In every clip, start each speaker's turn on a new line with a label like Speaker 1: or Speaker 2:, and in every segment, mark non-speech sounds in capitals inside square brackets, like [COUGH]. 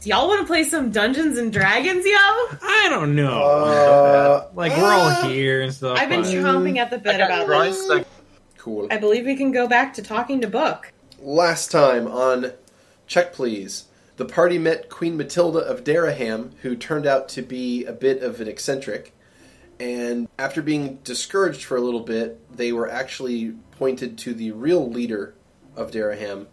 Speaker 1: Do y'all want to play some Dungeons and Dragons, yo?
Speaker 2: I don't know.
Speaker 3: Uh,
Speaker 2: like we're all
Speaker 3: uh,
Speaker 2: here and stuff.
Speaker 1: I've been
Speaker 2: but-
Speaker 1: chomping at the bit about this.
Speaker 3: Cool.
Speaker 4: Uh,
Speaker 1: I believe we can go back to talking to Book.
Speaker 3: Last time on Check Please, the party met Queen Matilda of Dereham, who turned out to be a bit of an eccentric. And after being discouraged for a little bit, they were actually pointed to the real leader of Dereham,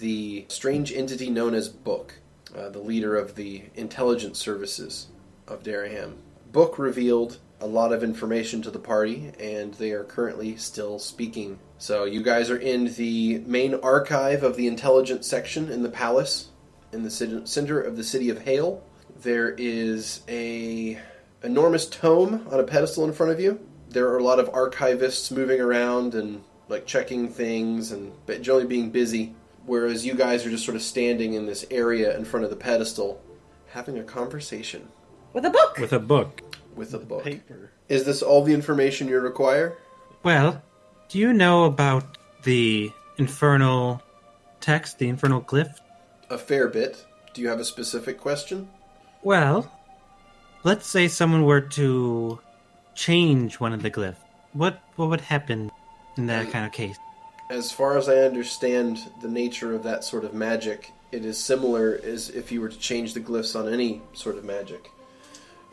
Speaker 3: the strange entity known as Book, uh, the leader of the intelligence services of Dereham. Book revealed a lot of information to the party, and they are currently still speaking. So, you guys are in the main archive of the intelligence section in the palace, in the cit- center of the city of Hale. There is a enormous tome on a pedestal in front of you. There are a lot of archivists moving around and like checking things and but generally being busy, whereas you guys are just sort of standing in this area in front of the pedestal, having a conversation
Speaker 1: With a book.
Speaker 2: with a book.
Speaker 3: with a book.
Speaker 5: Paper.
Speaker 3: Is this all the information you require?
Speaker 2: Well, do you know about the infernal text, the infernal glyph?
Speaker 3: A fair bit. Do you have a specific question?
Speaker 2: Well, let's say someone were to change one of the glyphs. What what would happen in that kind of case?
Speaker 3: As far as I understand the nature of that sort of magic, it is similar as if you were to change the glyphs on any sort of magic.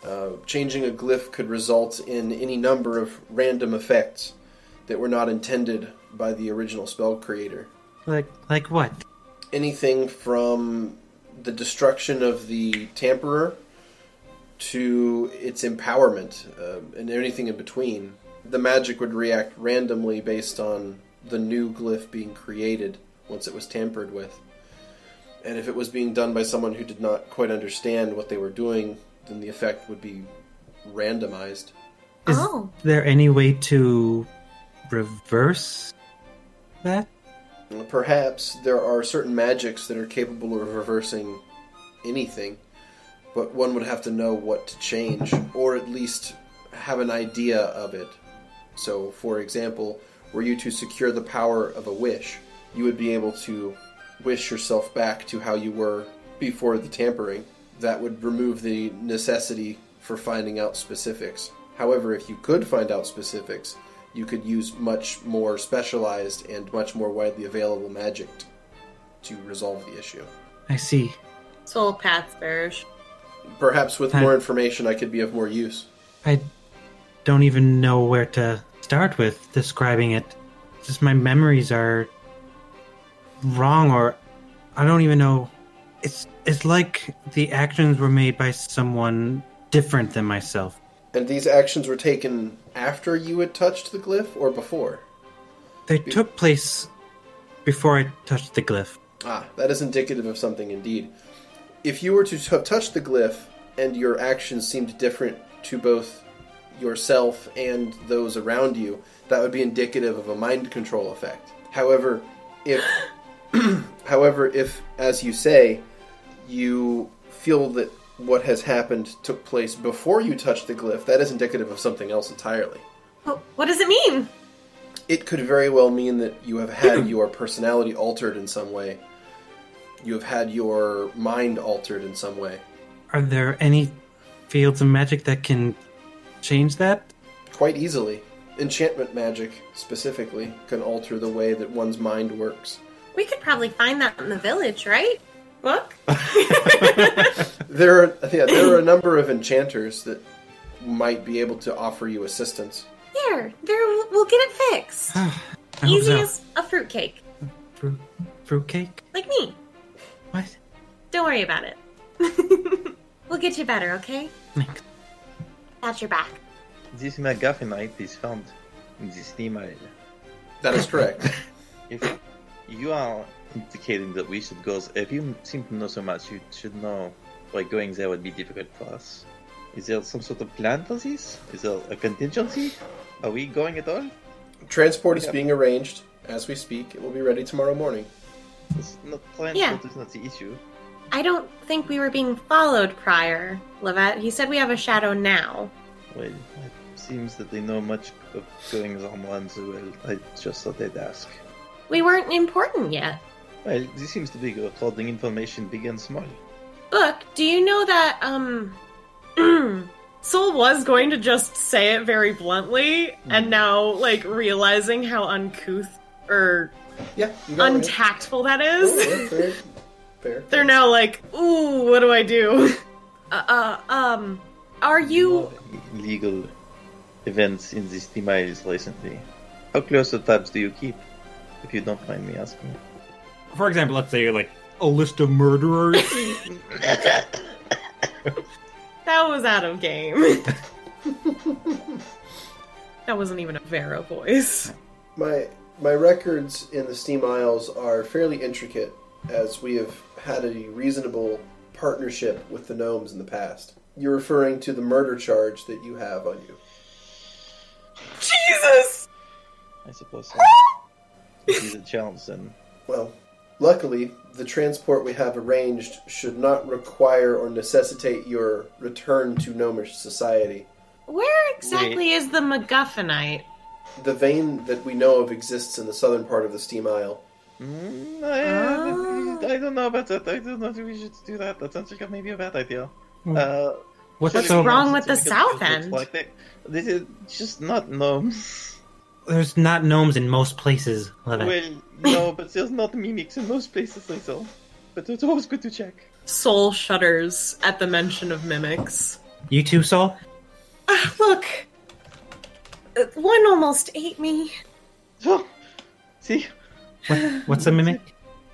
Speaker 3: Uh, changing a glyph could result in any number of random effects that were not intended by the original spell creator.
Speaker 2: Like like what?
Speaker 3: anything from the destruction of the tamperer to its empowerment uh, and anything in between. The magic would react randomly based on the new glyph being created once it was tampered with. And if it was being done by someone who did not quite understand what they were doing, then the effect would be randomized.
Speaker 2: Is
Speaker 4: Oh.
Speaker 2: there any way to reverse that?
Speaker 3: Perhaps there are certain magics that are capable of reversing anything, but one would have to know what to change, or at least have an idea of it. So, for example, were you to secure the power of a wish, you would be able to wish yourself back to how you were before the tampering. That would remove the necessity for finding out specifics. However, if you could find out specifics, you could use much more specialized and much more widely available magic t- to resolve the issue.
Speaker 2: I see.
Speaker 4: Soul Path Sparish.
Speaker 3: Perhaps with
Speaker 2: Huh.
Speaker 3: more information, I could be of more use.
Speaker 2: I don't even know where to start with describing it. Just my memories are wrong, or I don't even know. It's it's like the actions were made by someone different than myself.
Speaker 3: And these actions were taken after you had touched the glyph or before?
Speaker 2: They took place before I touched the glyph.
Speaker 3: Ah, that is indicative of something indeed. If you were to t- touch the glyph and your actions seemed different to both yourself and those around you, that would be indicative of a mind control effect. However, if [COUGHS] however if as you say, you feel that what has happened took place before you touched the glyph, that is indicative of something else entirely
Speaker 1: But what does it mean?
Speaker 3: it could very well mean that you have [CLEARS THROAT] had your personality altered in some way. You have had your mind altered in some way.
Speaker 2: Are there any fields of magic that can change that?
Speaker 3: Quite easily. Enchantment magic, specifically, can alter the way that one's mind works.
Speaker 4: We could probably find that in the village, right?
Speaker 2: [LAUGHS]
Speaker 4: [LAUGHS]
Speaker 1: Book?
Speaker 3: There are, yeah, there are a number of enchanters that might be able to offer you assistance.
Speaker 4: There, there, we'll- we'll get it fixed.
Speaker 2: [SIGHS] I hope
Speaker 4: Easy
Speaker 2: so.
Speaker 4: as a fruitcake,
Speaker 2: Fruit, fruitcake.
Speaker 4: like me.
Speaker 2: What?
Speaker 4: Don't worry about it. [LAUGHS] we'll get you better, okay?
Speaker 2: Thanks.
Speaker 4: Got your back.
Speaker 5: This MacGuffinite is found in this email.
Speaker 3: That is [LAUGHS] correct.
Speaker 5: If you are indicating that we should go, if you seem to know so much, you should know why going there would be difficult for us. Is there some sort of plan for this? Is there a contingency? Are we going at all?
Speaker 3: Transport is being arranged as we speak. It will be ready tomorrow morning.
Speaker 5: It's not transport
Speaker 4: Yeah.
Speaker 5: is not the issue.
Speaker 4: I don't think we were being followed prior, Levette. He said we have a shadow now.
Speaker 5: Well, it seems that they know much of going on ones. Well, I just thought they'd ask.
Speaker 4: We weren't important yet.
Speaker 5: Well, this seems to be recording information big and small.
Speaker 4: Book, do you know that um
Speaker 1: [CLEARS THROAT] Soul was going to just say it very bluntly, and now, like, realizing how uncouth or
Speaker 3: Yeah, you got it.
Speaker 1: untactful that
Speaker 3: Oh,
Speaker 1: is,
Speaker 3: yeah, fair. fair.
Speaker 1: [LAUGHS] they're now like, ooh, what do I do? [LAUGHS]
Speaker 4: uh, uh um are you
Speaker 5: Legal events in this demise recently. How close to tabs do you keep? If you don't mind me asking.
Speaker 6: For example, let's say you're like a list of murderers.
Speaker 1: That was out of game. [LAUGHS] that wasn't even a Vero voice. [LAUGHS]
Speaker 3: My my records in the Steam Isles are fairly intricate, as we have had a reasonable partnership with the gnomes in the past. You're referring to the murder charge that you have on you.
Speaker 1: Jesus!
Speaker 5: I suppose so. If he's a challenge then.
Speaker 3: Well, luckily, the transport we have arranged should not require or necessitate your return to gnomish society.
Speaker 4: where exactly is the MacGuffinite?
Speaker 3: The vein that we know of exists in the southern part of the Steam Isle.
Speaker 5: Mm, I, I don't know about that. I don't know if we should do that. That sounds like a- maybe a bad idea. Uh,
Speaker 2: [LAUGHS] What's
Speaker 5: What's
Speaker 2: so,
Speaker 4: wrong with the South End?
Speaker 5: Like they, this is just not
Speaker 4: [LAUGHS]
Speaker 5: gnomes.
Speaker 2: There's not gnomes in most places, Levin.
Speaker 5: Well, no, but there's not mimics in most places, I saw. But it's always good to check. [LAUGHS]
Speaker 1: Soul shudders at the mention of mimics.
Speaker 2: You too, Soul?
Speaker 4: Ah, Look. Uh, One almost ate me.
Speaker 5: So, see,
Speaker 2: What, [LAUGHS] what's a mimic?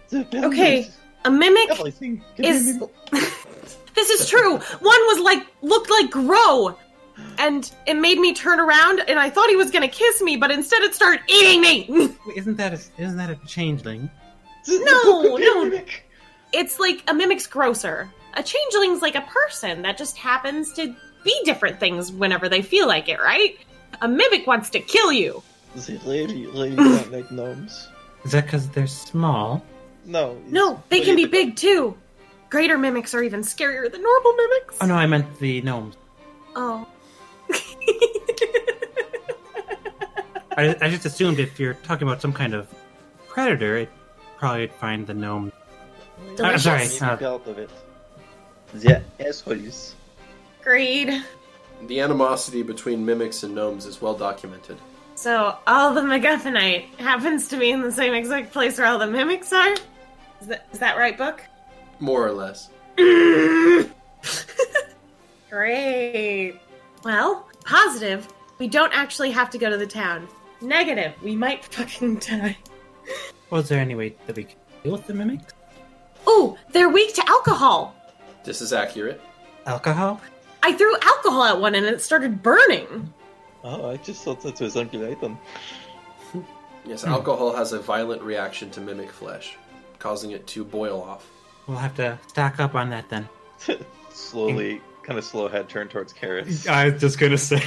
Speaker 5: the
Speaker 4: Okay,
Speaker 5: boundaries,
Speaker 4: A mimic [LAUGHS]
Speaker 5: everything can be
Speaker 4: is-
Speaker 5: mimic-
Speaker 4: This is true. One was like looked like grow, and it made me turn around, and I thought he was gonna kiss me, but instead it started eating me. [LAUGHS]
Speaker 2: Wait, Isn't that a, isn't that a changeling?
Speaker 5: the- the [LAUGHS]
Speaker 4: no,
Speaker 5: book could be a
Speaker 4: no.
Speaker 5: mimic.
Speaker 4: It's like a mimic's grosser. A changeling's like a person that just happens to be different things whenever they feel like it, right? A mimic wants to kill you.
Speaker 5: They
Speaker 4: [LAUGHS]
Speaker 5: really, really don't like gnomes.
Speaker 2: Is that because they're small?
Speaker 5: No, it's-
Speaker 4: No, they
Speaker 5: but
Speaker 4: can be
Speaker 5: it's-
Speaker 4: big too. Greater mimics are even scarier than normal mimics.
Speaker 2: Oh no, I meant the gnomes.
Speaker 4: Oh. [LAUGHS]
Speaker 2: I, I just assumed if you're talking about some kind of predator, it probably would find the gnome. I'm sorry.
Speaker 5: Maybe
Speaker 2: Uh,
Speaker 5: out of it. The assholes.
Speaker 4: Greed.
Speaker 3: The animosity between mimics and gnomes is well documented.
Speaker 4: So all the MacGuffinite happens to be in the same exact place where all the mimics are. Is that, is that right, Book?
Speaker 3: More or less.
Speaker 4: Great. Well, positive. We don't actually have to go to the town. Negative. We might fucking die.
Speaker 2: Was there any way that we could deal with the mimics?
Speaker 4: Ooh, they're weak to alcohol.
Speaker 3: This is accurate.
Speaker 2: Alcohol?
Speaker 4: I threw alcohol at one and it started
Speaker 2: [LAUGHS]
Speaker 4: burning.
Speaker 5: Oh, I just thought that was Uncle Item.
Speaker 3: Yes, alcohol has a violent reaction to mimic flesh, causing it to boil off.
Speaker 2: We'll have to stack up on that then.
Speaker 5: [LAUGHS] Slowly, kind of slow head turn towards Karis.
Speaker 6: [LAUGHS]
Speaker 2: Uh,
Speaker 6: I was just gonna say.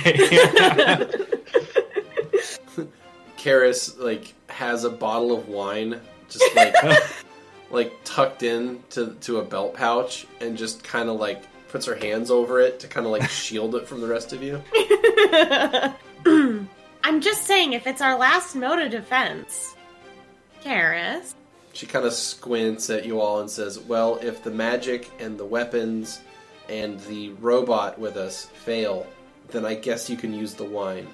Speaker 3: Karis like has a bottle of wine just like like tucked in to, to a belt pouch and just kind of like puts her hands over it to kind of like shield it from the rest of you.
Speaker 4: I'm just saying, if it's our last mode of defense, Karis.
Speaker 3: She kind of squints at you all and says, "Well, if the magic and the weapons and the robot with us fail, then I guess you can use the wine."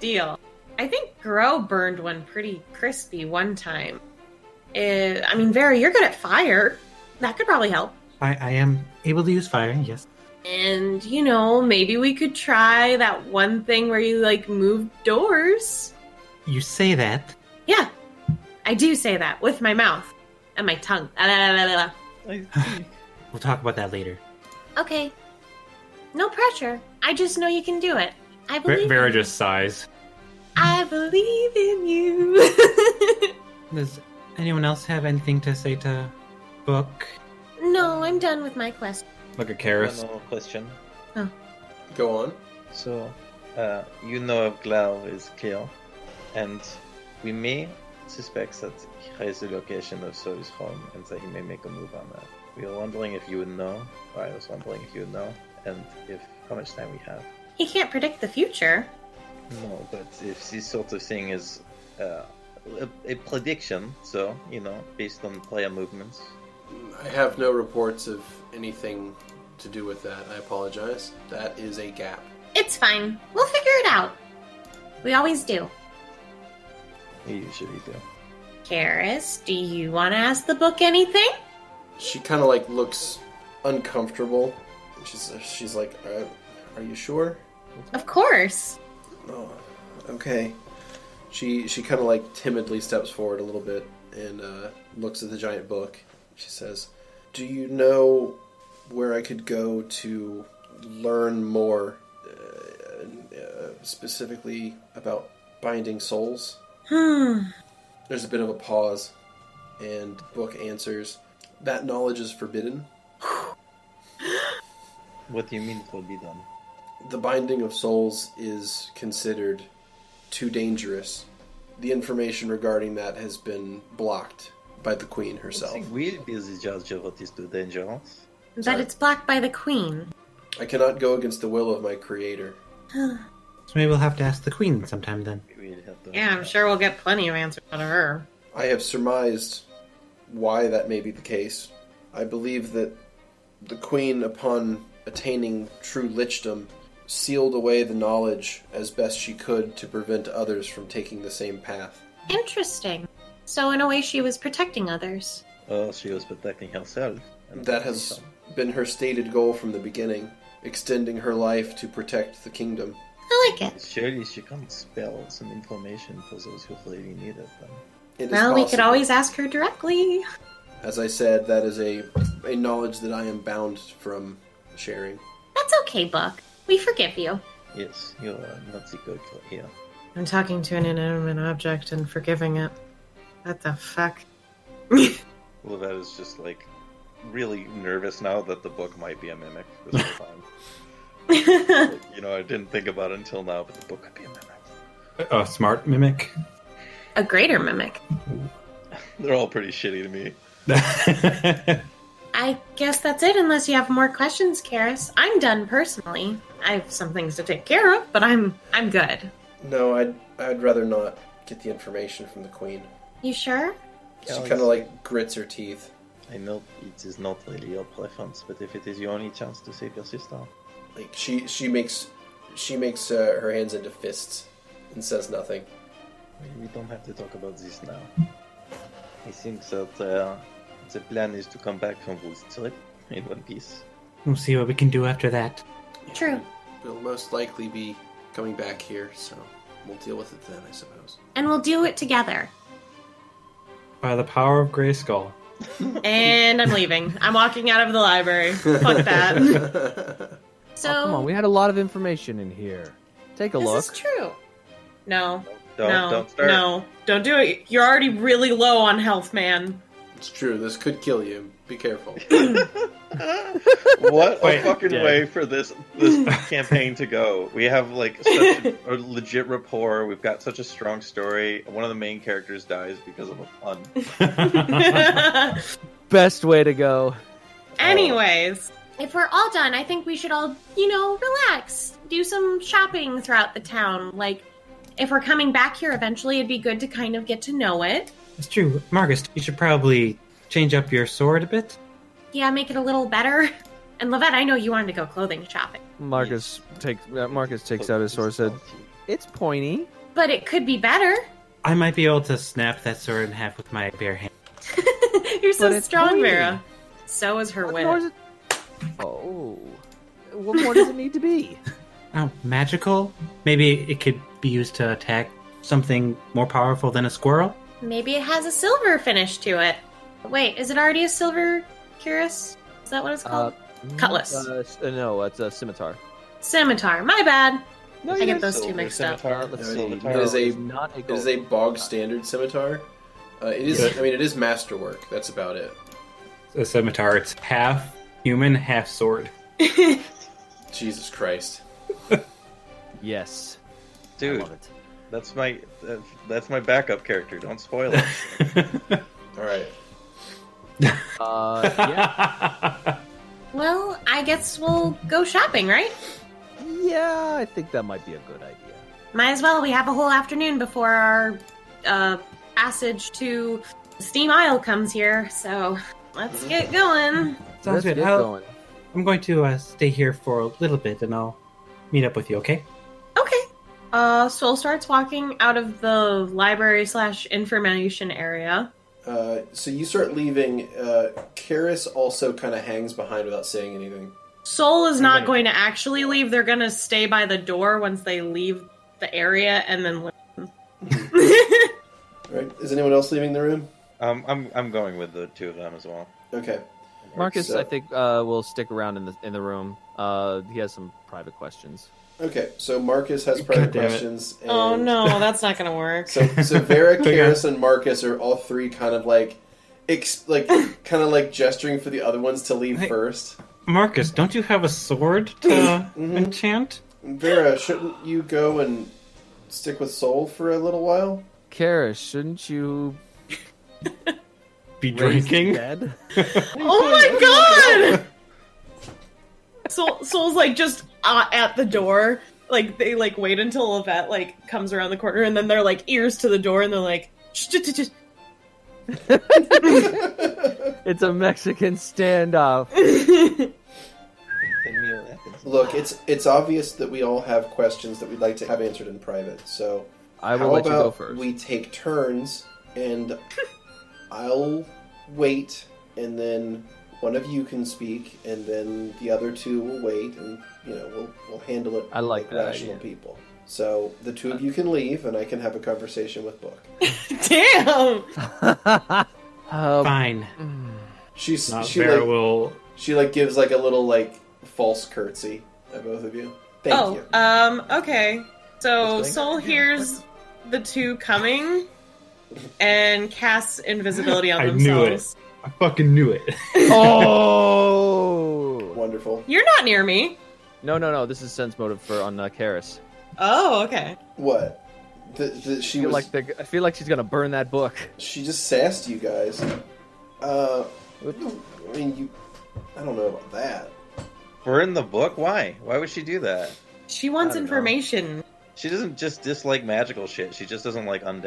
Speaker 4: Deal. I think Grow burned one pretty crispy one time. Eh, I mean, Vera, you're good at fire. That could probably help.
Speaker 2: [LAUGHS] I, I am able to use fire, yes.
Speaker 4: And, you know, maybe we could try that one thing where you, like, move doors.
Speaker 2: You say that.
Speaker 4: Yeah, I do say that with my mouth and my tongue. Ah, la, la, la, la,
Speaker 5: I see.
Speaker 2: We'll talk about that later.
Speaker 4: la. Okay. No pressure. I just know you can do it. I
Speaker 6: Ver-
Speaker 4: believe,
Speaker 6: Vera just sighs.
Speaker 4: I believe in you.
Speaker 2: Does anyone else have anything to say to Book?
Speaker 4: [LAUGHS] no, I'm done with my quest.
Speaker 6: Look at
Speaker 5: One
Speaker 6: Karis.
Speaker 5: more question.
Speaker 3: Go on.
Speaker 5: So, uh, you know of Glau is clear, and we may suspect that he has the location of Soul's home and that he may make a move on that. We were wondering if you would know, or I was wondering if you would know, and if how much time we have.
Speaker 4: He can't predict the future.
Speaker 5: No, but if this sort of thing is uh, a, a prediction, so, you know, based on player movements,
Speaker 3: I have no reports of anything to do with that. I apologize. That is a gap.
Speaker 4: It's fine. We'll figure it out. We always do.
Speaker 5: You usually do.
Speaker 4: Karis, do you want to ask the book anything?
Speaker 3: She kind of like looks uncomfortable. And She's she's like, uh, "Are you sure?"
Speaker 4: Of course.
Speaker 3: Oh, okay. She she kind of like timidly steps forward a little bit and uh, looks at the giant book. She says, "Do you know where I could go to learn more, uh, uh, specifically about binding souls?"
Speaker 4: Hmm.
Speaker 3: There's a bit of a pause, and the book answers, "That knowledge is forbidden.
Speaker 5: What do you mean it will be done?
Speaker 3: The binding of souls is considered too dangerous. The information regarding that has been blocked by the queen
Speaker 5: I
Speaker 3: herself."
Speaker 5: think we'll be the judge of what is too dangerous.
Speaker 4: That it's blocked by the queen.
Speaker 3: I cannot go against the will of my creator.
Speaker 2: So maybe we'll have to ask the queen sometime then.
Speaker 5: We'll have to
Speaker 1: Yeah, I'm sure we'll get plenty of answers out of her.
Speaker 3: I have surmised why that may be the case. I believe that the queen, upon attaining true lichdom, sealed away the knowledge as best she could to prevent others from taking the same path.
Speaker 4: Interesting. So, in a way, she was protecting others.
Speaker 5: Oh, she was protecting herself. and
Speaker 3: That has been her stated goal from the beginning, extending her life to protect the kingdom.
Speaker 4: I like it.
Speaker 5: Surely she can spell some information for those who really need it. Then.
Speaker 3: It is
Speaker 4: Well, we could
Speaker 3: possible.
Speaker 4: always ask her directly.
Speaker 3: As I said, that is a, a knowledge that I am bound from sharing.
Speaker 4: That's okay, Book. We forgive you.
Speaker 5: Yes, you are not the good for here.
Speaker 1: I'm talking to an inanimate object and forgiving it. What the fuck?
Speaker 5: Lavette is just like really nervous now that the book might be a mimic [LAUGHS] this whole time. Like, you know, I didn't think about it until now, but the book could be a mimic.
Speaker 6: A smart mimic.
Speaker 4: A greater mimic.
Speaker 5: They're all pretty shitty to me.
Speaker 4: I guess that's it, unless you have more questions, Karis. I'm done personally.
Speaker 1: I have some things to take care of, but I'm I'm good.
Speaker 3: No, I'd, I'd rather not get the information from the queen.
Speaker 4: You sure?
Speaker 3: She
Speaker 5: Yeah,
Speaker 3: kind of like grits her teeth.
Speaker 5: I know it is not really your preference, but if it is your only chance to save your sister,
Speaker 3: Like she she makes she makes uh, her hands into fists and says nothing.
Speaker 5: we don't have to talk about this now. I think that uh, the plan is to come back from Wolf's trip in one piece.
Speaker 2: [LAUGHS] We'll see what we can do after that.
Speaker 4: True.
Speaker 3: We'll most likely be coming back here, so we'll deal with it then, I suppose.
Speaker 4: And we'll do it together.
Speaker 6: By the power of Grey
Speaker 2: [LAUGHS]
Speaker 6: Skull. [LAUGHS]
Speaker 1: And I'm leaving. I'm walking out of the
Speaker 5: [LAUGHS]
Speaker 1: library. Fuck that.
Speaker 3: [LAUGHS]
Speaker 4: [LAUGHS] So,
Speaker 7: Oh, come on, we had a lot of information in here. Take a
Speaker 4: this
Speaker 7: look.
Speaker 4: is true.
Speaker 1: No.
Speaker 5: Don't,
Speaker 1: no.
Speaker 5: don't start.
Speaker 1: No. Don't do it. You're already really low on health,
Speaker 5: [LAUGHS]
Speaker 1: man. [LAUGHS]
Speaker 3: it's true. This could kill you. Be careful.
Speaker 5: what
Speaker 6: Wait,
Speaker 5: a fucking
Speaker 6: yeah.
Speaker 5: way for this
Speaker 6: [LAUGHS]
Speaker 5: this campaign to go. We have like such a, a legit rapport. We've got such a strong story. One of the main characters dies because of a pun.
Speaker 7: Best way to go. Oh.
Speaker 1: Anyways,
Speaker 4: If we're all done, I think we should all, you know, relax, do some shopping throughout the town. Like, if we're coming back here eventually, it'd be good to kind of get to know it.
Speaker 2: It's true. Marcus, you should probably change up your sword a bit.
Speaker 4: Yeah, make it a little better. [LAUGHS] And Lavette, I know you wanted to go clothing shopping,
Speaker 7: Marcus takes uh, Marcus takes
Speaker 5: Oh, [LAUGHS]
Speaker 7: out his sword. Said, "It's pointy."
Speaker 4: but it could be better. [LAUGHS]
Speaker 2: I might be able to snap that sword in half with my bare hand.
Speaker 1: you're
Speaker 7: But
Speaker 1: so
Speaker 7: it's
Speaker 1: strong,
Speaker 7: pointy.
Speaker 1: Vera. So is her
Speaker 7: What more is
Speaker 1: wit.
Speaker 7: it? Oh, what more does it need to be?
Speaker 2: Oh, magical? Maybe it could be used to attack something more powerful than a squirrel?
Speaker 4: Maybe it has a silver finish to it. Wait, is it already a silver cuirass? Is that what it's
Speaker 7: Uh,
Speaker 4: called? [LAUGHS] Cutlass.
Speaker 7: Uh, s- uh, no, it's a scimitar.
Speaker 4: Scimitar. My bad.
Speaker 7: No,
Speaker 4: I get those two mixed up.
Speaker 7: Uh, let's
Speaker 3: It
Speaker 7: see.
Speaker 3: is
Speaker 7: No,
Speaker 3: a-
Speaker 7: it's not a
Speaker 3: it is
Speaker 7: gold.
Speaker 3: a bog standard scimitar. Uh, it is. I mean, it is masterwork. That's about it.
Speaker 6: A scimitar. It's half human, half sword. [LAUGHS]
Speaker 3: Jesus Christ.
Speaker 7: Yes, I
Speaker 5: Dude,
Speaker 7: love it.
Speaker 5: that's my that- that's my backup character. Don't spoil
Speaker 6: [LAUGHS]
Speaker 5: it.
Speaker 3: All right.
Speaker 2: [LAUGHS]
Speaker 7: Uh, yeah,
Speaker 4: Well, I guess we'll go shopping, right?
Speaker 7: yeah, I think that might be a good idea.
Speaker 4: Might as well. We have a whole afternoon before our uh, passage to Steam Isle comes here, so Let's get going.
Speaker 2: Sounds
Speaker 7: Let's
Speaker 2: good.
Speaker 7: get
Speaker 2: I'll-
Speaker 7: going.
Speaker 2: I'm going to uh, stay here for a little bit, and I'll meet up with you. Okay?
Speaker 4: Okay. Uh, Soul starts walking out of the library slash information area.
Speaker 3: Uh, so you start leaving. Uh, Karis also kind of hangs behind without saying anything.
Speaker 4: Soul is not
Speaker 2: Okay.
Speaker 4: going to actually leave. They're going to stay by the door once they leave the area and then. listen.
Speaker 3: All Right? Is anyone else leaving the room?
Speaker 5: Um, I'm I'm going with the two of them as well.
Speaker 3: Okay.
Speaker 7: Marcus,
Speaker 3: So-
Speaker 7: I think, uh, will stick around in the in the room. Uh, he has some private questions.
Speaker 3: Okay. So Marcus has
Speaker 2: God
Speaker 3: private
Speaker 2: damn it.
Speaker 3: questions. And
Speaker 4: oh no, that's not going to work.
Speaker 3: So so
Speaker 2: [LAUGHS]
Speaker 3: Vera,
Speaker 2: Okay.
Speaker 3: Karis, and Marcus are all three kind of like,
Speaker 4: [COUGHS]
Speaker 3: ex- like kind of like gesturing for the other ones to leave
Speaker 2: Hey.
Speaker 3: first.
Speaker 2: Marcus, don't you have a sword to
Speaker 6: uh,
Speaker 2: enchant?
Speaker 3: Vera, shouldn't you go and stick with Soul for a little
Speaker 7: [LAUGHS]
Speaker 3: while?
Speaker 7: Kara, shouldn't you
Speaker 2: Be
Speaker 7: raise
Speaker 2: drinking?
Speaker 7: Dead?
Speaker 4: [LAUGHS] Oh my god! [LAUGHS] Soul, Soul's like just uh, at the door. Like they like wait until Yvette like comes around the corner, and then they're like ears to the door, and they're like, "Shh, shh, shh, shh."
Speaker 7: It's a Mexican standoff.
Speaker 5: Then we will happens.
Speaker 3: Look, it's it's obvious that we all have questions that we'd like to have answered in private. So
Speaker 7: I will
Speaker 3: how
Speaker 7: let you
Speaker 3: about
Speaker 7: go first.
Speaker 3: we take turns and I'll wait, and then one of you can speak, and then the other two will wait, and you know we'll we'll handle it.
Speaker 7: I like that
Speaker 3: rational
Speaker 7: idea. Uh,
Speaker 3: people. So the two of you can leave, and I can have a conversation with Book.
Speaker 4: Damn!
Speaker 7: [LAUGHS] Uh,
Speaker 2: Fine.
Speaker 3: She's
Speaker 6: Not
Speaker 3: she
Speaker 6: Vera
Speaker 3: like,
Speaker 6: will.
Speaker 3: she like gives like a little like false curtsy at both of you. Thank
Speaker 4: oh,
Speaker 3: you.
Speaker 4: um, okay. So
Speaker 5: going
Speaker 4: Soul
Speaker 5: on? Yeah,
Speaker 4: hears the two coming and casts invisibility
Speaker 6: [LAUGHS]
Speaker 4: on
Speaker 6: I
Speaker 4: themselves.
Speaker 6: knew it. I fucking knew it.
Speaker 7: oh
Speaker 3: Wonderful.
Speaker 4: You're not near me.
Speaker 7: no, no, no! This is sense motive for on uh, Karis.
Speaker 4: Oh, okay.
Speaker 3: What? The, the,
Speaker 7: I
Speaker 3: she
Speaker 7: feel
Speaker 3: was
Speaker 7: like the, I feel like she's gonna burn that book.
Speaker 3: She just sassed you guys. Uh, I mean, you. I don't know about that.
Speaker 5: We're in the book. Why? Why would she do that?
Speaker 4: She wants
Speaker 7: I don't know.
Speaker 4: information.
Speaker 5: She doesn't just dislike magical shit. She just doesn't like undead.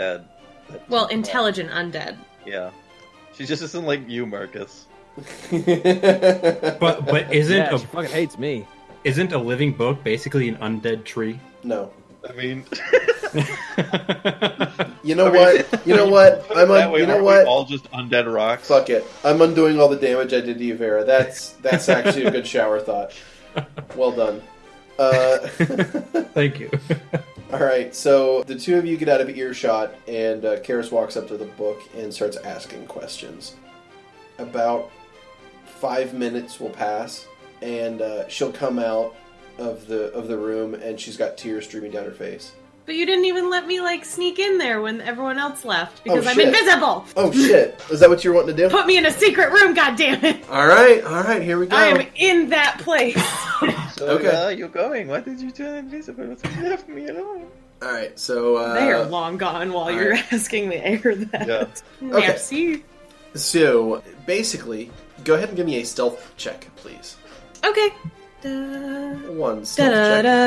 Speaker 5: That's-
Speaker 4: Well, intelligent undead.
Speaker 5: Yeah. She just doesn't like you, Marcus.
Speaker 6: [LAUGHS] But but isn't
Speaker 7: yeah,
Speaker 6: a
Speaker 7: she fucking hates me.
Speaker 6: isn't a living book basically an undead
Speaker 2: [LAUGHS]
Speaker 6: tree?
Speaker 3: no.
Speaker 5: I [LAUGHS] mean,
Speaker 3: You know
Speaker 5: I mean, [LAUGHS]
Speaker 3: what? You know what? I'm
Speaker 5: that
Speaker 3: un-
Speaker 5: way,
Speaker 3: you know
Speaker 5: aren't
Speaker 3: what?
Speaker 5: We all just undead rocks.
Speaker 3: Fuck it. I'm undoing all the damage I did to you, Vera. That's that's actually a good shower thought. Well done. Uh,
Speaker 6: Thank you.
Speaker 3: all right. So the two of you get out of earshot, and uh, Karis walks up to the book and starts asking questions. About five minutes will pass, and uh, she'll come out of the of the room, and she's got tears streaming down her face.
Speaker 4: But you didn't even let me like sneak in there when everyone else left because I'm
Speaker 3: Oh, shit.
Speaker 4: invisible.
Speaker 3: Oh shit! Is that what you're wanting to do?
Speaker 4: Put me in a secret room, goddammit! it!
Speaker 3: All right, all right. Here we go.
Speaker 4: I am in that place.
Speaker 5: So,
Speaker 3: Okay.
Speaker 5: where are you going? Why did you turn invisible? Left me alone.
Speaker 3: All right. So uh,
Speaker 4: they are long gone while you're asking me air that.
Speaker 5: Yeah.
Speaker 4: Merci.
Speaker 3: So basically, go ahead and give me a stealth check, please.
Speaker 4: Okay. Da,
Speaker 3: One stealth
Speaker 4: da, da,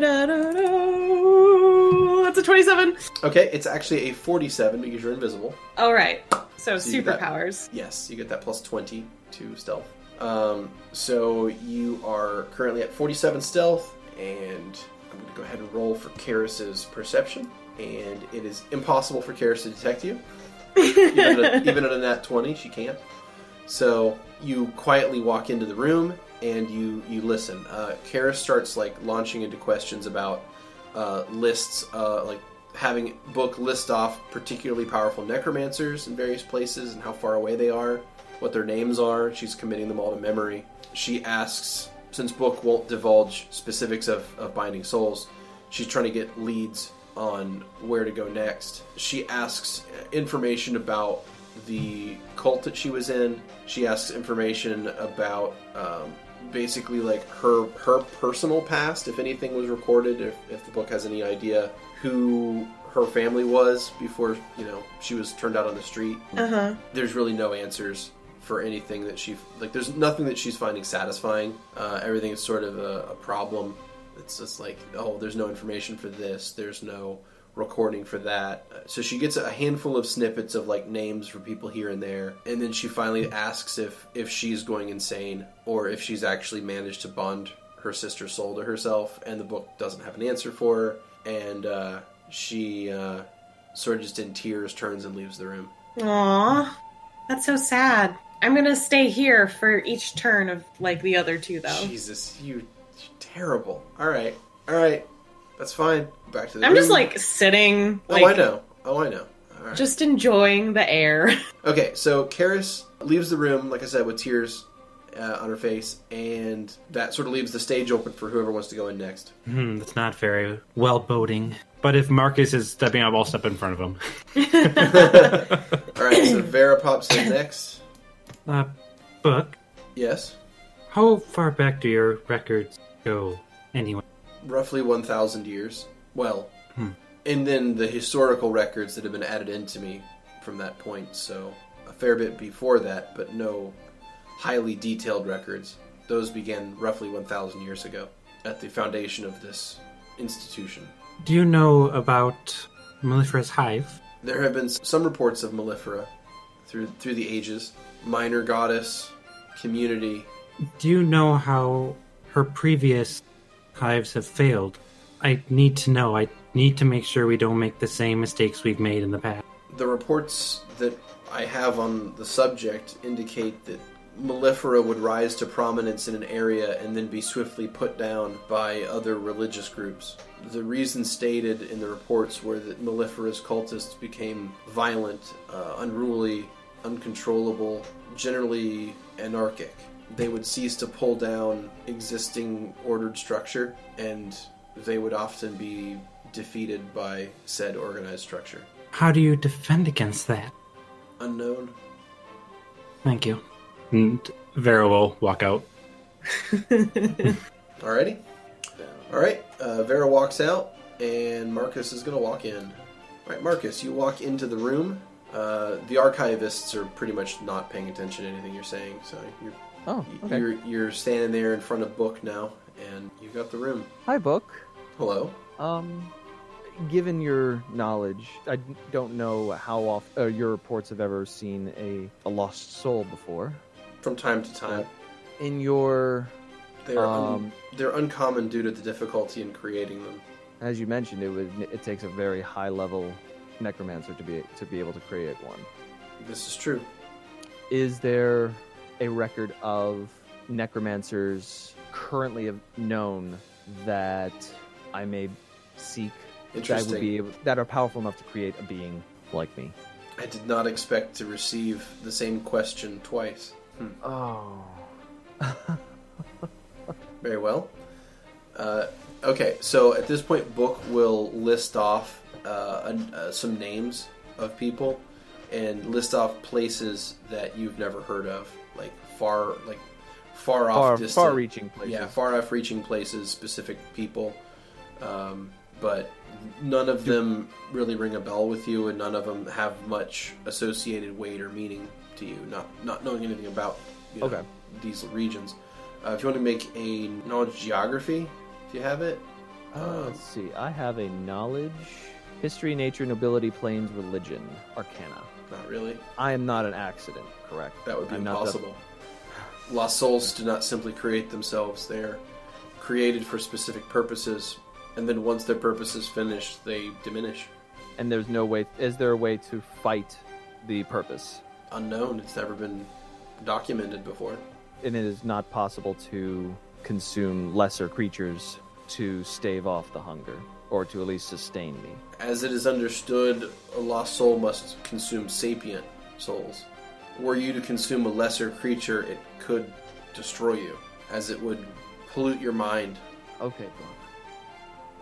Speaker 4: da, da, da, da. That's a 27.
Speaker 3: Okay, it's actually a forty-seven because you're invisible.
Speaker 4: All right. So,
Speaker 3: So you get that.
Speaker 4: superpowers.
Speaker 3: Yes, you get that plus twenty to stealth. Um, so you are currently at forty-seven stealth, and I'm going to go ahead and roll for Karis's perception. And it is impossible for Karis to detect you, even, at, even at a nat twenty, she can't. So you quietly walk into the room and you you listen. Uh, Kara starts like launching into questions about uh, lists, uh, like having book list off particularly powerful necromancers in various places and how far away they are, what their names are. She's committing them all to memory. She asks, since book won't divulge specifics of, of Binding Souls, she's trying to get leads on where to go next. She asks information about the cult that she was in. She asks information about um, basically like her her personal past, if anything was recorded, if, if the book has any idea who her family was before you know she was turned out on the street.
Speaker 4: Uh huh.
Speaker 3: There's really no answers for anything that she like. There's nothing that she's finding satisfying. Uh, everything is sort of a, a problem. It's just like oh, there's no information for this. There's no recording for that. So she gets a handful of snippets of like names for people here and there, and then she finally asks if if she's going insane or if she's actually managed to bond her sister's soul to herself. And the book doesn't have an answer for her, and uh, she uh, sort of just in tears turns and leaves the room.
Speaker 1: Aw, that's so sad. I'm gonna stay here for each turn of like the other two, though.
Speaker 3: Jesus, you you're terrible. All right, all right, that's fine. Back to the.
Speaker 1: I'm just
Speaker 3: room.
Speaker 1: like sitting,
Speaker 3: Oh,
Speaker 1: like
Speaker 3: I know. Oh, I know. All right.
Speaker 1: just enjoying the air.
Speaker 3: Okay, so Karis leaves the room, like I said, with tears uh, on her face, and that sort of leaves the stage open for whoever wants to go in next.
Speaker 2: Hmm, that's not very well boding.
Speaker 6: But if Marcus is stepping up, I'll step in front of him.
Speaker 3: All right, so Vera pops in next.
Speaker 2: Uh, book,
Speaker 3: Yes,
Speaker 2: how far back do your records go anyway?
Speaker 3: roughly 1,000 years. Well, and then the historical records that have been added into me from that point, so a fair bit before that, but no highly detailed records. Those began roughly 1,000 years ago at the foundation of this institution.
Speaker 2: Do you know about Mellifera's Hive?
Speaker 3: There have been s- some reports of Mellifera through through the ages. Minor goddess, community.
Speaker 2: Do you know how her previous hives have failed? I need to know. I need to make sure we don't make the same mistakes we've made in the past.
Speaker 3: The reports that I have on the subject indicate that Mellifera would rise to prominence in an area and then be swiftly put down by other religious groups. The reasons stated in the reports were that Mellifera's cultists became violent, uh, unruly, uncontrollable, generally anarchic. They would cease to pull down existing ordered structure, and they would often be defeated by said organized structure.
Speaker 2: How do you defend against that?
Speaker 3: Unknown.
Speaker 2: Thank you.
Speaker 6: And Mm, Vera will walk out.
Speaker 3: Alrighty. Alright, uh, Vera walks out, and Marcus is going to walk in. Alright, Marcus, you walk into the room. Uh, the archivists are pretty much not paying attention to anything you're saying, so you're,
Speaker 7: Oh,
Speaker 3: y-
Speaker 7: okay.
Speaker 3: you're, you're standing there in front of Book now, and you've got the room.
Speaker 7: Hi, book.
Speaker 3: Hello?
Speaker 7: Um, given your knowledge, I d- don't know how often uh, your reports have ever seen a, a lost soul before.
Speaker 3: From time to time.
Speaker 7: In your,
Speaker 3: They're, un-
Speaker 7: Um,
Speaker 3: they're uncommon due to the difficulty in creating them.
Speaker 7: as you mentioned, it would it takes a very high level necromancer to be to be able to create one.
Speaker 3: This is true.
Speaker 7: Is there a record of necromancers currently av- known that I may seek that
Speaker 3: Interesting.
Speaker 7: would be able, that are powerful enough to create a being like me?
Speaker 3: I did not expect to receive the same question twice.
Speaker 7: Oh.
Speaker 3: Very well. Uh, okay, so at this point, Book will list off uh, an- uh, some names of people and list off places that you've never heard of, like far, like far,
Speaker 7: far,
Speaker 3: off, distant,
Speaker 7: far-reaching places.
Speaker 3: yeah, far off reaching places, specific people. Um, but none of them really ring a bell with you, and none of them have much associated weight or meaning to you. Not not knowing anything about you know,
Speaker 7: Okay.
Speaker 3: these regions. Uh, if you want to make a knowledge geography, if you have it,
Speaker 7: Uh, let's see. I have a knowledge, history, nature, nobility, planes, religion, arcana.
Speaker 3: not really.
Speaker 7: I am not an accident, correct?
Speaker 3: That would be
Speaker 7: I'm not the-
Speaker 3: impossible. Lost souls do not simply create themselves; they are created for specific purposes, and then once their purpose is finished, they diminish.
Speaker 7: and there's no way. Is there a way to fight the purpose?
Speaker 3: unknown. It's never been documented before.
Speaker 7: And it is not possible to consume lesser creatures to stave off the hunger, or to at least sustain me.
Speaker 3: As it is understood, a lost soul must consume sapient souls. Were you to consume a lesser creature, it could destroy you, as it would pollute your mind.
Speaker 7: Okay, Bob.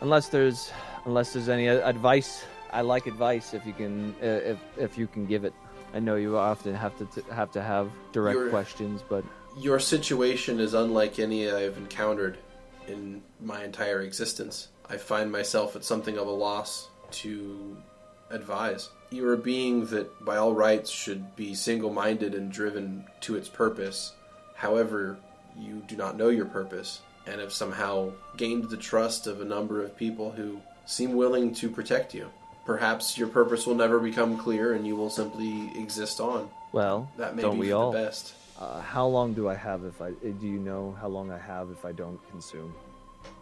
Speaker 7: Unless there's, unless there's any uh, advice, I like advice if you can, uh, if if you can give it. I know you often have to t- have to have direct
Speaker 3: You're-
Speaker 7: questions, but
Speaker 3: Your situation is unlike any I've encountered in my entire existence. I find myself at something of a loss to advise. You're a being that, by all rights, should be single minded and driven to its purpose. However, you do not know your purpose and have somehow gained the trust of a number of people who seem willing to protect you. Perhaps your purpose will never become clear, and you will simply exist on.
Speaker 7: Well,
Speaker 3: That may
Speaker 7: don't
Speaker 3: be
Speaker 7: we
Speaker 3: for
Speaker 7: all?
Speaker 3: the best.
Speaker 7: Uh, how long do I have if I? uh, Do you know how long I have if I don't consume?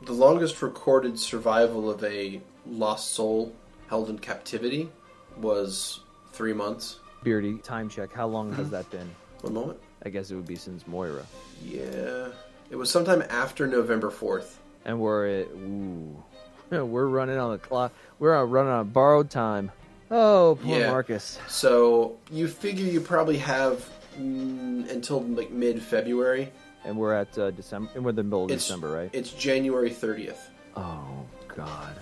Speaker 3: The longest recorded survival of a lost soul held in captivity was three months.
Speaker 7: Beardy, time check. How long
Speaker 3: Mm-hmm.
Speaker 7: has that been?
Speaker 3: One moment.
Speaker 7: I guess it would be since Moira.
Speaker 3: Yeah, it was sometime after November fourth.
Speaker 7: And we're at ooh, [LAUGHS] we're running on the clock. We're on, running on borrowed time. Oh, poor
Speaker 3: Yeah.
Speaker 7: Marcus.
Speaker 3: So you figure you probably have mm, until like mid February.
Speaker 7: And we're at uh, December. And we're in the middle of
Speaker 3: It's
Speaker 7: December, right?
Speaker 3: It's January thirtieth.
Speaker 7: oh God.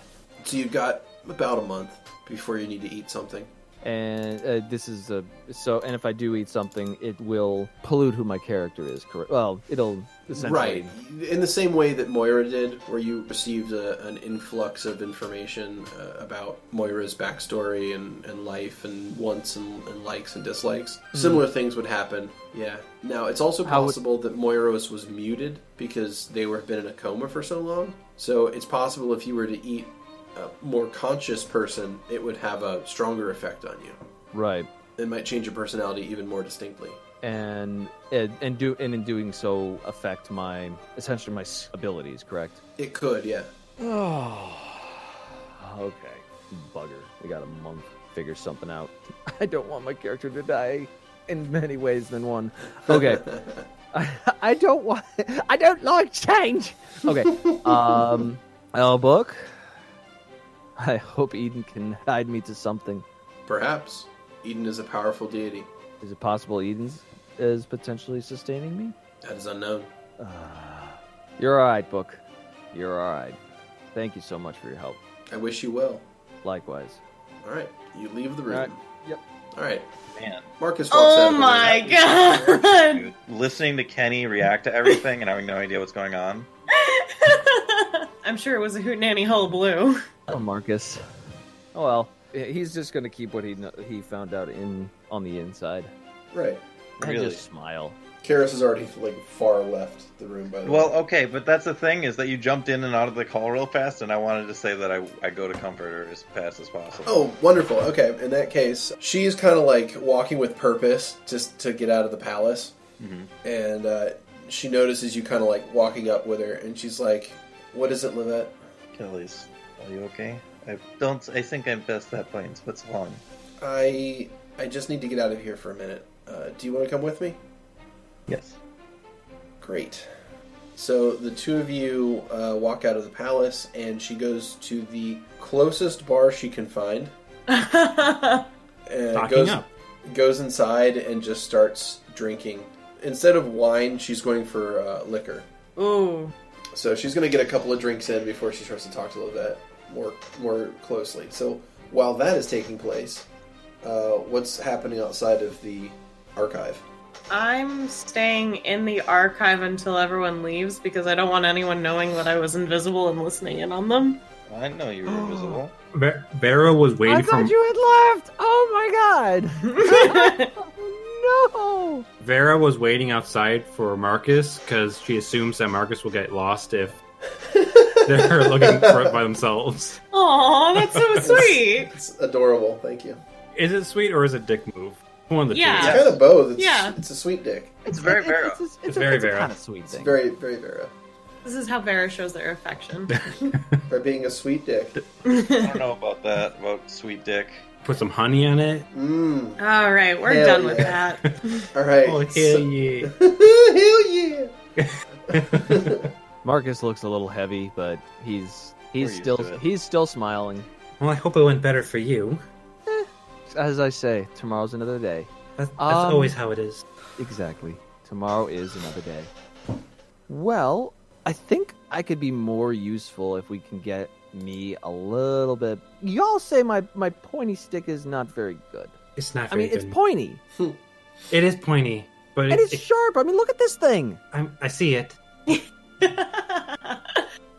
Speaker 3: So you've got about a month before you need to eat something.
Speaker 7: And uh, this is a so. And if I do eat something, it will pollute who my character is. Correct. Well, it'll essentially.
Speaker 3: Right. In the same way that Moira did, where you received a, an influx of information uh, about Moira's backstory and, and life and wants and, and likes and dislikes. Similar things would happen. Yeah. Now, it's also
Speaker 7: Hmm. How would-
Speaker 3: possible that Moira's was muted because they were been in a coma for so long. So it's possible if you were to eat a more conscious person, it would have a stronger effect on you.
Speaker 7: Right.
Speaker 3: It might change your personality even more distinctly.
Speaker 7: And and, and do and in doing so affect my essentially my s- abilities. Correct.
Speaker 3: It could, yeah.
Speaker 7: Oh, okay. Bugger. We got a month. to Figure something out. [LAUGHS] I don't want my character to die in many ways than one. Okay. I, I don't want. [LAUGHS] I don't like change. Okay. Um, our book. I hope Eden can guide me to something.
Speaker 3: Perhaps. Eden is a powerful deity.
Speaker 7: Is it possible Eden's is potentially sustaining me?
Speaker 3: That is unknown.
Speaker 7: You're all right, book. You're all right. Thank you so much for your help.
Speaker 3: I wish you well.
Speaker 7: Likewise.
Speaker 3: All right, you leave the
Speaker 7: All
Speaker 3: room.
Speaker 7: right. Yep.
Speaker 3: All right,
Speaker 5: Man,
Speaker 3: Marcus.
Speaker 4: [LAUGHS]
Speaker 3: Walks out
Speaker 4: Oh
Speaker 3: of the
Speaker 4: my
Speaker 3: room.
Speaker 4: god!
Speaker 5: dude, listening to Kenny react to everything and having no idea what's going on.
Speaker 4: [LAUGHS] I'm sure it was a hootenanny hullabaloo.
Speaker 7: Oh, Marcus. Oh well, he's just gonna keep what he kno- he found out in on the inside
Speaker 3: Right,
Speaker 7: and
Speaker 5: Really?
Speaker 7: just smile.
Speaker 3: Karis is already like far left the room. By the
Speaker 5: Well,
Speaker 3: way.
Speaker 5: okay, but that's the thing is that you jumped in and out of the call real fast, and I wanted to say that I, I go to comfort her as fast as possible.
Speaker 3: Oh, wonderful. Okay, in that case, she's kind of like walking with purpose just to get out of the palace,
Speaker 5: Mhm.
Speaker 3: and uh, she notices you kind of like walking up with her, and she's like, "What is it, Livette?"
Speaker 5: Kelly's, are you okay? I don't. I think I'm past that point. What's wrong?
Speaker 3: I I just need to get out of here for a minute. Uh, do you want to come with me?
Speaker 5: Yes.
Speaker 3: Great. So the two of you uh, walk out of the palace, and she goes to the closest bar she can find. and
Speaker 6: Stocking
Speaker 3: goes,
Speaker 6: up.
Speaker 3: goes inside and just starts drinking. Instead of wine, she's going for uh, liquor.
Speaker 4: [LAUGHS] Ooh.
Speaker 3: So she's going to get a couple of drinks in before she starts to talk to Lovette more more closely. So while that is taking place, uh, what's happening outside of the archive?
Speaker 4: I'm staying in the archive until everyone leaves because I don't want anyone knowing that I was invisible and listening in on
Speaker 3: [LAUGHS]
Speaker 4: them.
Speaker 5: I know you were invisible.
Speaker 6: Ver- Vera was
Speaker 7: I
Speaker 6: waiting for
Speaker 7: thought you had left. Oh my god. [LAUGHS] no.
Speaker 6: Vera was waiting outside for Marcus because she assumes that Marcus will get lost if they're looking for it by themselves.
Speaker 4: Aw, that's so sweet.
Speaker 3: It's adorable. Thank you.
Speaker 6: Is it sweet or is it dick move? One of the
Speaker 4: Yeah.
Speaker 6: two.
Speaker 3: It's kind of both. It's,
Speaker 4: Yeah.
Speaker 3: it's a sweet dick.
Speaker 5: It's very Vera.
Speaker 7: It's, it's,
Speaker 6: It's
Speaker 7: a,
Speaker 6: very
Speaker 7: it's a
Speaker 6: Vera.
Speaker 7: kind of sweet
Speaker 3: It's
Speaker 7: thing.
Speaker 3: very, very Vera.
Speaker 4: This is how Vera shows their affection. [LAUGHS]
Speaker 3: By being a sweet dick.
Speaker 5: I don't know about that. About sweet dick.
Speaker 6: Put some honey on it.
Speaker 3: Mmm.
Speaker 4: All right, we're
Speaker 3: Hell
Speaker 4: done with
Speaker 3: yeah.
Speaker 4: that.
Speaker 3: All right.
Speaker 6: Oh hell
Speaker 3: So-
Speaker 6: yeah!
Speaker 3: [LAUGHS] Hell yeah.
Speaker 7: Marcus looks a little heavy, but he's
Speaker 5: We're
Speaker 7: he's
Speaker 5: used
Speaker 7: still
Speaker 5: to it.
Speaker 7: he's still smiling.
Speaker 2: [LAUGHS] Well, I hope it went better for you.
Speaker 7: As I say, tomorrow's another day.
Speaker 2: That's, that's
Speaker 7: Um,
Speaker 2: always how it is.
Speaker 7: Exactly. Tomorrow is another day. Well, I think I could be more useful if we can get me a little bit. Y'all say my my pointy stick is not very good.
Speaker 2: It's not.
Speaker 7: I
Speaker 2: Very
Speaker 7: mean, it's
Speaker 2: good.
Speaker 7: pointy
Speaker 2: It is pointy, but
Speaker 7: and
Speaker 2: it,
Speaker 7: it's
Speaker 2: it,
Speaker 7: sharp. I mean, look at this thing.
Speaker 2: I, I see it.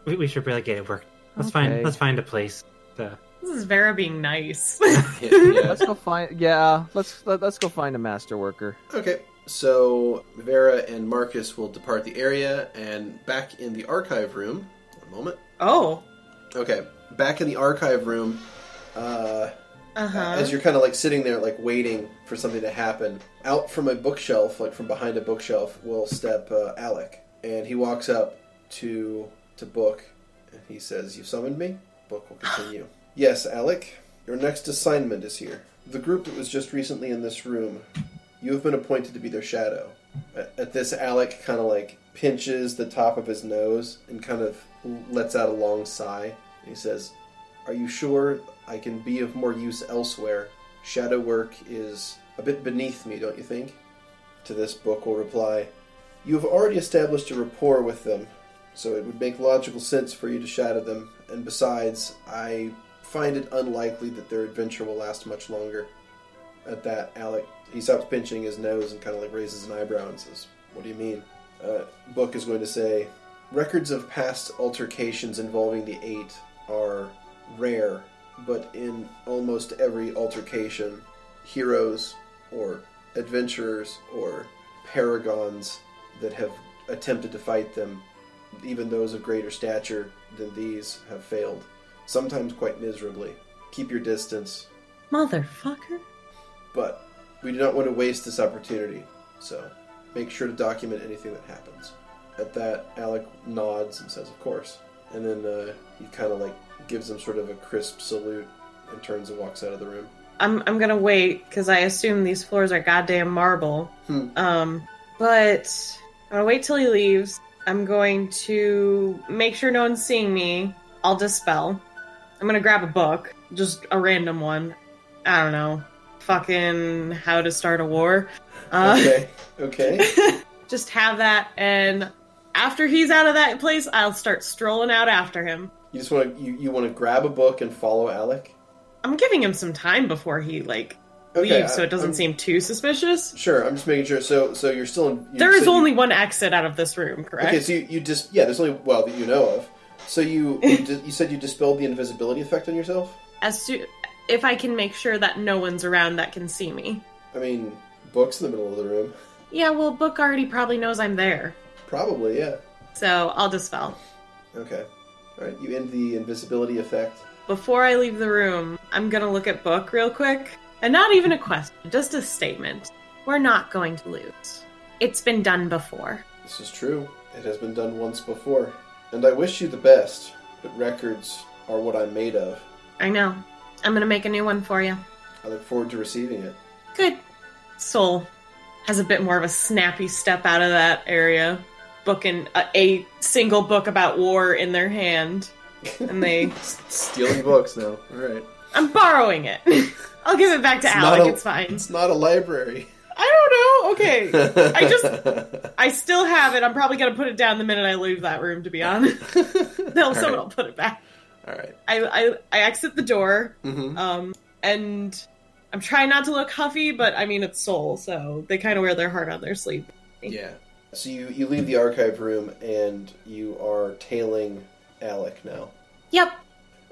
Speaker 2: we, we should really get it worked. Let's
Speaker 7: Okay.
Speaker 2: find. Let's find a place. to-
Speaker 4: [LAUGHS] This is Vera being
Speaker 3: [LAUGHS]
Speaker 4: nice.
Speaker 3: yeah.
Speaker 7: Let's go find. Yeah, let's let, let's go find a master worker.
Speaker 3: Okay. So Vera and Marcus will depart the area and back in the archive room. One moment.
Speaker 4: oh,
Speaker 3: Okay. Back in the archive room, Uh,
Speaker 4: Uh-huh.
Speaker 3: As you're kind of like sitting there, like waiting for something to happen, out from a bookshelf, like from behind a bookshelf, will step uh, Alec, and he walks up to to Book, and he says, "You summoned me." Book will continue. yes, Alec, your next assignment is here. The group that was just recently in this room, you have been appointed to be their shadow. At at this, Alec kind of like pinches the top of his nose and kind of lets out a long sigh. And he says, are you sure I can be of more use elsewhere? Shadow work is a bit beneath me, don't you think? To this, Book will reply, You have already established a rapport with them, so it would make logical sense for you to shadow them, and besides, I find it unlikely that their adventure will last much longer. At that, Alec, he stops pinching his nose and kind of like raises an eyebrow and says, What do you mean? Uh, Book is going to say, Records of past altercations involving the Eight are rare, but in almost every altercation, heroes or adventurers or paragons that have attempted to fight them, even those of greater stature than these, have failed, sometimes quite miserably. Keep your distance,
Speaker 4: Motherfucker.
Speaker 3: but we do not want to waste this opportunity, so make sure to document anything that happens. At that, Alec nods and says, Of course. And then uh, he kind of like gives him sort of a crisp salute and turns and walks out of the room.
Speaker 4: I'm I'm gonna wait because I assume these floors are goddamn marble.
Speaker 3: Hmm.
Speaker 4: Um, but I'm gonna wait till he leaves. I'm going to make sure no one's seeing me. I'll dispel. I'm gonna grab a book, just a random one. I don't know, fucking how to start a war. [LAUGHS] Uh,
Speaker 3: Okay, okay.
Speaker 4: [LAUGHS] just have that, and after he's out of that place, I'll start strolling out after him.
Speaker 3: You just want to you, you want to grab a book and follow Alec.
Speaker 4: I'm giving him some time before he like
Speaker 3: Okay,
Speaker 4: leaves, so
Speaker 3: I-
Speaker 4: it doesn't
Speaker 3: I'm-
Speaker 4: seem too suspicious.
Speaker 3: Sure, I'm just making sure. So so you're still in. you
Speaker 4: There is
Speaker 3: said you-
Speaker 4: only one exit out of this room, correct?
Speaker 3: Okay, so you, you just yeah. There's only well that you know of. So you
Speaker 4: [LAUGHS]
Speaker 3: you, dis- you said you dispelled the invisibility effect on yourself.
Speaker 4: as soon if I can make sure that no one's around that can see me.
Speaker 3: I mean, books in the middle of the room.
Speaker 4: Yeah, well, Book already probably knows I'm there,
Speaker 3: Probably yeah.
Speaker 4: so I'll dispel.
Speaker 3: Okay. All right. You end the invisibility effect.
Speaker 4: Before I leave the room, I'm gonna look at Book real quick, and not even a question, just a statement. We're not going to lose. It's been done before.
Speaker 3: This is true. It has been done once before, and I wish you the best. But records are what I'm made of.
Speaker 4: I know. I'm gonna make a new one for you.
Speaker 3: I look forward to receiving it.
Speaker 4: Good. Soul has a bit more of a snappy step out of that area, booking a, a single book about war in their hand, and
Speaker 3: [LAUGHS]
Speaker 4: they.
Speaker 3: Stealing books now. All right.
Speaker 4: I'm borrowing it. I'll give it back to
Speaker 3: It's not
Speaker 4: Alec.
Speaker 3: a-
Speaker 4: It's fine.
Speaker 3: It's not a library.
Speaker 4: I don't know. Okay.
Speaker 3: [LAUGHS] I
Speaker 4: just- I still have it. I'm probably going to put it down the minute I leave that room, to be honest. [LAUGHS] No, someone will put it back.
Speaker 3: All right.
Speaker 4: I, I, I exit the door,
Speaker 3: Mm-hmm.
Speaker 4: um, and I'm trying not to look huffy, but I mean, it's soul, so they kind of wear their heart on their sleeve.
Speaker 3: Yeah. So you, you leave the archive room and you are tailing Alec now.
Speaker 4: Yep.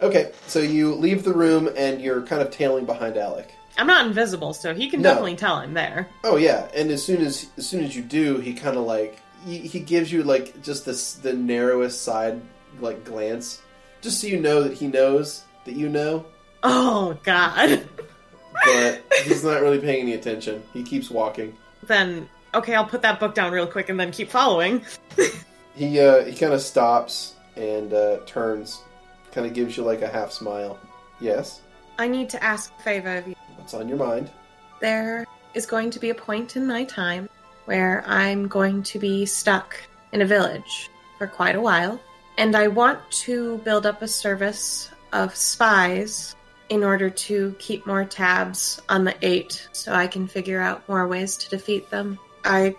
Speaker 3: Okay, so you leave the room and you're kind of tailing behind Alec.
Speaker 4: I'm not invisible, so he can
Speaker 3: No.
Speaker 4: definitely tell I'm there.
Speaker 3: Oh yeah, and as soon as as soon as you do, he kind of like he, he gives you like just this the narrowest side like glance, just so you know that he knows that you know,
Speaker 4: Oh, God. [LAUGHS]
Speaker 3: but he's not really paying any attention. He keeps walking.
Speaker 4: then, okay, I'll put that book down real quick and then keep following.
Speaker 3: He uh, he kind of stops and uh, turns, kind of gives you like a half smile. Yes,
Speaker 4: I need to ask a favor of you.
Speaker 3: what's on your mind?
Speaker 4: there is going to be a point in my time where I'm going to be stuck in a village for quite a while, and I want to build up a service of spies in order to keep more tabs on the eight so I can figure out more ways to defeat them. I.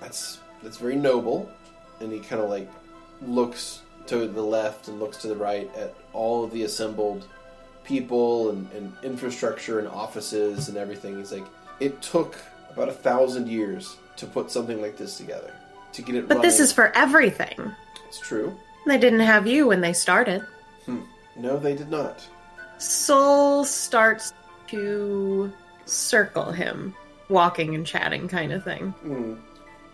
Speaker 3: That's that's very noble. And he kind of like looks to the left and looks to the right at all of the assembled people and, and infrastructure and offices and everything. He's like, it took about a thousand years to put something like this together to get it.
Speaker 4: But this
Speaker 3: running."
Speaker 4: is for everything.
Speaker 3: it's true.
Speaker 4: They didn't have you when they started.
Speaker 3: No, they did not.
Speaker 4: Soul starts to circle him, walking and chatting, kind of thing.
Speaker 3: Mm.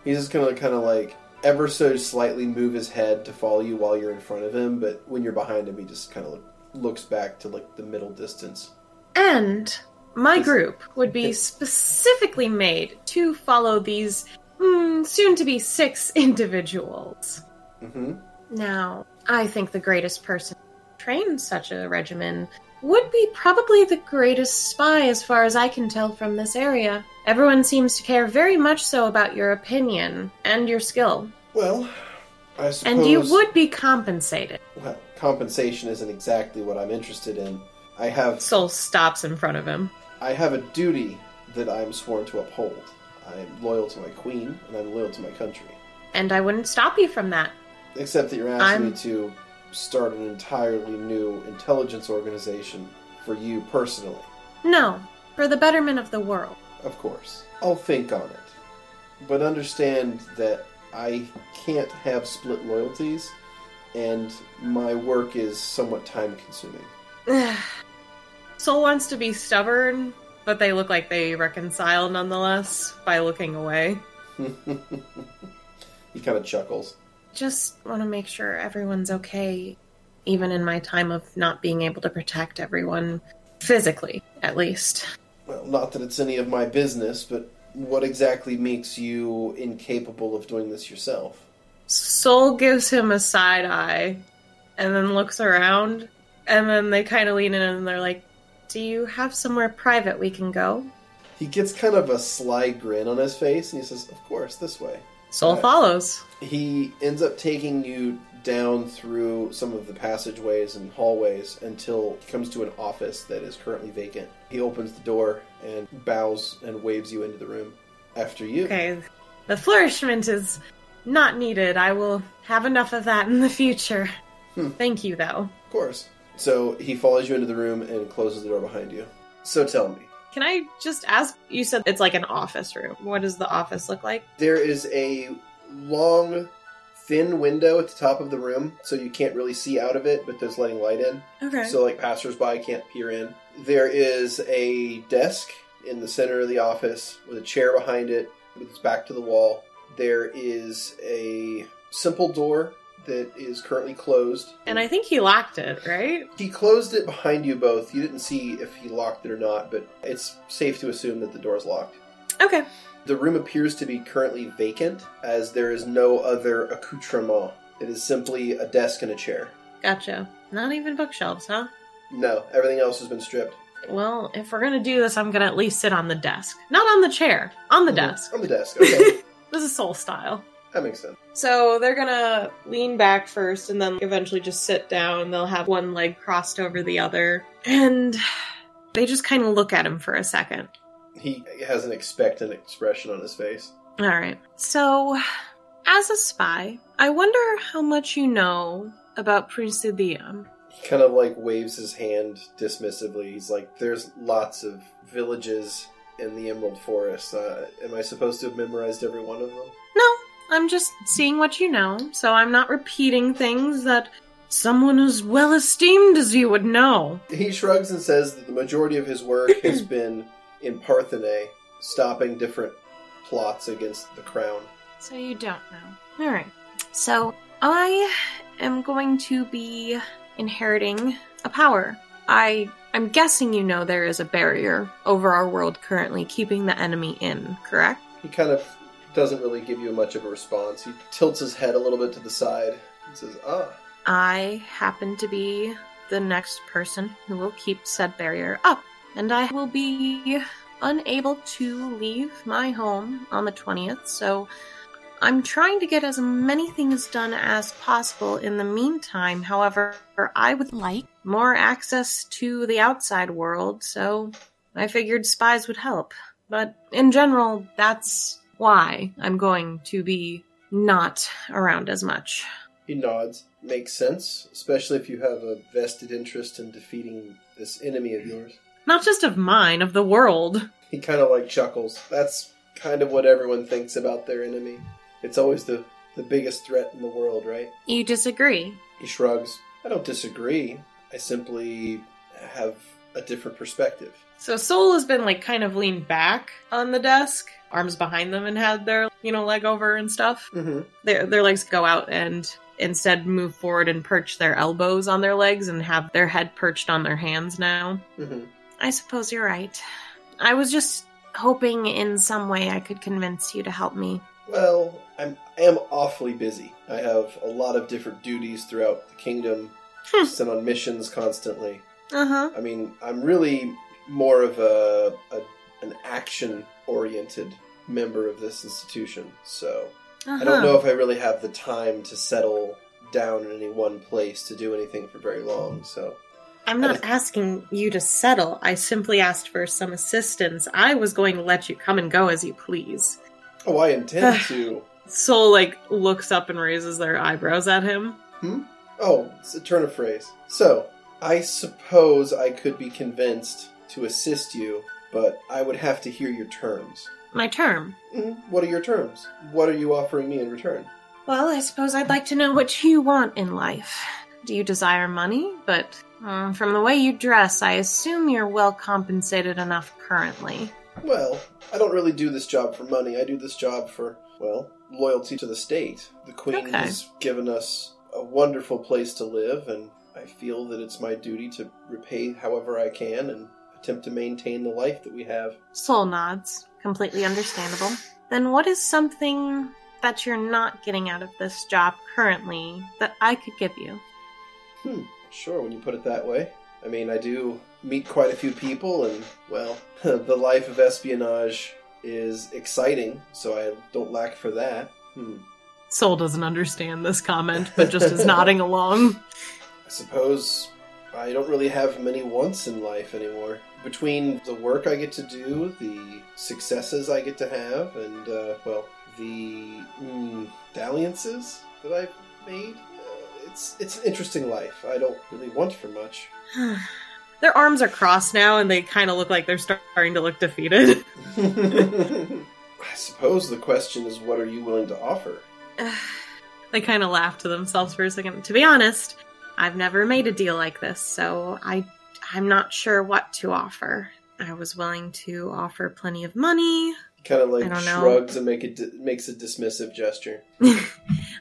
Speaker 3: He's just gonna kind of like ever so slightly move his head to follow you while you're in front of him, but when you're behind him, he just kind of looks back to like the middle distance.
Speaker 4: And my group would be specifically made to follow these mm, soon to be six [LAUGHS] individuals.
Speaker 3: hmm
Speaker 4: Now, I think the greatest person to train such a regimen would be probably the greatest spy, as far as I can tell from this area. Everyone seems to care very much so about your opinion and your skill,
Speaker 3: Well, I suppose.
Speaker 4: and you would be compensated.
Speaker 3: Well, compensation isn't exactly what I'm interested in. I have
Speaker 4: Soul stops in front of him.
Speaker 3: I have a duty that I'm sworn to uphold. I'm loyal to my queen and I'm loyal to my country.
Speaker 4: And I wouldn't stop you from that.
Speaker 3: Except that you're asking
Speaker 4: I'm-
Speaker 3: me to start an entirely new intelligence organization for you personally.
Speaker 4: No, for the betterment of the world.
Speaker 3: Of course. I'll think on it. But understand that I can't have split loyalties, and my work is somewhat time consuming.
Speaker 4: Soul wants to be stubborn, but they look like they reconcile nonetheless by looking away.
Speaker 3: [LAUGHS] he kind of chuckles.
Speaker 4: Just want to make sure everyone's okay, even in my time of not being able to protect everyone, physically, at least.
Speaker 3: Well, not that it's any of my business, but what exactly makes you incapable of doing this yourself?
Speaker 4: Soul gives him a side eye and then looks around, and then they kind of lean in and they're like, Do you have somewhere private we can go?
Speaker 3: He gets kind of a sly grin on his face, and he says, Of course, this way.
Speaker 4: Soul
Speaker 3: Right.
Speaker 4: follows.
Speaker 3: He ends up taking you down through some of the passageways and hallways until he comes to an office that is currently vacant. He opens the door and bows and waves you into the room. After you.
Speaker 4: Okay, the flourishment is not needed. I will have enough of that in the future.
Speaker 3: Hmm.
Speaker 4: Thank you, though.
Speaker 3: Of course. So he follows you into the room and closes the door behind you. So tell me.
Speaker 4: Can I just ask? You said it's like an office room. What does the office look like?
Speaker 3: There is a long, thin window at the top of the room, so you can't really see out of it, but there's letting light in.
Speaker 4: Okay.
Speaker 3: So, like, passersby can't peer in. There is a desk in the center of the office with a chair behind it with its back to the wall. There is a simple door that is currently closed.
Speaker 4: and I think he locked it, right?
Speaker 3: He closed it behind you both. You didn't see if he locked it or not, but it's safe to assume that the door is locked.
Speaker 4: Okay.
Speaker 3: The room appears to be currently vacant, as there is no other accoutrement. It is simply a desk and a chair.
Speaker 4: Gotcha. Not even bookshelves, huh?
Speaker 3: No, everything else has been stripped.
Speaker 4: Well, if we're gonna do this, I'm gonna at least sit on the desk. Not on the chair, on the desk.
Speaker 3: On the desk.
Speaker 4: [LAUGHS]
Speaker 3: Okay,
Speaker 4: This is soul style.
Speaker 3: that makes sense.
Speaker 4: So they're gonna lean back first and then eventually just sit down. They'll have one leg crossed over the other. And they just kind of look at him for a second.
Speaker 3: He has an expectant expression on his face.
Speaker 4: All right. So, as a spy, I wonder how much you know about Presidium.
Speaker 3: He kind of like waves his hand dismissively. He's like, "There's lots of villages in the Emerald Forest. Uh, am I supposed to have memorized every one of them?"
Speaker 4: No, I'm just seeing what you know, so I'm not repeating things that someone as well esteemed as you would know.
Speaker 3: He shrugs and says that the majority of his work has been in Parthenay, stopping different plots against the crown.
Speaker 4: So you don't know. All right. So I am going to be inheriting a power. I I'm guessing you know there is a barrier over our world currently keeping the enemy in, correct?
Speaker 3: He kind of doesn't really give you much of a response. He tilts his head a little bit to the side and says, "Ah,
Speaker 4: I happen to be the next person who will keep said barrier up, and I will be unable to leave my home on the 20th, so I'm trying to get as many things done as possible in the meantime. However, I would like more access to the outside world, so I figured spies would help. But in general, that's why I'm going to be not around as much.
Speaker 3: He nods. Makes sense, especially if you have a vested interest in defeating this enemy of yours.
Speaker 4: Not just of mine, of the world.
Speaker 3: He kind of like chuckles. That's kind of what everyone thinks about their enemy. It's always the, the biggest threat in the world, right?
Speaker 4: You disagree?
Speaker 3: He shrugs. I don't disagree. I simply have a different perspective.
Speaker 4: So Soul has been like kind of leaned back on the desk, arms behind them, and had their you know leg over and stuff.
Speaker 3: Mm-hmm.
Speaker 4: Their their legs go out, and instead move forward and perch their elbows on their legs and have their head perched on their hands now.
Speaker 3: Mhm.
Speaker 4: I suppose you're right. I was just hoping in some way I could convince you to help me.
Speaker 3: Well, I'm I am awfully busy. I have a lot of different duties throughout the kingdom,
Speaker 4: Hmm.
Speaker 3: sent on missions constantly.
Speaker 4: Uh huh.
Speaker 3: I mean, I'm really more of a, a an action oriented member of this institution, so
Speaker 4: uh
Speaker 3: I don't know if I really have the time to settle down in any one place to do anything for very long. So
Speaker 4: I'm not asking you to settle. I simply asked for some assistance. I was going to let you come and go as you please.
Speaker 3: Oh, I intend to.
Speaker 4: Soul like looks up and raises their eyebrows at him.
Speaker 3: Oh, it's a turn of phrase. So, I suppose I could be convinced to assist you, but I would have to hear your terms.
Speaker 4: My term.
Speaker 3: Mm, What are your terms? What are you offering me in return?
Speaker 4: Well, I suppose I'd like to know what you want in life. Do you desire money? But mm, from the way you dress, I assume you're well compensated enough currently.
Speaker 3: Well, I don't really do this job for money. I do this job for, well, loyalty to the state. The Queen
Speaker 4: Okay.
Speaker 3: has given us a wonderful place to live, and I feel that it's my duty to repay however I can and attempt to maintain the life that we have.
Speaker 4: Soul nods. Completely understandable. Then what is something that you're not getting out of this job currently that I could give you?
Speaker 3: Hmm, sure, when you put it that way. I mean, I do meet quite a few people, and, well, [LAUGHS] the life of espionage is exciting, so I don't lack for that. Hmm.
Speaker 4: Soul doesn't understand this comment,
Speaker 3: but just
Speaker 4: [LAUGHS]
Speaker 3: is nodding
Speaker 4: along.
Speaker 3: I suppose I don't really have many wants in life anymore. Between the work I get to do, the successes I get to have, and, uh, well, the mm, dalliances that I've made, uh, it's, it's an interesting life. I don't really want for much.
Speaker 4: [SIGHS] Their arms are crossed now, and they kind of look like they're starting to look defeated. [LAUGHS]
Speaker 3: [LAUGHS] I suppose the question is what are you willing to offer?
Speaker 4: they kind of laugh to themselves for a second. To be honest, I've never made a deal like this, so I I'm not sure what to offer. I was willing to offer plenty of money.
Speaker 3: Kind of
Speaker 4: I
Speaker 3: like
Speaker 4: don't know.
Speaker 3: shrugs and make a di- makes a dismissive gesture.
Speaker 4: [LAUGHS]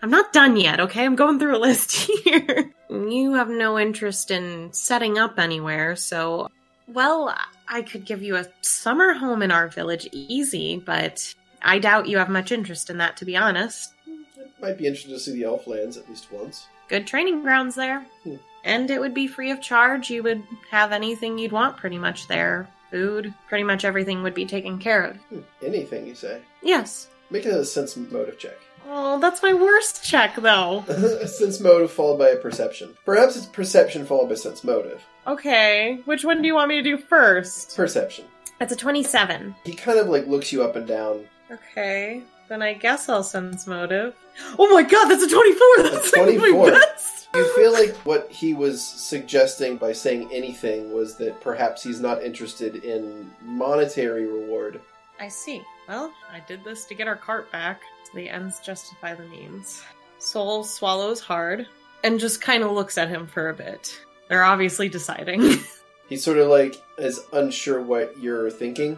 Speaker 4: I'm not done yet, okay? I'm going through a list [LAUGHS] here. you have no interest in setting up anywhere, so well, I could give you a summer home in our village easy, but I doubt you have much interest in that to be honest.
Speaker 3: Hmm, Might be interesting to see the elf lands at least once.
Speaker 4: good training grounds there.
Speaker 3: Hmm.
Speaker 4: And it would be free of charge. You would have anything you'd want pretty much there. Food, pretty much everything would be taken care of.
Speaker 3: Hmm, Anything you say.
Speaker 4: Yes.
Speaker 3: Make a sense motive check. [LAUGHS]
Speaker 4: Oh, that's my worst check though.
Speaker 3: a sense motive followed by a perception. Perhaps it's perception followed by sense motive.
Speaker 4: Okay, which one do you want me to do first?
Speaker 3: Perception.
Speaker 4: That's a 27.
Speaker 3: He kind of like looks you up and down.
Speaker 4: Okay, then I guess I'll sense motive. Oh my god, that's a 24! That's
Speaker 3: A 24.
Speaker 4: Like my best!
Speaker 3: You feel like what he was suggesting by saying anything was that perhaps he's not interested in monetary reward.
Speaker 4: I see. Well, I did this to get our cart back. The ends justify the means. Soul swallows hard and just kind of looks at him for a bit. They're obviously deciding. [LAUGHS]
Speaker 3: He's sort of like is unsure what you're thinking.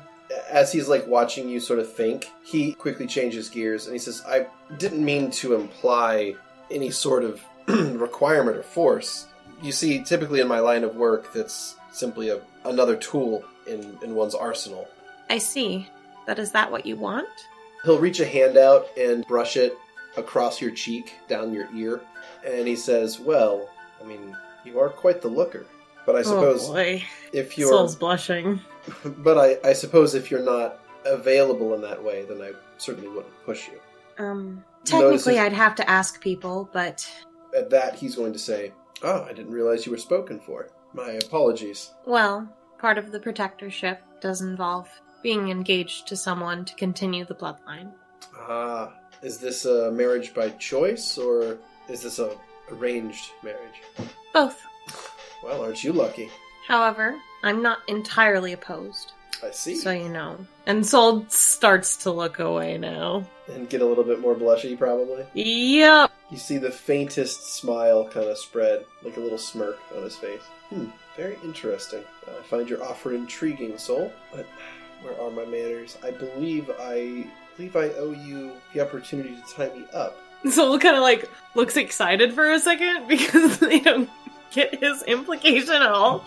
Speaker 3: As he's like watching you sort of think, he quickly changes gears and he says, I didn't mean to imply any sort of [CLEARS THROAT] requirement or force. You see, typically in my line of work, that's simply a, another tool in, in one's arsenal.
Speaker 4: I see. But is that what you want?
Speaker 3: He'll reach a hand out and brush it across your cheek, down your ear, and he says, Well, I mean, you are quite the looker. But I suppose
Speaker 4: Oh boy.
Speaker 3: if you're.
Speaker 4: Soul's blushing.
Speaker 3: But I, I suppose if you're not available in that way, then I certainly wouldn't push you.
Speaker 4: Um,
Speaker 3: Notices-
Speaker 4: technically, I'd have to ask people, but
Speaker 3: At that, he's going to say, Oh, I didn't realize you were spoken for. My apologies.
Speaker 4: well, part of the protectorship does involve being engaged to someone to continue the bloodline.
Speaker 3: Ah, is this a marriage by choice, or is this a arranged marriage?
Speaker 4: Both.
Speaker 3: Well, aren't you lucky?
Speaker 4: However, I'm not entirely opposed.
Speaker 3: I see.
Speaker 4: So you know. And Sol starts to look away now.
Speaker 3: And get a little bit more blushy, probably.
Speaker 4: Yep.
Speaker 3: You see the faintest smile kind of spread, like a little smirk on his face. Hmm, very interesting. Uh, I find your offer intriguing, soul. But where are my manners? I believe I believe I owe you the opportunity to tie me up.
Speaker 4: Soul kind of like looks excited for a second [LAUGHS] because they don't get his implication at all.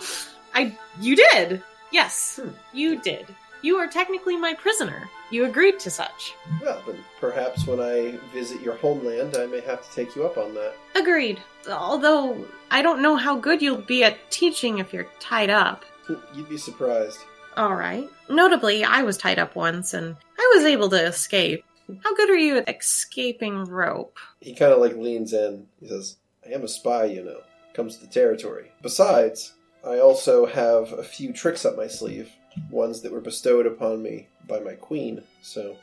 Speaker 4: I, you did. Yes, you did. You are technically my prisoner. You agreed to such.
Speaker 3: Well, then perhaps when I visit your homeland, I may have to take you up on that.
Speaker 4: Agreed. Although I don't know how good you'll be at teaching if you're tied up.
Speaker 3: Hmm, You'd be surprised.
Speaker 4: All right. Notably, I was tied up once and I was able to escape. How good are you at escaping rope?
Speaker 3: He kind of like leans in. He says, I am a spy, you know. Comes to the territory. Besides, I also have a few tricks up my sleeve, ones that were bestowed upon me by my queen, so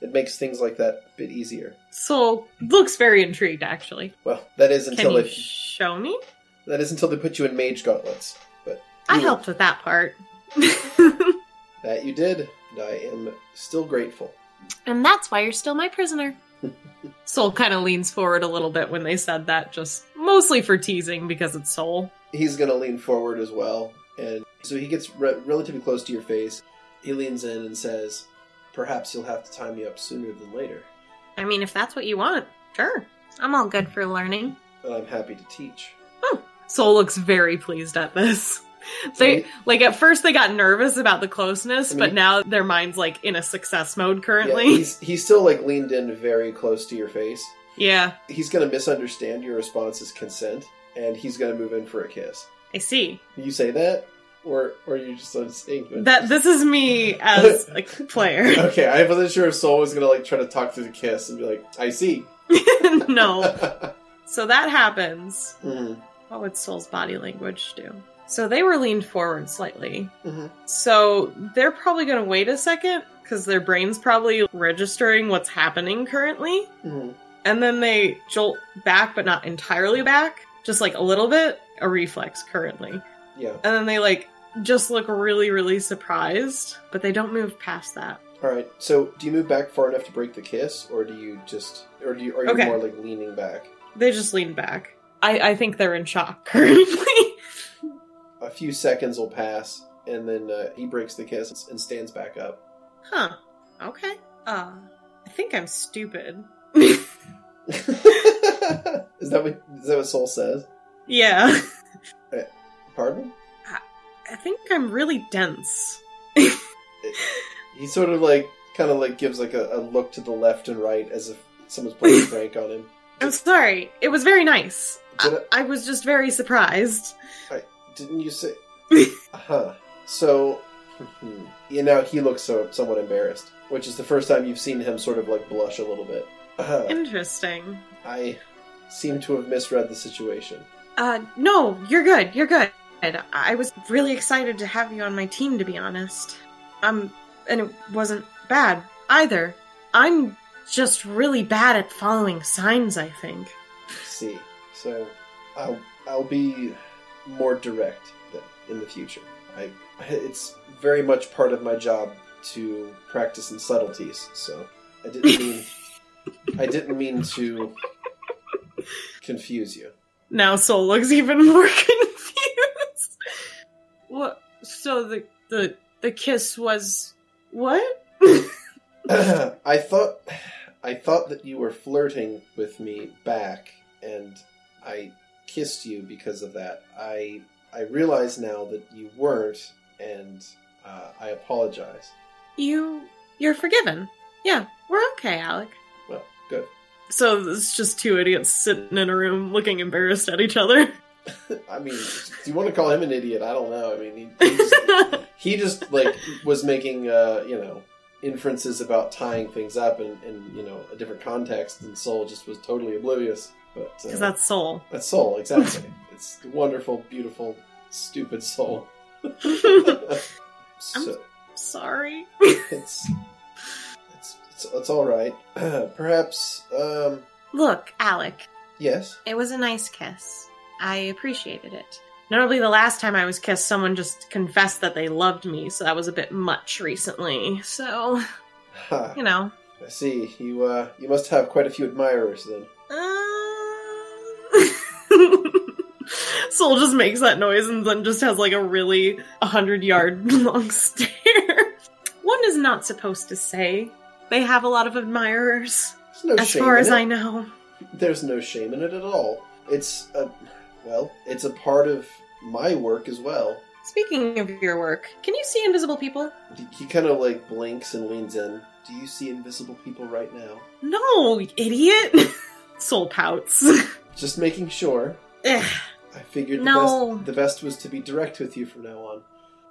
Speaker 3: it makes things like that a bit easier.
Speaker 4: Soul looks very intrigued, actually.
Speaker 3: Well, that is
Speaker 4: Can
Speaker 3: until
Speaker 4: you
Speaker 3: they
Speaker 4: show me?
Speaker 3: that is until they put you in mage gauntlets. But
Speaker 4: I
Speaker 3: you-
Speaker 4: helped with that [LAUGHS] part.
Speaker 3: that you did, and I am still grateful.
Speaker 4: and that's why you're still my prisoner. Soul kind of leans forward a little bit when they said that, just mostly for teasing because it's Soul.
Speaker 3: He's going to lean forward as well, and so he gets re- relatively close to your face. He leans in and says, "Perhaps you'll have to tie me up sooner than later,
Speaker 4: I mean, if that's what you want, sure. I'm all good for learning.
Speaker 3: and I'm happy to teach."
Speaker 4: Soul looks very pleased at this. [LAUGHS] They like at first they got nervous about the closeness,
Speaker 3: I mean-
Speaker 4: but now their mind's like in a success mode
Speaker 3: Yeah,
Speaker 4: currently.
Speaker 3: he's he's still like leaned in very close to your face.
Speaker 4: [LAUGHS] yeah.
Speaker 3: He's going to misunderstand your response as consent, and he's going to move in for a kiss.
Speaker 4: I see.
Speaker 3: You say that, or or you just not saying that.
Speaker 4: That this is me as a player.
Speaker 3: [LAUGHS]
Speaker 4: [LAUGHS]
Speaker 3: Okay, I wasn't sure if Soul was gonna like try to talk through the kiss and be like, "I see."
Speaker 4: no.
Speaker 3: [LAUGHS]
Speaker 4: So that happens.
Speaker 3: Hmm.
Speaker 4: What would Soul's body language do? So they were leaned forward slightly.
Speaker 3: Mhm.
Speaker 4: So they're probably going to wait a second because their brain's probably registering what's happening currently.
Speaker 3: Hmm.
Speaker 4: And then they jolt back, but not entirely back, just like a little bit, a reflex currently. And
Speaker 3: Yeah.
Speaker 4: then they like just look really, really surprised, but they don't move past that.
Speaker 3: All right. So, do you move back far enough to break the kiss, or do you just, or do you, are you
Speaker 4: Okay.
Speaker 3: more like leaning back?
Speaker 4: They just lean back. I, I think they're in shock [LAUGHS] currently.
Speaker 3: A few seconds will pass, and then uh, he breaks the kiss and stands back up.
Speaker 4: Huh. Okay. Uh, I think I'm stupid.
Speaker 3: is that what [LAUGHS] is that what Soul says?
Speaker 4: [LAUGHS] yeah.
Speaker 3: Pardon?
Speaker 4: I think I'm really dense.
Speaker 3: He sort of like, kind of like gives like a, a look to the left and right as if someone's playing prank on him.
Speaker 4: I'm sorry. It was very nice. I,
Speaker 3: Did
Speaker 4: I was just very surprised.
Speaker 3: Didn't you say? huh. So, you know, he looks so somewhat embarrassed, which is the first time you've seen him sort of like blush a little bit. Uh-huh.
Speaker 4: Interesting.
Speaker 3: I seem to have misread the situation.
Speaker 4: Uh, no, you're good. You're good. I was really excited to have you on my team, to be honest. Um, and it wasn't bad either. I'm just really bad at following signs, I think.
Speaker 3: Let's see, so I'll I'll be more direct then in the future. I it's very much part of my job to practice in subtleties. So I didn't mean I didn't mean to confuse you. [CLEARS THROAT]
Speaker 4: Now Soul looks [LAUGHS] even more confused. What? So the the the kiss was what?
Speaker 3: I thought I thought that you were flirting with me back and I kissed you because of that. I I realize now that you weren't and uh, I apologize.
Speaker 4: You you're forgiven. Yeah, we're okay, Alec.
Speaker 3: Well, good.
Speaker 4: So it's just two idiots sitting in a room looking embarrassed at each other. [LAUGHS]
Speaker 3: I mean, do you want to call him an idiot? I don't know. I mean, he,
Speaker 4: [LAUGHS]
Speaker 3: he, just, he just like was making uh, you know inferences about tying things up in, in you know a different context, and Soul just was totally oblivious. But uh,
Speaker 4: Because that's Soul.
Speaker 3: That's soul, exactly. [LAUGHS] it's the wonderful, beautiful, stupid soul. so
Speaker 4: [LAUGHS] Sorry.
Speaker 3: it's, it's it's it's all right. [CLEARS THROAT] Perhaps, um,
Speaker 4: Look, Alec,
Speaker 3: yes. [LAUGHS]
Speaker 4: It was a nice kiss. I appreciated it. Notably, the last time I was kissed, someone just confessed that they loved me, so that was a bit much recently. So,
Speaker 3: Ha,
Speaker 4: you know.
Speaker 3: I see. You uh, you must have quite a few admirers then.
Speaker 4: Uh... [LAUGHS] Soul just makes that noise and then just has like a really 100 yard [LAUGHS] long stare. One is not supposed to say they have a lot of admirers,
Speaker 3: There's no
Speaker 4: as
Speaker 3: shame
Speaker 4: far
Speaker 3: in
Speaker 4: as
Speaker 3: it.
Speaker 4: I know.
Speaker 3: There's no shame in it at all. It's a, well, it's a part of my work as well.
Speaker 4: Speaking of your work, can you see invisible people?
Speaker 3: He kind of like blinks and leans in. Do you see invisible people right now?
Speaker 4: No, idiot. [LAUGHS] Soul pouts. [LAUGHS]
Speaker 3: Just making sure.
Speaker 4: Ugh,
Speaker 3: I figured the,
Speaker 4: No.
Speaker 3: best, the best was to be direct with you from now on.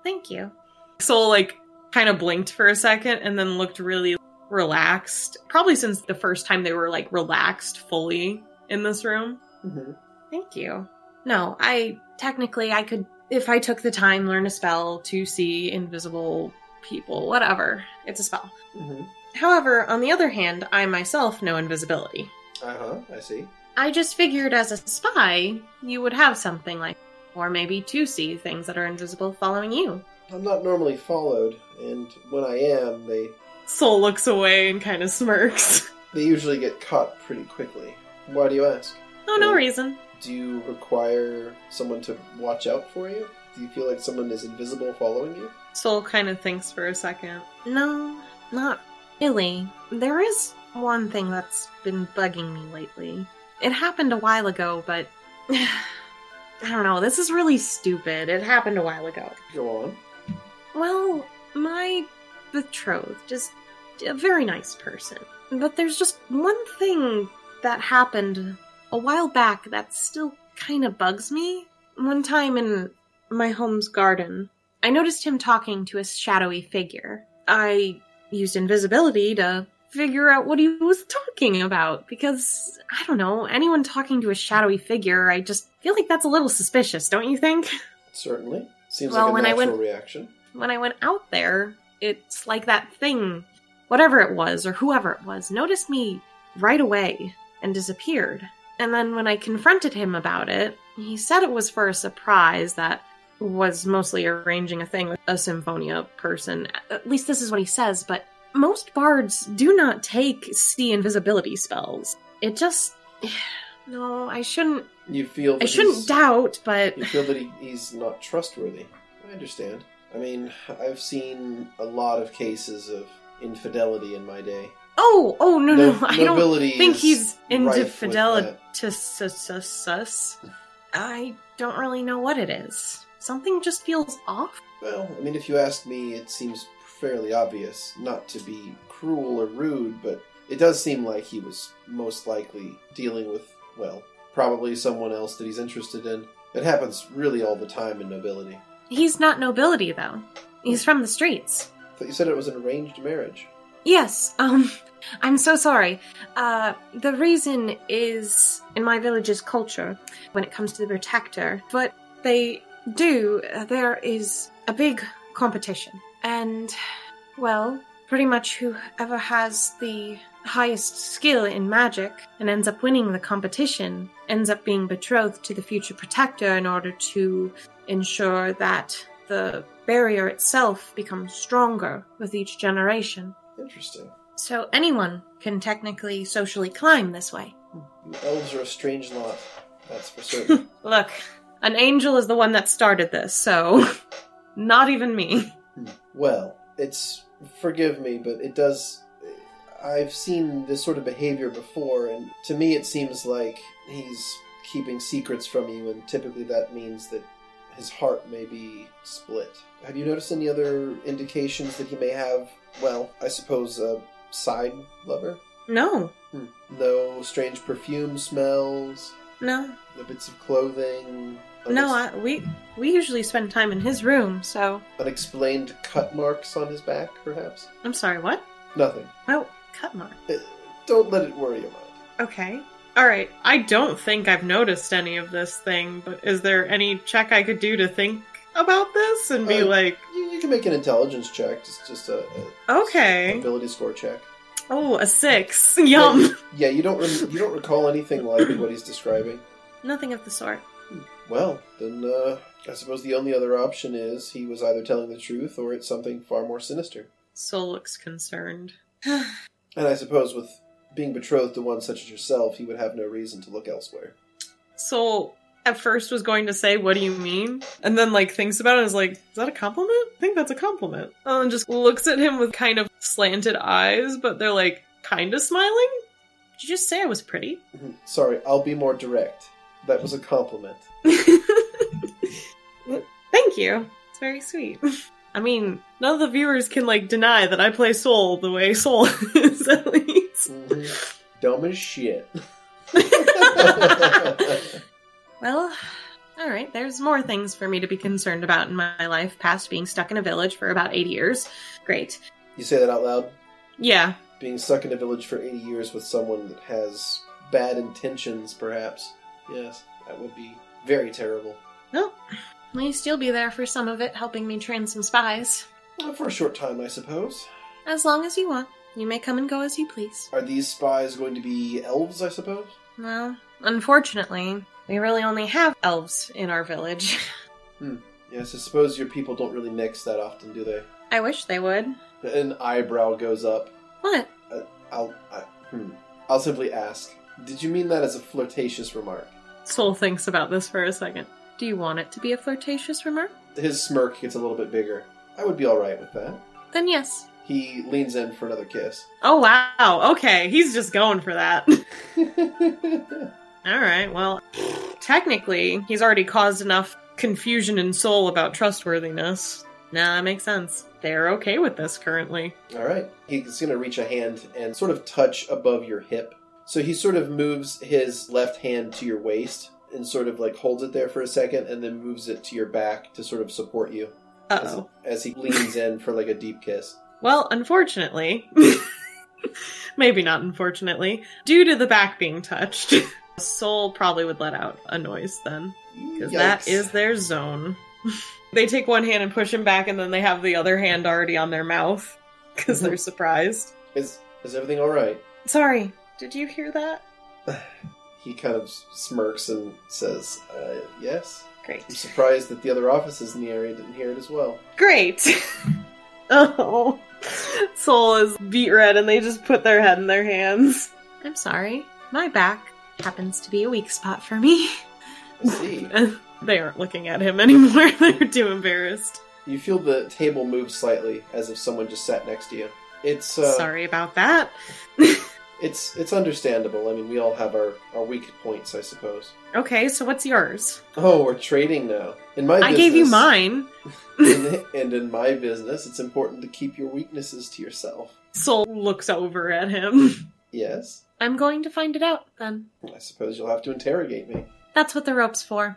Speaker 4: Thank you. Soul like kind of blinked for a second and then looked really relaxed. Probably since the first time they were like relaxed fully in this room.
Speaker 3: hmm
Speaker 4: Thank you. No, I technically I could if I took the time learn a spell to see invisible people, whatever. It's a spell.
Speaker 3: hmm
Speaker 4: However, on the other hand, I myself know invisibility.
Speaker 3: Uh huh. I see.
Speaker 4: I just figured as a spy, you would have something like or maybe to see things that are invisible following you.
Speaker 3: I'm not normally followed, and when I am, they
Speaker 4: Soul looks away and kind of smirks.
Speaker 3: they usually get caught pretty quickly. Why do you ask?
Speaker 4: [LAUGHS] Oh, no
Speaker 3: Mm.
Speaker 4: reason.
Speaker 3: Do you require someone to watch out for you? Do you feel like someone is invisible following you?
Speaker 4: Soul kind of thinks for a second. No, not really. There is one thing that's been bugging me lately. It happened a while ago, but [SIGHS] I don't know. This is really stupid. It happened a while ago.
Speaker 3: Go on.
Speaker 4: Well, my betrothed is a very nice person. But there's just one thing that happened a while back that still kind of bugs me. One time in my home's garden, I noticed him talking to a shadowy figure. I used invisibility to figure out what he was talking about because, I don't know, anyone talking to a shadowy figure, I just feel like that's a little suspicious, don't you think?
Speaker 3: Certainly. Seems
Speaker 4: Well,
Speaker 3: like a
Speaker 4: when I
Speaker 3: natural
Speaker 4: went-
Speaker 3: reaction.
Speaker 4: when I went out there, it's like that thing, whatever it was or whoever it was, noticed me right away and disappeared. And then when I confronted him about it, he said it was for a surprise that was mostly arranging a thing with a Symphonia person. At least this is what he says, but most bards do not take see invisibility spells. It just. [SIGHS] No, I shouldn't.
Speaker 3: You feel.
Speaker 4: I
Speaker 3: that
Speaker 4: shouldn't
Speaker 3: he's-
Speaker 4: doubt, but.
Speaker 3: You feel that he, he's not trustworthy. I understand. I mean, I've seen a lot of cases of infidelity in my day.
Speaker 4: Oh, oh, no, no, [LAUGHS] I don't.
Speaker 3: nobility
Speaker 4: think
Speaker 3: is
Speaker 4: he's
Speaker 3: rife
Speaker 4: into
Speaker 3: with
Speaker 4: fidelity
Speaker 3: that.
Speaker 4: to sus sus sus. I don't really know what it is. Something just feels off.
Speaker 3: Well, I mean, if you ask me, it seems fairly obvious not to be cruel or rude, but it does seem like he was most likely dealing with, well, probably someone else that he's interested in. It happens really all the time in nobility.
Speaker 4: He's not nobility though. He's from the streets.
Speaker 3: But you said it was an arranged marriage.
Speaker 4: Yes, um [LAUGHS] I'm so sorry. Uh the reason is in my village's culture when it comes to the protector, but they do uh, there is a big competition and Well, pretty much whoever has the highest skill in magic and ends up winning the competition ends up being betrothed to the future protector in order to ensure that the barrier itself becomes stronger with each generation.
Speaker 3: Interesting.
Speaker 4: So anyone can technically socially climb this way.
Speaker 3: You elves are a strange lot, that's
Speaker 4: [LAUGHS]
Speaker 3: for certain.
Speaker 4: Look, an angel is the one that started this, so [LAUGHS] not even me.
Speaker 3: well, it's. Forgive me, but it does. I've seen this sort of behavior before, and to me it seems like he's keeping secrets from you, and typically that means that his heart may be split. Have you noticed any other indications that he may have, well, I suppose a side lover?
Speaker 4: No,
Speaker 3: Hmm. No strange perfume smells,
Speaker 4: no,
Speaker 3: no bits of clothing.
Speaker 4: no.
Speaker 3: unex-
Speaker 4: I, we we usually spend time in his room, so
Speaker 3: unexplained cut marks on his back, perhaps?
Speaker 4: I'm sorry, what?
Speaker 3: Nothing.
Speaker 4: Oh, cut mark.
Speaker 3: Eh, Don't let it worry you, mind.
Speaker 4: Okay.
Speaker 1: All right, I don't think I've noticed any of this thing, but is there any check I could do to think about this and be
Speaker 4: Oh.
Speaker 3: Uh,
Speaker 1: like,
Speaker 3: You, you can make an intelligence check, just just a, a
Speaker 1: okay,
Speaker 3: ability score check.
Speaker 1: oh, a six, [LAUGHS] yum.
Speaker 3: Yeah, you don't re- you don't recall anything like what he's describing.
Speaker 4: Nothing of the sort.
Speaker 3: Well, then uh, I suppose the only other option is he was either telling the truth or it's something far more sinister.
Speaker 1: Soul looks concerned.
Speaker 3: And I suppose with being betrothed to one such as yourself, he would have no reason to look elsewhere.
Speaker 1: Soul at first was going to say, "What do you mean?" and then like thinks about it and is like, "Is that a compliment?" I think that's a compliment.
Speaker 4: Oh,
Speaker 1: And then just looks at him with kind of slanted eyes, but they're like kind of smiling.
Speaker 4: Did you just say I was pretty? [LAUGHS]
Speaker 3: Mm-hmm. Sorry, I'll be more direct. That was a compliment.
Speaker 4: Thank you. It's very sweet. [LAUGHS] I mean, none of the viewers can like deny that I play Soul the way Soul [LAUGHS] is at
Speaker 3: [LAUGHS]
Speaker 4: least.
Speaker 3: Mhm. Dumb as shit.
Speaker 4: Well, all right, there's more things for me to be concerned about in my life past being stuck in a village for about 80 years. Great.
Speaker 3: you say that out loud?
Speaker 4: Yeah.
Speaker 3: Being stuck in a village for 80 years with someone that has bad intentions, perhaps. Yes, that would be very terrible.
Speaker 4: Well, at least you'll be there for some of it, helping me train some spies.
Speaker 3: Well, for a short time, I suppose.
Speaker 4: As long as you want. You may come and go as you please.
Speaker 3: Are these spies going to be elves, I suppose?
Speaker 4: Well, unfortunately, we really only have elves in our village. [LAUGHS]
Speaker 3: Yes, I suppose your people don't really mix that often, do they?
Speaker 4: I wish they would.
Speaker 3: An eyebrow goes up.
Speaker 4: What?
Speaker 3: I'll, I, hmm. I'll simply ask. Did you mean that as a flirtatious remark?
Speaker 4: Soul thinks about this for a second. Do you want it to be a flirtatious remark?
Speaker 3: His smirk gets a little bit bigger. I would be all right with that.
Speaker 4: Then yes.
Speaker 3: He leans in for another kiss.
Speaker 4: Oh, wow. Okay, he's just going for that. [LAUGHS] All right. Well, technically, he's already caused enough confusion in Soul about trustworthiness. Nah, that makes sense. They're okay with this currently.
Speaker 3: All right. He's going to reach a hand and sort of touch above your hip. So he sort of moves his left hand to your waist and sort of like holds it there for a second and then moves it to your back to sort of support you
Speaker 4: Uh
Speaker 3: as,
Speaker 4: oh.
Speaker 3: as he leans in for like a deep kiss.
Speaker 4: Well, unfortunately, [LAUGHS] maybe not unfortunately, due to the back being touched, [LAUGHS] Soul probably would let out a noise then, because that
Speaker 3: Yikes.
Speaker 4: is their zone. [LAUGHS] they take one hand and push him back, and then they have the other hand already on their mouth because they're surprised.
Speaker 3: Is, is everything all right?
Speaker 4: Sorry, did you hear that?
Speaker 3: He kind of smirks and says, uh, Yes. I'm
Speaker 4: Great.
Speaker 3: surprised that the other offices in the area didn't hear it as well.
Speaker 4: Great. [LAUGHS] oh, Soul is beat red, and they just put their head in their hands. I'm sorry. My back happens to be a weak spot for me. [LAUGHS]
Speaker 3: I see.
Speaker 4: they aren't looking at him [LAUGHS] anymore. They're too embarrassed.
Speaker 3: You feel the table move slightly as if someone just sat next to you. It's uh,
Speaker 4: Sorry about that.
Speaker 3: It's it's understandable. I mean, we all have our our weak points, I suppose.
Speaker 4: Okay, so what's yours?
Speaker 3: Oh, we're trading now. In my
Speaker 4: I gave you
Speaker 3: business-
Speaker 4: mine.
Speaker 3: in- and in my business, it's important to keep your weaknesses to yourself.
Speaker 4: Soul looks over at him. [LAUGHS]
Speaker 3: Yes,
Speaker 4: I'm going to find it out then.
Speaker 3: I suppose you'll have to interrogate me.
Speaker 4: That's what the rope's for.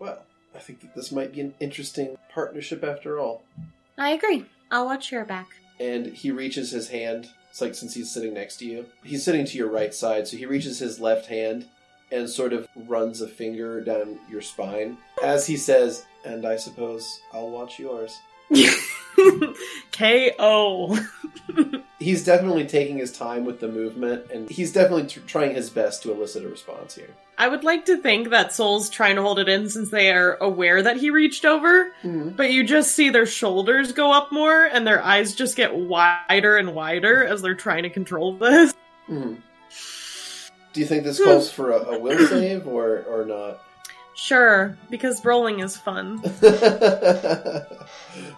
Speaker 3: Well, I think that this might be an interesting partnership after all.
Speaker 4: I agree. I'll watch your [LAUGHS] back.
Speaker 3: and he reaches his hand. It's like since he's sitting next to you, he's sitting to your right side, so he reaches his left hand and sort of runs a finger down your spine as he says, "And I suppose I'll watch yours."
Speaker 4: KO.
Speaker 3: He's definitely taking his time with the movement, and he's definitely tr- trying his best to elicit a response here.
Speaker 4: I would like to think that Soul's trying to hold it in since they are aware that he reached over, but you just see their shoulders go up more and their eyes just get wider and wider as they're trying to control this. [LAUGHS]
Speaker 3: Mhm. Do you think this calls for a, a will save or or not? [LAUGHS]
Speaker 4: Sure, because rolling is fun.